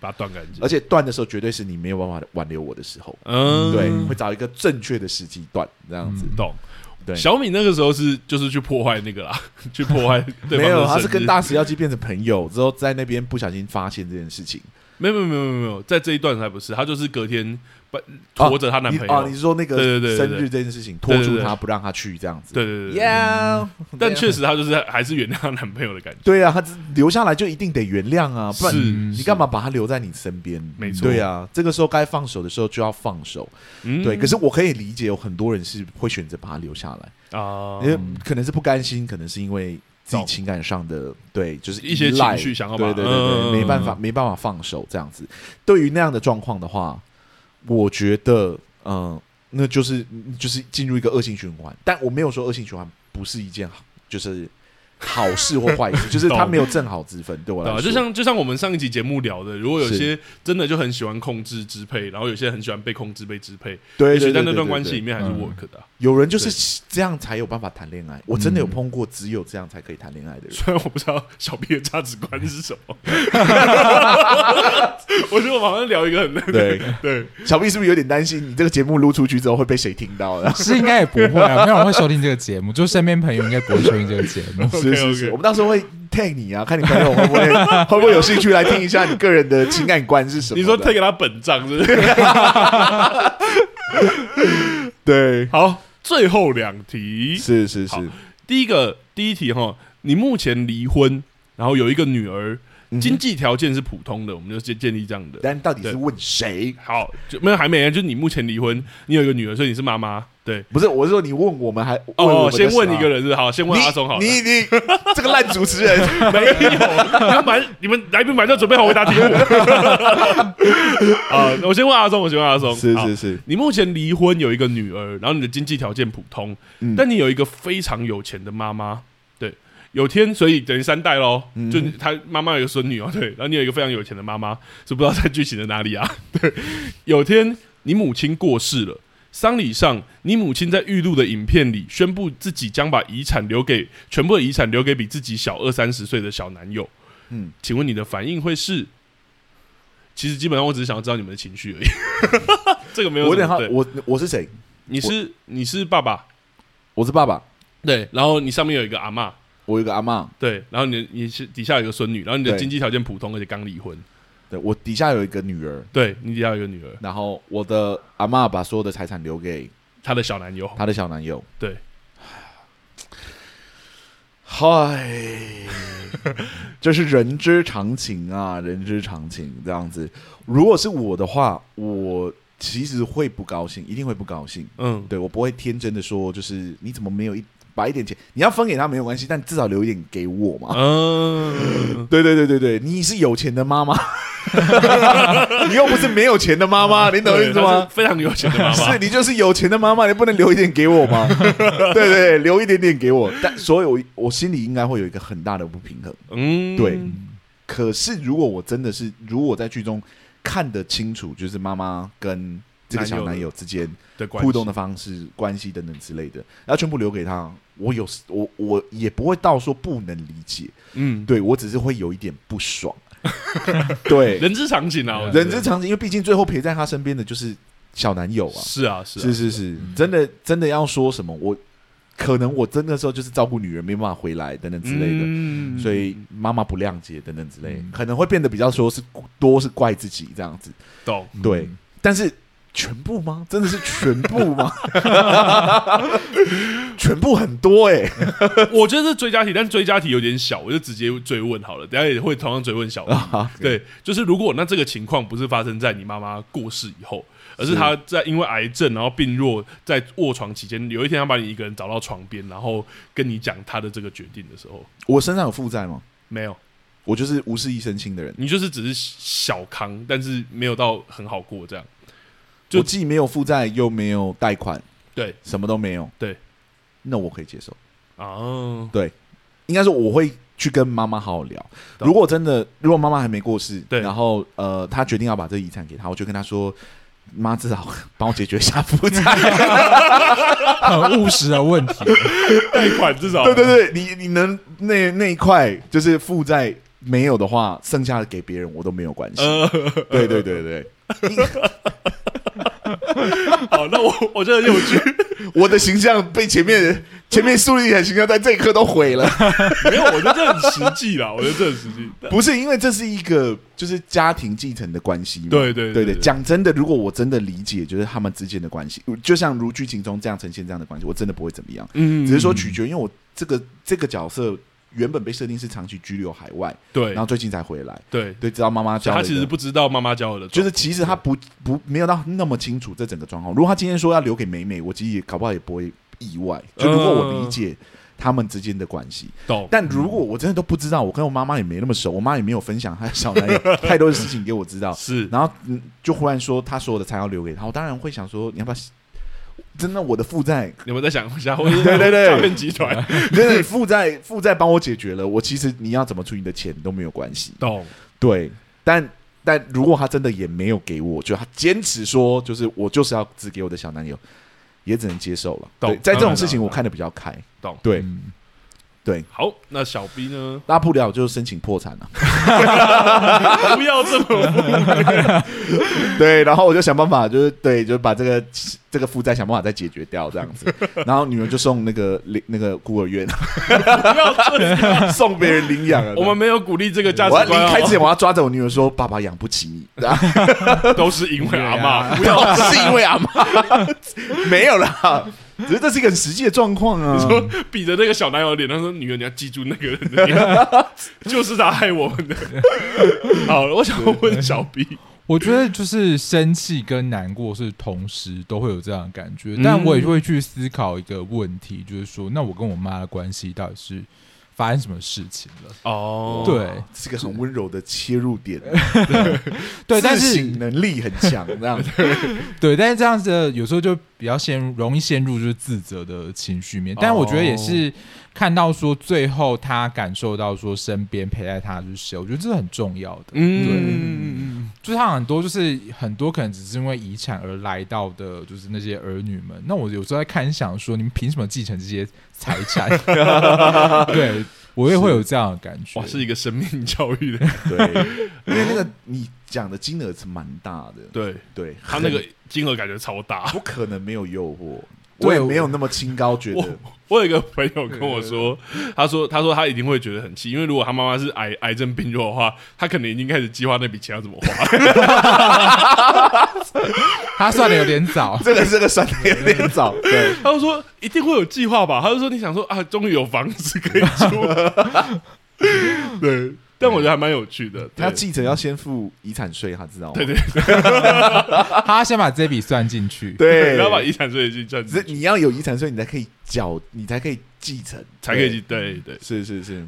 [SPEAKER 2] 把它断干净
[SPEAKER 3] 而。且断的时候绝对是你没有办法挽留我的时候，
[SPEAKER 2] 嗯，
[SPEAKER 3] 对，会找一个正确的时机断这
[SPEAKER 4] 嗯
[SPEAKER 3] 样子。
[SPEAKER 2] 懂。
[SPEAKER 3] 对
[SPEAKER 2] 小米那个时候是就是去破坏那个啦， 去破 坏对方的
[SPEAKER 3] 没有，他是
[SPEAKER 2] 生日
[SPEAKER 3] 跟大石耀基变成朋友之后，在那边不小心发现这件事情。
[SPEAKER 2] 没有没有没有没有没有，在这一段还不是，他就是隔天把拖着她男
[SPEAKER 3] 你
[SPEAKER 2] 朋友，
[SPEAKER 3] 哦，你是说那个
[SPEAKER 2] 对对对对
[SPEAKER 3] 生
[SPEAKER 2] 对
[SPEAKER 3] 日这件事情拖
[SPEAKER 2] 对对
[SPEAKER 3] 住
[SPEAKER 2] 对
[SPEAKER 3] 他不让他去这样子？
[SPEAKER 2] 对对对对
[SPEAKER 3] 呀，
[SPEAKER 2] 但确实他就是还是原谅她男朋友的感觉，
[SPEAKER 3] 对啊，他只留下来就一定得原谅啊，不然
[SPEAKER 2] 是
[SPEAKER 3] 你干嘛把他留在你身边？
[SPEAKER 2] 没错
[SPEAKER 3] 对啊，这个时候该放手的时候就要放手。
[SPEAKER 2] 嗯
[SPEAKER 3] 对，可是我可以理解，有很多人是会选择把他留下来，
[SPEAKER 2] 啊
[SPEAKER 3] 因，为可能是不甘心，可能是因为自己情感上的对，就是
[SPEAKER 2] 一些
[SPEAKER 3] 依赖
[SPEAKER 2] 情绪想要把
[SPEAKER 3] 对对对对，
[SPEAKER 2] 嗯
[SPEAKER 3] 没办法没办法放手这样子。对于那样的状况的话，我觉得嗯、呃那就是就是进入一个恶性循环。但我没有说恶性循环不是一件好，就是好事或坏 事，就是他没有正好之分，对我
[SPEAKER 2] 对
[SPEAKER 3] 来
[SPEAKER 2] 吧？啊
[SPEAKER 3] 说，
[SPEAKER 2] 就像就像我们上一集节目聊的，如果有
[SPEAKER 3] 是
[SPEAKER 2] 些真的就很喜欢控制支配，然后有些很喜欢被控制被支配，
[SPEAKER 3] 对
[SPEAKER 2] 也许
[SPEAKER 3] 对对
[SPEAKER 2] 在
[SPEAKER 3] 对
[SPEAKER 2] 那段
[SPEAKER 3] 对
[SPEAKER 2] 关
[SPEAKER 3] 对
[SPEAKER 2] 系里面还是
[SPEAKER 4] 嗯
[SPEAKER 2] work 的啊。
[SPEAKER 3] 有人就
[SPEAKER 2] 对
[SPEAKER 3] 是这样才有办法谈恋爱。我真的有
[SPEAKER 4] 嗯
[SPEAKER 3] 碰过只有这样才可以谈恋爱的人。
[SPEAKER 2] 虽然我不知道小 B 的价值观是什 么， 我觉得我们好像聊一个很
[SPEAKER 3] 对，
[SPEAKER 2] 对，。
[SPEAKER 3] 小 B 是不是有点担心你这个节目录出去之后会被谁听到呢？
[SPEAKER 4] 是应该也不会啊，没有人会收听这个节目，就身边朋友应该不会收听这个节目
[SPEAKER 2] OK，
[SPEAKER 3] 是是是，
[SPEAKER 2] OK
[SPEAKER 3] 我们到时候会 tag 你啊，看你朋友会不会会不会有兴趣来听一下你个人的情感观是什么的。
[SPEAKER 2] 你说退给他本账是不 是？
[SPEAKER 3] 对，
[SPEAKER 2] 好，最后两题，
[SPEAKER 3] 是是
[SPEAKER 2] 好
[SPEAKER 3] 是，
[SPEAKER 2] 第一个第一题哈，你目前离婚，然后有一个女儿，
[SPEAKER 3] 嗯
[SPEAKER 2] 经济条件是普通的，我们就建建立这样的。
[SPEAKER 3] 但到底是问谁？
[SPEAKER 2] 好，就没有还没，就是你目前离婚，你有一个女儿，所以你是妈妈，对。
[SPEAKER 3] 不是，我是说你问我们还
[SPEAKER 2] 哦，先问一个
[SPEAKER 3] 人，
[SPEAKER 2] 人是不是好，先问阿松好了。
[SPEAKER 3] 你 你你这个烂主持人，
[SPEAKER 2] 没有，你们买你们来宾马上准备好回答题目。 啊，那我先问阿松，我先问阿松，
[SPEAKER 3] 是
[SPEAKER 2] 好
[SPEAKER 3] 是是，
[SPEAKER 2] 你目前离婚有一个女儿，然后你的经济条件普通，
[SPEAKER 3] 嗯
[SPEAKER 2] 但你有一个非常有钱的妈妈，对，有天所以等于三代喽，
[SPEAKER 3] 嗯
[SPEAKER 2] 就他妈妈有个孙女哦，对，然后你有一个非常有钱的妈妈，是不知道在剧情的哪里啊？ 对，有天你母亲过世了。丧礼上，你母亲在预录的影片里宣布自己将把遗产留给全部的遗产留给比自己小二三十岁的小男友。
[SPEAKER 3] 嗯，
[SPEAKER 2] 请问你的反应会是？其实基本上我只是想要知道你们的情绪而已， 这个没有
[SPEAKER 3] 我有
[SPEAKER 2] 什
[SPEAKER 3] 点
[SPEAKER 2] 么
[SPEAKER 3] 好，
[SPEAKER 2] 对
[SPEAKER 3] 我我是谁？
[SPEAKER 2] 你是你是爸爸，
[SPEAKER 3] 我是爸爸，
[SPEAKER 2] 对，然后你上面有一个阿嬷，
[SPEAKER 3] 我有一个阿嬷，
[SPEAKER 2] 对，然后你的你是底下有一个孙女，然后你的
[SPEAKER 3] 对
[SPEAKER 2] 经济条件普通，而且刚离婚，
[SPEAKER 3] 对我底下有一个女儿，
[SPEAKER 2] 对你底下有一个女儿，
[SPEAKER 3] 然后我的阿嬷把所有的财产留给
[SPEAKER 2] 她的小男友，
[SPEAKER 3] 她的小男友。
[SPEAKER 2] 对，
[SPEAKER 3] 嗨， 这是人之常情啊，人之常情这样子。如果是我的话，我其实会不高兴，一定会不高兴。
[SPEAKER 2] 嗯，
[SPEAKER 3] 对我不会天真的说，就是你怎么没有一把一点钱？你要分给他没有关系，但至少留一点给我
[SPEAKER 2] 呃
[SPEAKER 3] 嘛。
[SPEAKER 2] 嗯，
[SPEAKER 3] 对对对对对，你是有钱的妈 妈，你又不是没有钱的妈妈，你懂我意
[SPEAKER 2] 对，
[SPEAKER 3] 思
[SPEAKER 2] 她
[SPEAKER 3] 吗
[SPEAKER 2] 是？非常有钱的妈妈
[SPEAKER 3] 是，你就是有钱的妈妈，你不能留一点给我吗？对对对，留一点点给我。但所以我，我心里应该会有一个很大的不平衡。
[SPEAKER 2] 嗯，
[SPEAKER 3] 对可是，如果我真的是，如果我在剧中看得清楚，就是妈妈跟这个小男友之间
[SPEAKER 2] 的关系
[SPEAKER 3] 互动的，方式、关系等等之类的，然后全部留给他，我有我我也不会到说不能理解，
[SPEAKER 2] 嗯，
[SPEAKER 3] 对我只是会有一点不爽。对，
[SPEAKER 2] 人之常情啊，我觉得
[SPEAKER 3] 人之常情，因为毕竟最后陪在他身边的就是小男友啊。
[SPEAKER 2] 是啊，是啊
[SPEAKER 3] 是是是，真的真的要说什么，我可能我真的时候就是照顾女人没办法回来等等之类的，
[SPEAKER 2] 嗯
[SPEAKER 3] 所以妈妈不谅解等等之类，
[SPEAKER 4] 嗯
[SPEAKER 3] 可能会变得比较说是多是怪自己这样子，
[SPEAKER 2] 懂，
[SPEAKER 3] 对，但是。全部吗？真的是全部 吗？全部很多哎、
[SPEAKER 2] 我觉得是追加题，但是追加题有点小，我就直接追问好了，等下也会同样追问 小 B。对，
[SPEAKER 3] 啊
[SPEAKER 2] 就是如果那这个情况不是发生在你妈妈过世以后，而是
[SPEAKER 3] 是
[SPEAKER 2] 她在因为癌症然后病弱，在卧床期间，有一天她把你一个人找到床边，然后跟你讲她的这个决定的时候，
[SPEAKER 3] 我身上有负债吗？
[SPEAKER 2] 没有，
[SPEAKER 3] 我就是无事一身轻的人，
[SPEAKER 2] 你就是只是小康，但是没有到很好过这样。就
[SPEAKER 3] 我既没有负债，又没有贷款，
[SPEAKER 2] 对
[SPEAKER 3] 什么都没有。
[SPEAKER 2] 对，
[SPEAKER 3] 那我可以接受。
[SPEAKER 2] 啊，
[SPEAKER 3] 应该说我会去跟妈妈好好聊。
[SPEAKER 2] 懂
[SPEAKER 3] 如果真的，如果妈妈还没过世，
[SPEAKER 2] 对
[SPEAKER 3] 然后呃，她决定要把这遗产给她，我就跟她说。妈，至少帮我解决一下 负债。
[SPEAKER 4] 很务实的问题，
[SPEAKER 2] 贷款至少
[SPEAKER 3] 对对对，你你能那那一块就是负债没有的话，剩下的给别人我都没有关系。
[SPEAKER 2] 呃，
[SPEAKER 3] 对对对对，
[SPEAKER 2] 好，那我我觉得很有趣。
[SPEAKER 3] 我的形象被前面前面树立的形象在这一刻都毁了。
[SPEAKER 2] 没有，我觉得这很实际啊啦，我觉得这很实 际。
[SPEAKER 3] 不是因为这是一个就是家庭继承的关系嘛？
[SPEAKER 2] 对对
[SPEAKER 3] 对
[SPEAKER 2] 对
[SPEAKER 3] 对，讲真的，如果我真的理解，就是他们之间的关系，就像如剧情中这样呈现这样的关系，我真的不会怎么样。
[SPEAKER 2] 嗯
[SPEAKER 3] 只是说取决，因为我这个这个角色原本被设定是长期居留海外，
[SPEAKER 2] 对
[SPEAKER 3] 然后最近才回来，
[SPEAKER 2] 对，
[SPEAKER 3] 对，直到妈妈
[SPEAKER 2] 所
[SPEAKER 3] 教
[SPEAKER 2] 以他
[SPEAKER 3] 了
[SPEAKER 2] 其
[SPEAKER 3] 一
[SPEAKER 2] 实
[SPEAKER 3] 个
[SPEAKER 2] 不知道妈妈教我的，
[SPEAKER 3] 就是其实他不不没有到那么清楚这整个状况。如果他今天说要留给美美，我其实也搞不好也不会意外。就如果我理解他们之间的关系，
[SPEAKER 2] 懂。
[SPEAKER 3] 但如果我真的都不知道，我跟我妈妈也没那么熟，我妈也没有分享她的小 男友太多的事情给我知道，
[SPEAKER 2] 是，
[SPEAKER 3] 然后嗯就忽然说她所有的菜要留给她，我当然会想说你要不要？真的，我的负债，
[SPEAKER 2] 你们再想一 下，或者是
[SPEAKER 3] 对对对
[SPEAKER 2] 诈骗集团，
[SPEAKER 3] 真的你负债负债帮我解决了，我其实你要怎么处理你的钱都没有关系。
[SPEAKER 2] 懂。
[SPEAKER 3] 对，但但如果他真的也没有给我，就他坚持说，就是我就是要只给我的小男友，也只能接受了。
[SPEAKER 2] 懂
[SPEAKER 3] 对，在这
[SPEAKER 2] 当
[SPEAKER 3] 种
[SPEAKER 2] 然
[SPEAKER 3] 事情
[SPEAKER 2] 当
[SPEAKER 3] 我
[SPEAKER 2] 然
[SPEAKER 3] 看得比较开。
[SPEAKER 2] 懂
[SPEAKER 3] 对，
[SPEAKER 4] 嗯
[SPEAKER 2] 好，那小 B
[SPEAKER 3] ？
[SPEAKER 2] 呢
[SPEAKER 3] 大不了就申请破产啊了、
[SPEAKER 2] 不要这么，
[SPEAKER 3] 对，然后我就想办法，就是对，就把这个这个负债想办法再解决掉，这样 子。然后女儿就送那个领那个孤儿院，送别人领养了。
[SPEAKER 2] 我们没有鼓励这个价值
[SPEAKER 3] 我要
[SPEAKER 2] 观
[SPEAKER 3] 离开之前，
[SPEAKER 2] 哦，
[SPEAKER 3] 我要抓着我女儿说：“爸爸养不起你。”然后
[SPEAKER 2] 都是因为阿 妈，不
[SPEAKER 3] 不
[SPEAKER 2] 要
[SPEAKER 3] 要是因为阿妈 没有啦，只是这是一个很实际的状况啊。
[SPEAKER 2] 比着那个小男友的脸，他说：“女儿，你要记住那个 人的脸，就是他害我们的。”好，我想问小 B，
[SPEAKER 4] 我觉得就是生气跟难过是同时都会有这样的感觉，但我也会去思考一个问题，就是说，那我跟我妈的关系到底是发生什么事情了？
[SPEAKER 2] 哦
[SPEAKER 4] 对
[SPEAKER 3] 是个很温柔的切入点，
[SPEAKER 4] 对，但
[SPEAKER 3] 自
[SPEAKER 4] 是
[SPEAKER 3] 省能力很强，这样
[SPEAKER 4] 对，但是这样子的有时候就比较陷入容易陷入就是自责的情绪面。但我觉得也是看到说最后他感受到说身边陪在他的是谁，我觉得这是很重要的。
[SPEAKER 3] 嗯
[SPEAKER 2] 嗯，
[SPEAKER 4] 就是他很多就是很多可能只是因为遗产而来到的，就是那些儿女们。那我有时候在看想说，你们凭什么继承这些财 产？对我也会有这样的感觉。
[SPEAKER 2] 哇，是一个生命教育的，
[SPEAKER 3] 对，因为那个你讲的金额是蛮大的，
[SPEAKER 2] 对
[SPEAKER 3] 对，
[SPEAKER 2] 他那个金额感觉超大。
[SPEAKER 3] 不可能没有诱惑，
[SPEAKER 4] 对
[SPEAKER 3] 我也没有那么清高，觉
[SPEAKER 2] 我
[SPEAKER 3] 得，
[SPEAKER 2] 我有一个朋友跟我说，他说他说他一定会觉得很气，因为如果他妈妈是癌癌症病弱的话，他可能已经开始计划那笔钱要怎么花。
[SPEAKER 4] 他算的有点早
[SPEAKER 3] 这个这个算的有点早， 对，
[SPEAKER 2] 他就说一定会有计划吧，他就说你想说啊，终于有房子可以住 了，对，但我觉得还蛮有趣的。
[SPEAKER 3] 他
[SPEAKER 2] 对
[SPEAKER 3] 继承要先付遗产税，他知道吗？
[SPEAKER 2] 对对
[SPEAKER 4] 他先把这笔算进去。
[SPEAKER 3] 对，
[SPEAKER 2] 你要把遗产税去赚
[SPEAKER 3] 欸只是
[SPEAKER 2] 进去，
[SPEAKER 3] 你要有遗产税，你才可以缴，你才可以继承，
[SPEAKER 2] 才可以去
[SPEAKER 3] 对。
[SPEAKER 2] 对对
[SPEAKER 3] 是是是，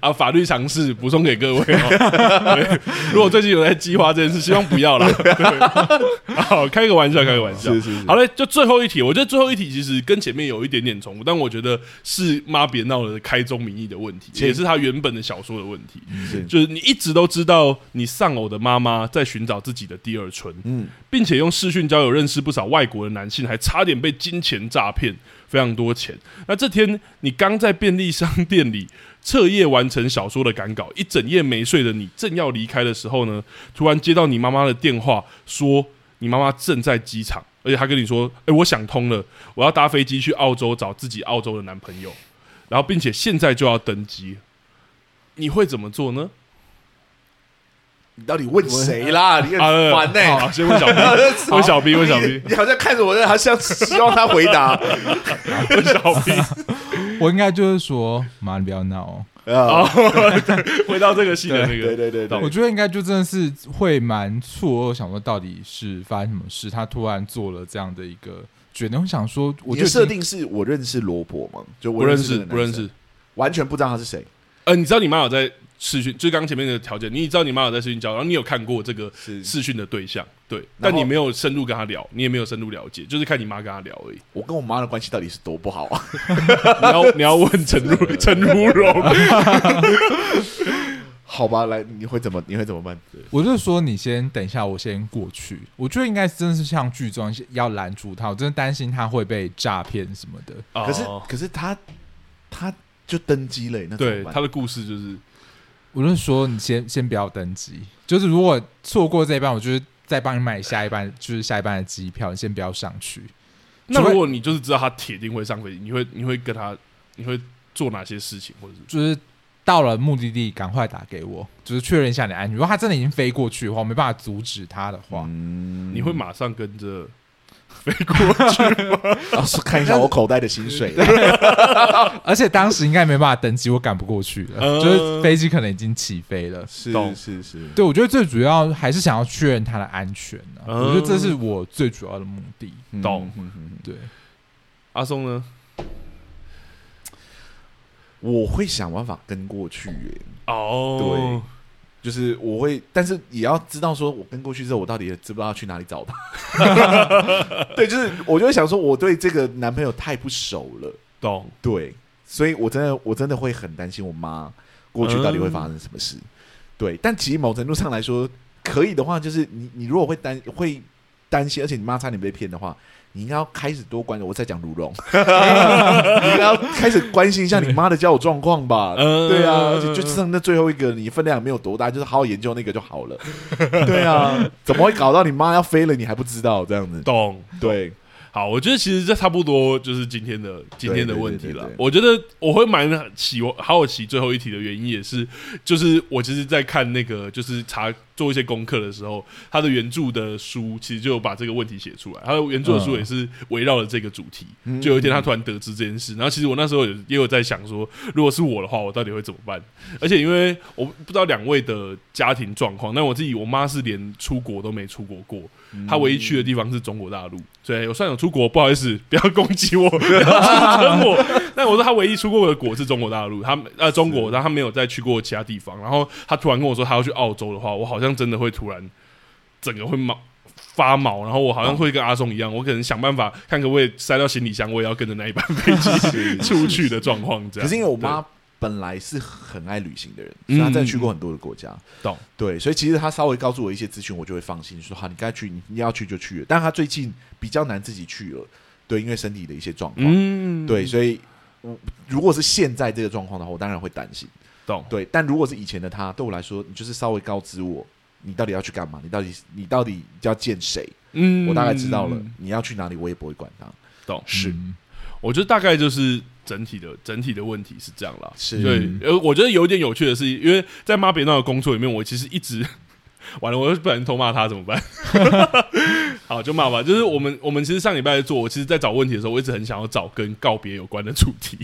[SPEAKER 2] 啊！法律常识补充给各位哦。对如果最近有在计划这件事，希望不要啦。对好，开个玩笑，开个玩笑。
[SPEAKER 3] 是是是
[SPEAKER 2] 好嘞，就最后一题，我觉得最后一题其实跟前面有一点点重复，但我觉得是妈别闹了开宗明义的问题，
[SPEAKER 3] 是
[SPEAKER 2] 也是他原本的小说的问题。
[SPEAKER 3] 是
[SPEAKER 2] 就是你一直都知道你丧偶的妈妈在寻找自己的第二春，
[SPEAKER 3] 嗯，
[SPEAKER 2] 并且用视讯交友认识不少外国的男性，还差点被金钱诈骗，非常多钱。那这天你刚在便利商店里彻夜完成小说的赶稿，一整夜没睡的你，正要离开的时候呢，突然接到你妈妈的电话，说你妈妈正在机场，而且她跟你说：“诶，我想通了，我要搭飞机去澳洲找自己澳洲的男朋友，然后并且现在就要登机。”你会怎么做呢？
[SPEAKER 3] 你到底问谁啦？你很
[SPEAKER 2] 啊
[SPEAKER 3] 烦呢、
[SPEAKER 2] 好先问小 B，问小 B，问小 B，
[SPEAKER 3] 你好像看着我，好像希望他回 答。
[SPEAKER 2] 问小 B。
[SPEAKER 4] 我应该就是说，妈，你不要闹哦、
[SPEAKER 3] 啊，
[SPEAKER 2] 回到这个戏的那
[SPEAKER 3] 对
[SPEAKER 2] 个，
[SPEAKER 3] 对对对，
[SPEAKER 4] 我觉得应该就真的是会蛮错愕，想说到底是发生什么事，他突然做了这样的一个决定。我想说，我
[SPEAKER 3] 我
[SPEAKER 4] 就
[SPEAKER 3] 的
[SPEAKER 4] 已经
[SPEAKER 3] 设定是我认识罗伯吗？就
[SPEAKER 2] 不
[SPEAKER 3] 我
[SPEAKER 2] 认
[SPEAKER 3] 识
[SPEAKER 2] 识，
[SPEAKER 3] 的男
[SPEAKER 2] 不
[SPEAKER 3] 生
[SPEAKER 2] 认识，。
[SPEAKER 3] 完全不知道他是谁。
[SPEAKER 2] 呃，你知道你妈有在视讯，就是刚前面的条件，你知道你妈有在视讯交友，然后你有看过这个
[SPEAKER 3] 是
[SPEAKER 2] 视讯的对象，对，但你没有深入跟她聊，你也没有深入了解，就是看你妈跟她聊而已。
[SPEAKER 3] 我跟我妈的关系到底是多不好啊？
[SPEAKER 2] 你要 你要问陈如陈如 荣，
[SPEAKER 3] 好吧，来，你会怎么？你会怎么办？
[SPEAKER 4] 我就说你先等一下，我先过去。我觉得应该真的是像剧中要拦住他，我真的担心他会被诈骗什么的。
[SPEAKER 2] 哦
[SPEAKER 3] 可是可是他他就登机了耶，那怎么
[SPEAKER 2] 对
[SPEAKER 3] 办
[SPEAKER 2] 她的故事就是
[SPEAKER 4] 我就说你先先不要登机，就是如果错过这一班，我就是再帮你买下一班，就是下一班的机票，你先不要上去。
[SPEAKER 2] 那
[SPEAKER 4] 除非
[SPEAKER 2] 如果你就是知道他铁定会上飞机，你会你会跟他你会做哪些事情，或者是
[SPEAKER 4] 就是到了目的地赶快打给我，就是确认一下你的安全。如果他真的已经飞过去的话，我没办法阻止他的话，
[SPEAKER 3] 嗯
[SPEAKER 2] 你会马上跟着飞过
[SPEAKER 3] 老师哦看一下我口袋的薪水，
[SPEAKER 4] 而且当时应该没办法登机，我赶不过去了，
[SPEAKER 2] 呃
[SPEAKER 4] 就是飞机可能已经起飞了。
[SPEAKER 3] 是
[SPEAKER 2] 懂
[SPEAKER 3] 是是，
[SPEAKER 4] 对，我觉得最主要还是想要确认他的安全呢、
[SPEAKER 2] 嗯
[SPEAKER 4] 我觉得这是我最主要的目的。
[SPEAKER 3] 嗯
[SPEAKER 2] 懂。
[SPEAKER 3] 嗯嗯嗯
[SPEAKER 4] 对，
[SPEAKER 2] 阿松呢？
[SPEAKER 3] 我会想办法跟过去耶，
[SPEAKER 2] 哦，
[SPEAKER 3] 就是我会，但是也要知道说，我跟过去之后，我到底知不知道去哪里找他？ 对，就是我就会想说，我对这个男朋友太不熟了，
[SPEAKER 2] 懂。
[SPEAKER 3] 对，所以我真的我真的会很担心我妈过去到底会发生什么事。对，但其实某程度上来说，可以的话，就是你你如果会担会担心，而且你妈差点被骗的话。你应该要开始多关注，我在讲卢龙，你应该要开始关心一下你妈的交友状况吧。
[SPEAKER 2] 嗯
[SPEAKER 3] 对啊，而且就剩那最后一个，你分量也没有多大，就是好好研究那个就好了。对啊，怎么会搞到你妈要飞了，你还不知道这样子？
[SPEAKER 2] 懂。
[SPEAKER 3] 对，
[SPEAKER 2] 好，我觉得其实这差不多就是今天的今天的问题
[SPEAKER 3] 对对
[SPEAKER 2] 了
[SPEAKER 3] 对对对。
[SPEAKER 2] 我觉得我会蛮喜好奇最后一题的原因也是，就是我其实，在看那个就是查做一些功课的时候，他的原著的书其实就有把这个问题写出来。他的原著的书也是围绕着这个主题。就有一天他突然得知这件事，然后其实我那时候也也有在想说，如果是我的话，我到底会怎么办？而且因为我不知道两位的家庭状况，但我自己我妈是连出国都没出国过，她唯一去的地方是中国大陆，所以我算有出国，不好意思，不要攻击我，不要出征我。但我说她唯一出过的国是中国大陆，她呃中国，然后她没有再去过其他地方。然后她突然跟我说她要去澳洲的话，我好像真的会突然整个会毛发毛，然后我好像会跟阿松一样，我可能想办法看可不可以塞到行李箱，我也要跟着那一班飞 机出去的状况。这样，
[SPEAKER 3] 可是因为我
[SPEAKER 2] 对
[SPEAKER 3] 妈
[SPEAKER 2] 嗯
[SPEAKER 3] 本来是很爱旅行的人，所以她真的去过很多的国家。
[SPEAKER 2] 懂
[SPEAKER 3] 对，所以其实她稍微告诉我一些资讯，我就会放心，说好，你该去，你要去就去了。但她最近比较难自己去了，对，因为身体的一些状况，
[SPEAKER 2] 嗯
[SPEAKER 3] 对，所以我如果是现在这个状况的话，我当然会担心。
[SPEAKER 2] 懂
[SPEAKER 3] 对，但如果是以前的她，对我来说，你就是稍微告知我，你到底要去干嘛，你到底你到底要见谁，
[SPEAKER 2] 嗯
[SPEAKER 3] 我大概知道了，你要去哪里，我也不会管她。
[SPEAKER 2] 懂
[SPEAKER 3] 是
[SPEAKER 4] 嗯
[SPEAKER 2] 我觉得大概就是整体的整体的问题是这样啦。
[SPEAKER 3] 是
[SPEAKER 2] 对，呃，我觉得有一点有趣的是，因为在妈别闹的工作里面，我其实一直 完了，我又不小心偷骂他怎么办？ 好，就骂吧。就是我们我们其实上礼拜在做，我其实在找问题的时候，我一直很想要找跟告别有关的主题。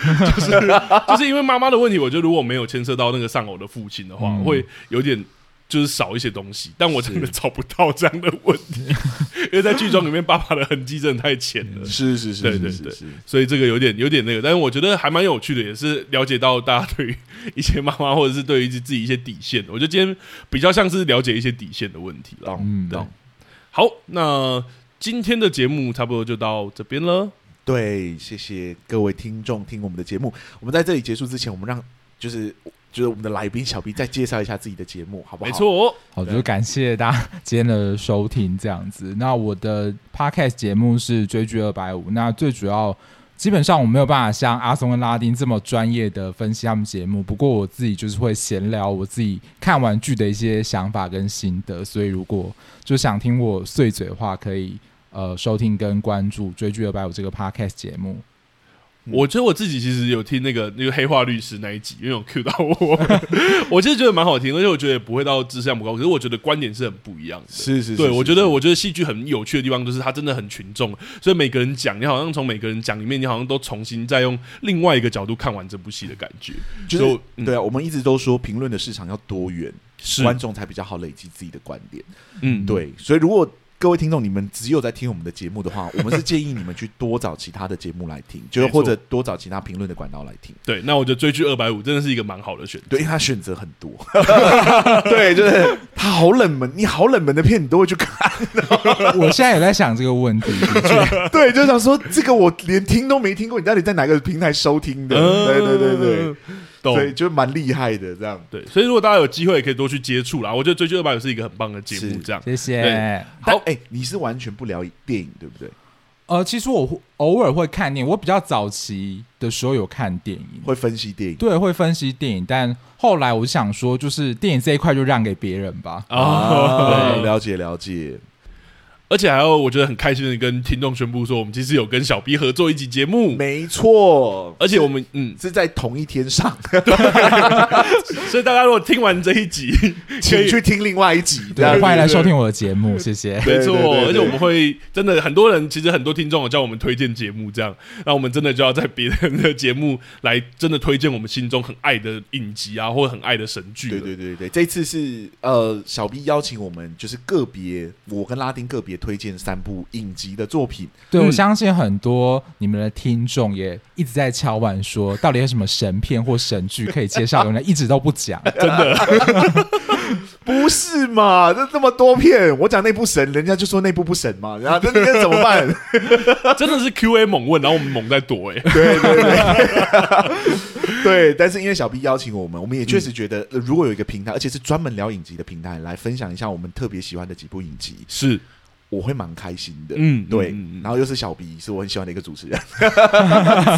[SPEAKER 2] 就是就是因为妈妈的问题，我觉得如果没有牵涉到那个丧偶的父亲的话，
[SPEAKER 4] 嗯
[SPEAKER 2] 会有点就是少一些东西。但我真的找不到这样的问题， 因为在剧中里面爸爸的痕迹真的太浅了。
[SPEAKER 3] 是是是
[SPEAKER 2] 对
[SPEAKER 3] 是
[SPEAKER 2] 对
[SPEAKER 3] 是
[SPEAKER 2] 对
[SPEAKER 3] 是，
[SPEAKER 2] 所以这个有点有点那个，但是我觉得还蛮有趣的，也是了解到大家对于一些妈妈或者是对于自己一些底线。我觉得今天比较像是了解一些底线的问题了。
[SPEAKER 3] 懂
[SPEAKER 4] 嗯
[SPEAKER 3] 懂。
[SPEAKER 2] 好，那今天的节目差不多就到这边了。
[SPEAKER 3] 对，谢谢各位听众听我们的节目。我们在这里结束之前，我们让就是就是我们的来宾小 B 再介绍一下自己的节目，好不好？
[SPEAKER 2] 没，错，
[SPEAKER 4] 好，
[SPEAKER 3] 对
[SPEAKER 4] 就感谢大家 今天的收听，这样子。那我的 podcast 节目是追剧二百五，那最主要。基本上我没有办法像阿松跟拉丁这么专业的分析他们节目，不过我自己就是会闲聊我自己看完剧的一些想法跟心得，所以如果就想听我碎嘴的话，可以呃收听跟关注《追剧二百五》这个 podcast 节目。
[SPEAKER 3] 嗯
[SPEAKER 2] 我觉得我自己其实有听那个那个黑化律师那一集，因为有 cue 到我， 我其实觉得蛮好听，而且我觉得也不会到质量不高，可是我觉得观点是很不一样的。
[SPEAKER 3] 是是是，
[SPEAKER 2] 对，
[SPEAKER 3] 是
[SPEAKER 2] 我觉
[SPEAKER 3] 是
[SPEAKER 2] 得我觉得戏剧很有趣的地方就是它真的很群众，所以每个人讲，你好像从每个人讲里面，你好像都重新再用另外一个角度看完这部戏的感觉。
[SPEAKER 3] 就是
[SPEAKER 2] 所以嗯
[SPEAKER 3] 对啊，我们一直都说评论的市场要多元，
[SPEAKER 2] 是
[SPEAKER 3] 观众才比较好累积自己的观点。
[SPEAKER 2] 嗯，
[SPEAKER 3] 对，所以如果各位听众你们只有在听我们的节目的话，我们是建议你们去多找其他的节目来听，就是
[SPEAKER 2] 没错
[SPEAKER 3] 或者多找其他评论的管道来听。
[SPEAKER 2] 对。那我觉得追剧二百五真的是一个蛮好的选择。
[SPEAKER 3] 对，因为他选择很多， 对，就是他好冷门，你好冷门的片你都会去看。
[SPEAKER 4] 我现在也在想这个问题，的确
[SPEAKER 3] 对，就想说这个我连听都没听过，你到底在哪个平台收听的？
[SPEAKER 2] 嗯
[SPEAKER 3] 对对对对，，
[SPEAKER 2] 懂。
[SPEAKER 3] 对，就蛮厉害的这样。
[SPEAKER 2] 对，所以如果大家有机会，也可以多去接触啦。我觉得《追剧二百五》是一个很棒的节目
[SPEAKER 3] 是，
[SPEAKER 2] 这样。
[SPEAKER 4] 谢
[SPEAKER 2] 对
[SPEAKER 4] 谢。
[SPEAKER 3] 但
[SPEAKER 2] 好
[SPEAKER 3] 哎、你是完全不聊电影对不对？
[SPEAKER 4] 呃，其实我会偶尔会看电影，我比较早期的时候有看电影，
[SPEAKER 3] 会分析电影
[SPEAKER 4] 对，会分析电影，但后来我想说，就是电影这一块就让给别人吧。
[SPEAKER 2] 啊，对
[SPEAKER 3] 了解了解。
[SPEAKER 2] 而且还有，我觉得很开心的跟听众宣布说，我们其实有跟小 B 合作一集节目，
[SPEAKER 3] 没错，
[SPEAKER 2] 而且我们嗯，
[SPEAKER 3] 是在同一天上，
[SPEAKER 2] 所以大家如果听完这一集，可
[SPEAKER 3] 请
[SPEAKER 2] 以
[SPEAKER 3] 去听另外一集。这样
[SPEAKER 4] 对，
[SPEAKER 3] 子
[SPEAKER 4] 欢迎来收听我的 节目，谢谢。
[SPEAKER 2] 没错
[SPEAKER 3] 对对，对
[SPEAKER 2] 而且我们会真的很多人，其实很多听众有叫我们推荐节目，这样，那我们真的就要在别人的节目来真的推荐我们心中很爱的 影集啊，或者很爱的神剧。
[SPEAKER 3] 对对对对，这次是呃，小 B 邀请我们，就是个别我跟拉丁个别推荐三部影集的作品。
[SPEAKER 4] 对，我
[SPEAKER 2] 嗯
[SPEAKER 4] 相信很多你们的听众也一直在敲碗说，到底有什么神片或神剧可以介绍，有人一直都不讲。
[SPEAKER 3] 不是嘛？这这么多片，我讲那部神，人家就说那部不神嘛，然后那那那怎么办？
[SPEAKER 2] 真的是 Q A 猛问，然后我们猛在躲、 欸，
[SPEAKER 3] 对对对， 对。但是因为小 B 邀请我们，我们也确实觉得，呃如果有一个平台，而且是专门聊影集的平台，来分享一下我们特别喜欢的几部影集，
[SPEAKER 2] 是，
[SPEAKER 3] 我会蛮开心的。
[SPEAKER 2] 嗯
[SPEAKER 3] 对
[SPEAKER 2] 嗯嗯嗯。
[SPEAKER 3] 然后又是小 B，是我很喜欢的一个主持人。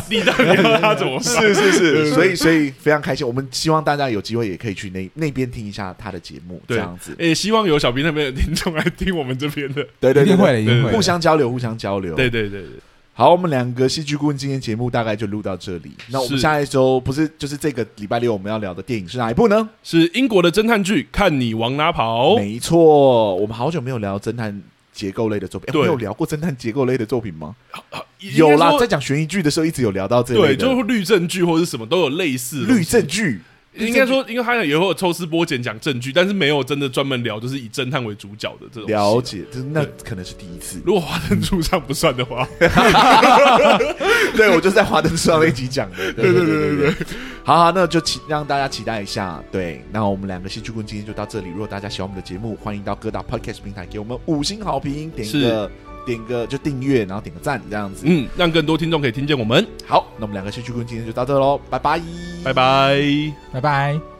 [SPEAKER 2] 你到底要他怎么办？
[SPEAKER 3] 是 是是，所以所以非常开心。我们希望大家有机会也可以去那那边听一下他的节目，这
[SPEAKER 2] 对
[SPEAKER 3] 样子。
[SPEAKER 2] 也、哎希望有小 B 那边的听众来听我们这边的。
[SPEAKER 3] 对 对
[SPEAKER 4] 一定
[SPEAKER 3] 对
[SPEAKER 4] 会的，
[SPEAKER 3] 对，
[SPEAKER 4] 一定会的。
[SPEAKER 3] 互相交流，互相交流。
[SPEAKER 2] 对对对对，
[SPEAKER 3] 好，我们两个戏剧顾问今天节目大概就录到这里。那我们
[SPEAKER 2] 是
[SPEAKER 3] 下一周不是就是这个礼拜六我们要聊的电影是哪一部呢？
[SPEAKER 2] 是英国的侦探剧《看你往哪跑》。
[SPEAKER 3] 没错，我们好久没有聊侦探结构类的作品，诶
[SPEAKER 2] 对
[SPEAKER 3] 我们有聊过侦探结构类的作品吗？
[SPEAKER 2] 应该
[SPEAKER 3] 有啦，
[SPEAKER 2] 说
[SPEAKER 3] 在讲悬疑剧的时候一直有聊到这类
[SPEAKER 2] 对，
[SPEAKER 3] 的，
[SPEAKER 2] 就是律政剧或者什么都有类似的东
[SPEAKER 3] 律
[SPEAKER 2] 西
[SPEAKER 3] 政剧。
[SPEAKER 2] 应该说，因为他也会有抽丝剥茧讲证据，但是没有真的专门聊就是以侦探为主角的这种。啊
[SPEAKER 3] 了。解，就是那可能是第一次。
[SPEAKER 2] 如果华灯初上不算的话，
[SPEAKER 3] 对，我就是在华灯初上那一集讲 的。对对对对对。好好，那就期让大家期待一下。对，那我们两个戏剧棍今天就到这里。如果大家喜欢我们的节目，欢迎到各大 podcast 平台给我们五星好评，点一个点个就订阅，然后点个赞这样子。
[SPEAKER 2] 嗯，让更多听众可以听见我们。
[SPEAKER 3] 好，那我们两个戏剧棍今天就到这喽，拜拜，
[SPEAKER 2] 拜。拜。
[SPEAKER 4] 拜拜。